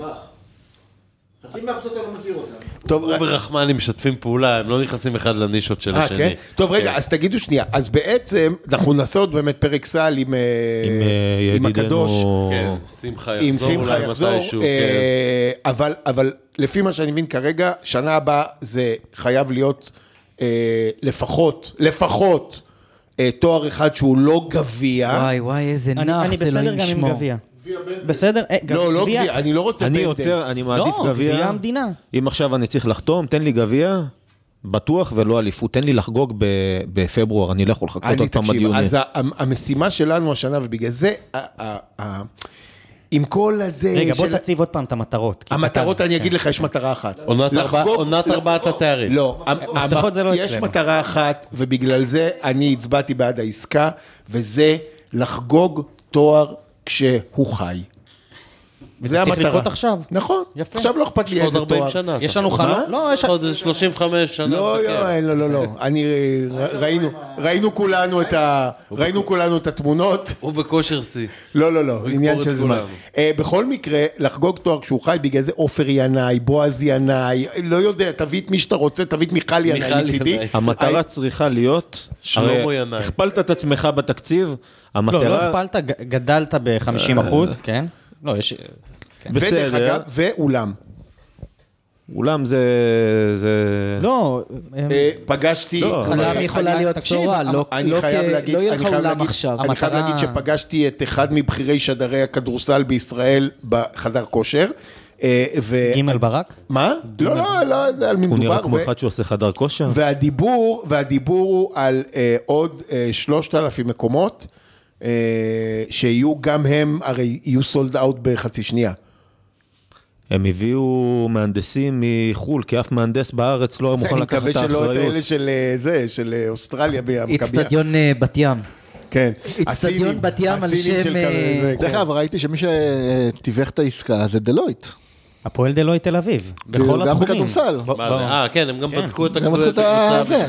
טוב, הוא ורחמני משתפים פעולה, הם לא נכנסים אחד לנישות של אה, השני. אוקיי. כן? טוב, רגע, אז תגידו שנייה. אז בעצם, אנחנו נעשה עוד באמת פרק סל עם, אה, אה, עם הקדוש. ידידנו- כן, שמחה אם יחזור שמחה אולי יחזור, מתישהו. כן. אה, אבל, אבל לפי מה שאני מבין כרגע, שנה הבאה זה חייב להיות אה, לפחות, לפחות אה, תואר אחד שהוא לא גביע. וואי, וואי, איזה אני אני נח זה בסדר לא גם עם ישמור. גביע. בסדר? אה, גם לא, לא גביע- גביע, אני לא רוצה אני פנדל. יותר, אני מעדיף לא, גביע. גביע המדינה. אם עכשיו אני צריך לחתום, תן לי גביע, בטוח ולא אליפות. תן לי לחגוג ב- בפברואר, אני לא יכול לחכות אני, עוד פעם תקשיב, בדיונים. אז ה- ה- המשימה שלנו השנה, ובגלל זה, ה- ה- ה- עם כל הזה רגע, בוא של... תציב עוד פעם את המטרות. כי המטרות, קטן. אני אגיד כן. לך, יש מטרה אחת. עונת לחגוג- ארבע- עונת ארבעת התארים. לא, הבטחות זה לא יש אצלנו. מטרה אחת, ובגלל זה אני הצבעתי בעד העסקה, וזה לחגוג תואר כשהוא חי. וזה צריך לקרות עכשיו. נכון. יפה. עכשיו לא אכפת לי עוד איזה תואר. 40 שנה. יש לנו חלום? לא, יש... כן. עוד איזה 35 שנה. כן. לא, מחכה. כן. לא, לא, לא, לא. אני, ר- ראינו, ראינו כולנו את ה... ראינו כולנו את התמונות. הוא בכושר שיא. לא, לא, לא, עניין את של זמן. כולנו. אה, בכל מקרה, לחגוג תואר כשהוא חי, בגלל זה עופר ינאי, בועז ינאי, לא יודע, תביא את מי שאתה רוצה, תביא את מיכל ינאי מיכל מצידי. אה, ינאי. המטרה צריכה להיות... שלמה הרי ינאי. הכפלת את עצמך בתקציב, לא, לא המטרה... הכפלת, ג- גדלת ב-50 אחוז, כן? לא, יש... כן. ודרך בסדר. אגב, ואולם. אולם זה... זה- לא, אה, אה, פגשתי... לא, אה, חלם יכולה אני- להיות תקשיב, בשורה, המ- לא אני לא חייב כ- להגיד, לא יהיה אני לך חייב אולם להגיד- עכשיו. אני חייב המטרה- להגיד שפגשתי את אחד מבכירי שדרי הכדורסל בישראל בחדר כושר. אה, ו- גימל ברק? מה? לא, לא, לא יודע על מי הוא נראה מדובר. כמו ו- אחד שעושה חדר כושר. והדיבור, והדיבור הוא על אה, עוד אה, 3,000 מקומות, אה, שיהיו גם הם, הרי יהיו סולד אאוט בחצי שנייה. הם הביאו מהנדסים מחו"ל, כי אף מהנדס בארץ לא היה מוכן אני לקחת מקווה את שלא את האחריות. אלה של אה, זה, של אה, אוסטרליה במכבייה. איצטדיון אה, בת ים. כן. אצטדיון הסינים, בת ים על הסינים שם, של אה, כזה, זה, דרך כן. אגב, ראיתי שמי שתיווך את העסקה זה דלויט. הפועל דלוי תל אביב. בכל גם התחומים. בכדורסל. מה זה? אה, כן, הם גם בדקו את גם הקבוצה. את ה... זה.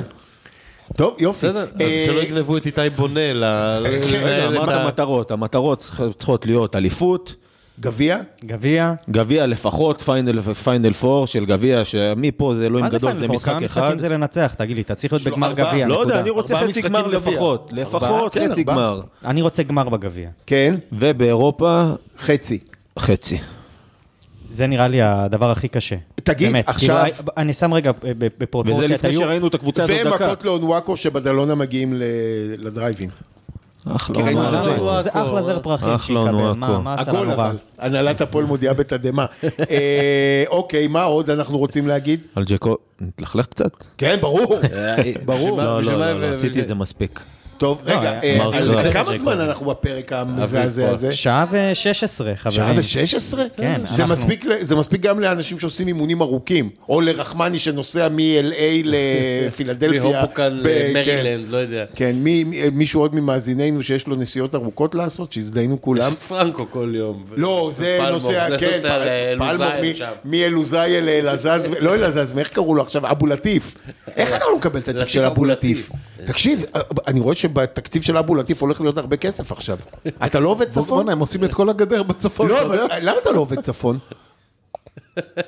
טוב, יופי. בסדר, אז אה, שלא יגנבו את איתי בונה ל- רגע, לנהל את אמרת ה... מטרות, המטרות צריכ- צריכות להיות אליפות, גביע? גביע. גביע לפחות, פיינל פיינל פור של גביע, שמפה זה אלוהים מה זה גדול, פיינל זה פור? משחק כמה אחד. משחקים זה לנצח? תגיד לי, אתה צריך להיות בגמר ארבעה. גביע, לא יודע, נקודה. אני רוצה ארבעה חצי משחקים גמר גביע. לפחות, לפחות כן, חצי ארבעה. גמר. אני רוצה גמר בגביע. כן, ובאירופה, חצי. חצי. זה נראה לי הדבר הכי קשה. תגיד, באמת, עכשיו- כאילו, אני שם רגע אה, ב- וזה בפרופורציה את לפני היורו. שראינו את הקבוצה הזאת דקה. ומכות לאונוואקו שבדלונה מגיעים ל- לדרייבין. אחלה, כי ראינו מה שזה זה? לא- זה אחלה זר פרחים אה, אחלה, שיקבל, נו, מה הכל. מה עשה הכל לנו רע? אבל, הנהלת הפועל מודיעה בתדהמה. אה, אוקיי, מה עוד אנחנו רוצים להגיד? על ג'קו, נתלכלך קצת? כן, ברור. ברור. לא, בשביל לא, מה- לא, לא, עשיתי את זה מספיק. טוב, רגע, אה, מרחיק אז לכת כמה ג'ק זמן כהן. אנחנו בפרק המזעזע הזה? שעה ושש עשרה, שעה חברים. ושש עשרה? כן, זה אנחנו- מספיק ל- זה מספיק גם לאנשים שעושים אימונים ארוכים, או לרחמני שנוסע מ-LA לפילדלפיה. מהופוקן ב- למרילנד, לא יודע. כן, כן, מי- מי- מישהו עוד ממאזיננו שיש לו נסיעות ארוכות לעשות, שיזדיינו כולם. יש פרנקו כל יום. ו- לא, זה ופלמור, נוסע, כן, נוסע פל- פלמור, לאלוזיין מי- שם. מאלוזאי אל אלעזז, לא אלעזז, איך קראו לו עכשיו? אבו לטיף. איך אנחנו נקבל את התיק לטיף של אבו אבו לטיף? תקשיב, אני רואה שבתקציב של אבו לטיף הולך להיות הרבה כסף עכשיו. אתה לא עובד צפון? בואנה, הם עושים את כל הגדר בצפון. לא, אתה יודע? אבל למה אתה לא עובד צפון?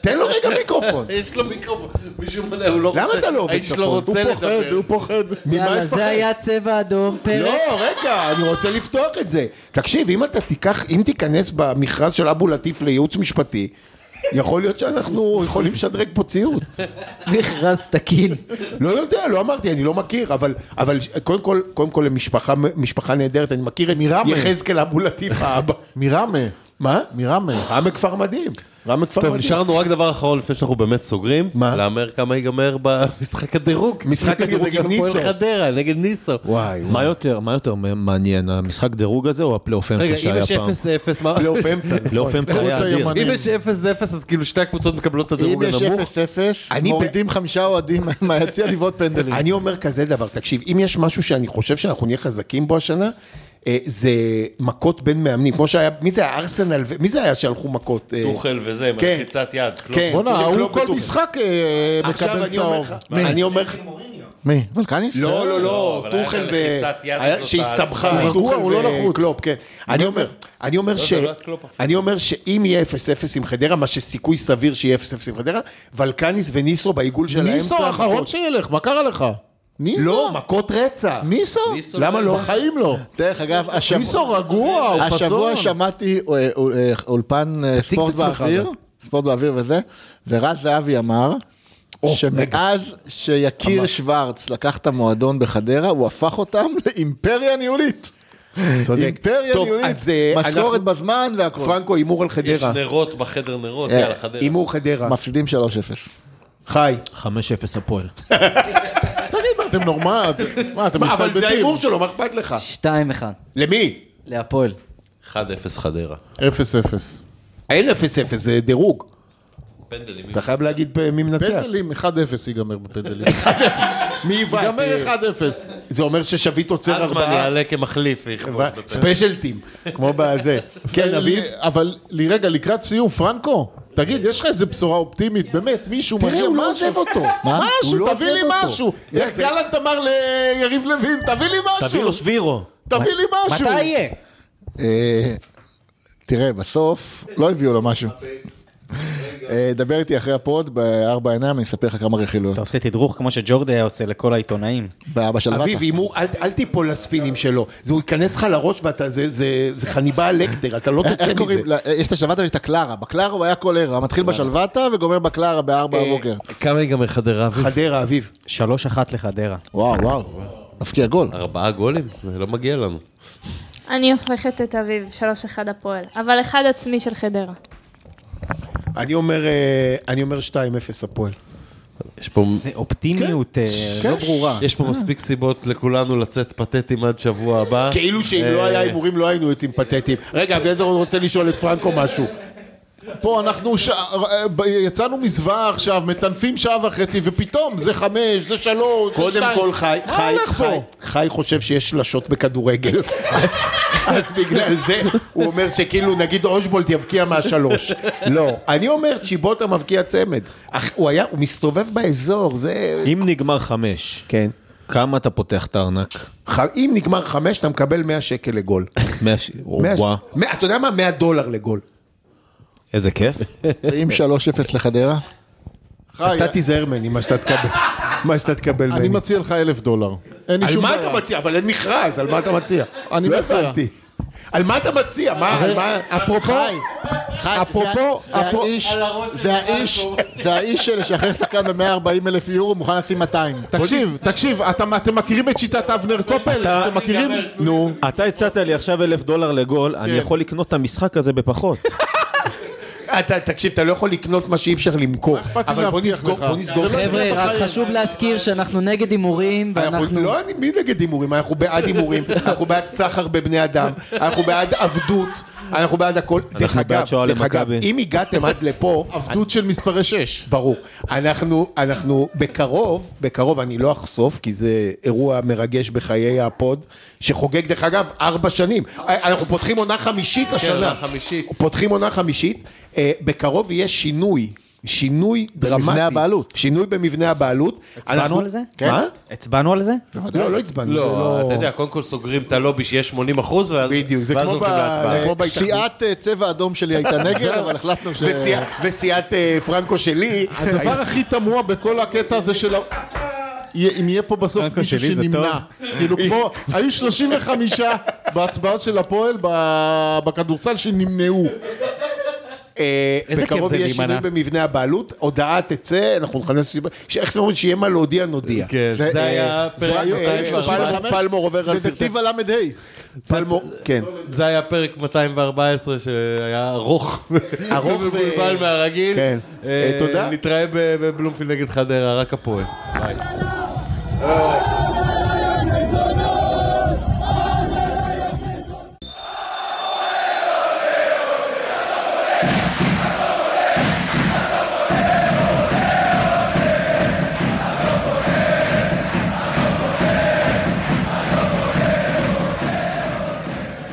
תן לו רגע מיקרופון. יש לו מיקרופון, מישהו מונה, הוא לא רוצה. למה אתה לא עובד האיש לא צפון? הוא הוא רוצה פוחד, לדבר. הוא פוחד. ממה יאללה, יש פחד? זה היה צבע אדום, פרק. לא, רגע, אני רוצה לפתוח את זה. תקשיב, אם אתה תיקח, אם תיכנס במכרז של אבו לטיף לייעוץ משפטי, יכול להיות שאנחנו יכולים לשדרג פה ציוד. מכרז תקין. לא יודע, לא אמרתי, אני לא מכיר, אבל, אבל קודם כל, קודם כל, הם משפחה, משפחה נהדרת, אני מכיר את מרמה. יחזקאל אבו לטיף האבא. מרמה, מה? מרמה. רמה כפר מדהים. רמה כפר טוב, מדהים. נשארנו רק דבר אחרון לפני שאנחנו באמת סוגרים. מה? להמר כמה ייגמר במשחק הדירוג. משחק הדירוג נגד עם הפועל ניסו. חדרה, נגד ניסו. וואי, מה יותר, מה יותר מעניין, המשחק דירוג הזה או הפלייאוף רגע, אמצע אם שהיה יש פעם? 0-0, מה? פלייאוף אמצע. פלייאוף אמצע תראו היה את אדיר. היומנים. אם יש 0-0, אז כאילו שתי הקבוצות מקבלות את אם הדירוג יש הנמוך. 0-0, אני ב- מורידים חמישה אוהדים מהיציע לבעוט פנדלים. אני אומר כזה דבר, תקשיב, אם יש משהו שאני חושב שאנחנו נהיה חזקים בו השנה, אה, זה מכות בין מאמנים, כמו שהיה, מי זה היה ארסנל, ו- מי זה היה שהלכו מכות? אה, טוחל וזה, עם כן. הלחיצת יד. כן. בואנה, שקלופ הוא כל וטוחל. משחק אה, עכשיו מקבל אני אומר צהוב. לך, אני אומר לך, מי? ולקניס? לא, לא, לא, אבל היה טוחל גם ו... לחיצת יד היה- כזאת שהסתבכה, על- טוחל הוא לא לחוץ. וקלופ, כן. אני אומר, אני אומר ש... זה לא היה קלופ אפילו. אני אומר שאם יהיה 0-0 עם חדרה, מה שסיכוי סביר שיהיה 0-0 עם חדרה, ולקניס וניסו בעיגול של האמצע... ניסו האחרון מכות- שילך, מה קרה לך? ניסו? לא, מכות רצח. ניסו? ניסו למה לא? בחיים לא. דרך אגב, השבוע... ניסו רגוע, הוא חסון. השבוע שמעתי אה, אול- אה, אולפן אה, תציג את ספורט עצמך, באוויר, אבל. ספורט באוויר וזה, ורז זהבי אמר, שמאז שיקיר שוורץ לקח את המועדון בחדרה, הוא הפך אותם לאימפריה ניהולית. אימפריה טוב, ניהולית, אז, אה, משכורת אנחנו- בזמן והכל. פרנקו, הימור על יש חדרה. נרות בחדר נרות, אה, יאללה, חדרה. הימור חדרה. מפסידים 3-0. חי. 5-0 הפועל. תגיד, מה, אתם נורמל? מה, אתם אבל זה מסתלבטים? ההימור שלו, מה אכפת לך? 2-1 למי? להפועל. 1-0 חדרה. 0-0. אין 0-0, זה דירוג. פנדלים. אתה חייב להגיד אה, מי מנצח. פנדלים, 1-0 ייגמר בפנדלים. מי יבעט? ייגמר 1-0. זה אומר ששביט עוצר אטמן ארבעה. יעלה כמחליף ויכבוש ו- בפנדלים. ספיישלטים, כמו בזה. כן, אביב? אבל לי- רגע, לקראת סיום, פרנקו, תגיד, יש לך איזה בשורה אופטימית, באמת, מישהו תראה, מגיע הוא לא משהו? עוזב אותו. מה? הוא משהו, לא תביא עוזב לי אותו. משהו. איך גלנט אמר ליריב לוין, תביא לי תביא משהו, לו שבירו. תביא לי משהו. מתי יהיה? אה, תראה, בסוף לא הביאו לו משהו. אה, דבר איתי אחרי הפוד בארבע עיניים, אני אספר לך כמה רכילויות. אתה עושה תדרוך כמו שג'ורדי היה עושה לכל העיתונאים. ב- בשלוותה. אביב, הימור, אל אל תיפול לספינים שלו. זה הוא ייכנס לך לראש ואתה, זה- זה זה חניבה לקטר, אתה לא תצא איך מזה. קוראים? לה? אה, יש את השלוותה ויש את הקלרה. בקלרה הוא היה כל ערב, מתחיל בשלוותה וגומר בקלרה בארבע בבוקר. כמה ייגמר חדרה? אביב? חדרה, אביב. 3-1 לחדרה. וואו, וואו. מפקיע גול. ארבעה גולים? זה לא מגיע לנו. אני הופכת את אביב, 3-1 הפועל, אבל אחד עצמי של חדרה. אני אומר אה, אני אומר 2-0 הפועל. יש פה... זה כן, אופטימיות אה, לא ברורה. יש פה מספיק סיבות לכולנו לצאת פתטים עד שבוע הבא. כאילו שאם לא היה הימורים לא היינו יוצאים פתטיים. רגע, אביעזר עוד רוצה לשאול את פרנקו משהו. פה אנחנו ש... אה, יצאנו מזוועה עכשיו, מטנפים שעה וחצי, ופתאום זה חמש, זה שלוש, זה קודם שתיים. כל חי, מה חי, הולך חי, פה? חי חושב שיש שלשות בכדורגל, אז, אז בגלל זה הוא אומר שכאילו נגיד אושבולט יבקיע מהשלוש. לא, אני אומר צ'יבוטה מבקיע צמד. אך, הוא היה, הוא מסתובב באזור, זה... אם נגמר חמש, כן. כמה אתה פותח את הארנק? ח- אם נגמר חמש, אתה מקבל 100 שקל לגול. מאה ש- מאה ש- וואו, מאה- אתה יודע מה? 100 דולר לגול. איזה כיף. עם 3-0 לחדרה. חי, אתה תיזהר ממני מה שאתה תקבל, מה שאתה תקבל אני ממני. מציע לך אלף דולר. אין לי על שום מה בעיה. אתה מציע? אבל אין מכרז, על מה אתה מציע? אני לא מציע. הבנתי. על מה אתה מציע? מה, על מה? אפרופו... חי, חי, אפרופו- זה ה- זה אפרופו- האיש, זה האיש, זה האיש שלשחרר שחקן ב-140 אלף יורו, מוכן לשים 200. תקשיב, תקשיב, אתה- אתם מכירים את שיטת אבנר קופל? אתם מכירים? נו. אתה הצעת לי עכשיו אלף דולר לגול, כן. אני יכול לקנות את המשחק הזה בפחות. אתה, תקשיב, אתה לא יכול לקנות מה שאי אפשר למכור. אכפת לי אבל בוא להבטיח נסגור, לך? בוא נסגור. זה לא חבר'ה, יקרה רק בחיים. חשוב להזכיר שאנחנו נגד הימורים, אנחנו ואנחנו... לא אני- מי נגד הימורים, אנחנו בעד הימורים, אנחנו בעד סחר בבני אדם, אנחנו בעד עבדות, אנחנו בעד הכל. דרך בעד אגב, שואה דרך אגב, למכבי. אם הגעתם עד לפה, עבדות של מספרי שש. ברור. אנחנו, אנחנו בקרוב, בקרוב, אני לא אחשוף, כי זה אירוע מרגש בחיי הפוד, שחוגג, דרך אגב, ארבע שנים. אנחנו פותחים עונה חמישית השנה. עונה חמישית. פותחים עונה חמישית. אה, בקרוב יהיה שינוי, שינוי דרמטי. הבעלות. שינוי במבנה הבעלות. כן. הצבענו על זה? מה? הצבענו על זה? לא, לא הצבענו. זה לא, אתה יודע, קודם כל סוגרים את הלובי שיש 80 אחוז, ואז בדיוק, זה ואז כמו הולכים ב- להצבעה. כמו בהתאחדות. סיעת אה, צבע אדום שלי הייתה נגד, אבל החלטנו ש... וסיע- וסיעת אה, פרנקו שלי. הדבר הכי תמוה בכל הקטע הזה של... ה- יהיה- אם יהיה פה בסוף קודם כל מישהו שלי זה שנמנע. כאילו כמו, היו 35 בהצבעות של הפועל ב- בכדורסל שנמנעו. אה, איזה כיף בקרוב זה יהיה להימנע. שינוי במבנה הבעלות, הודעה תצא, אנחנו נכנס... סיבה- ש- איך זה אומרים? שיהיה מה להודיע, נודיע. כן, זה אה, היה פרק היו- מאתיים היו וארבע עשרה. 35. פלמור עובר על זה דקטיב הל"ה. פלמור, כן. זה היה פרק 214 שהיה ארוך, ארוך ו- ומבולבל מהרגיל. כן. אה, אה, תודה. נתראה בב- בבלומפילד נגד חדרה, רק הפועל.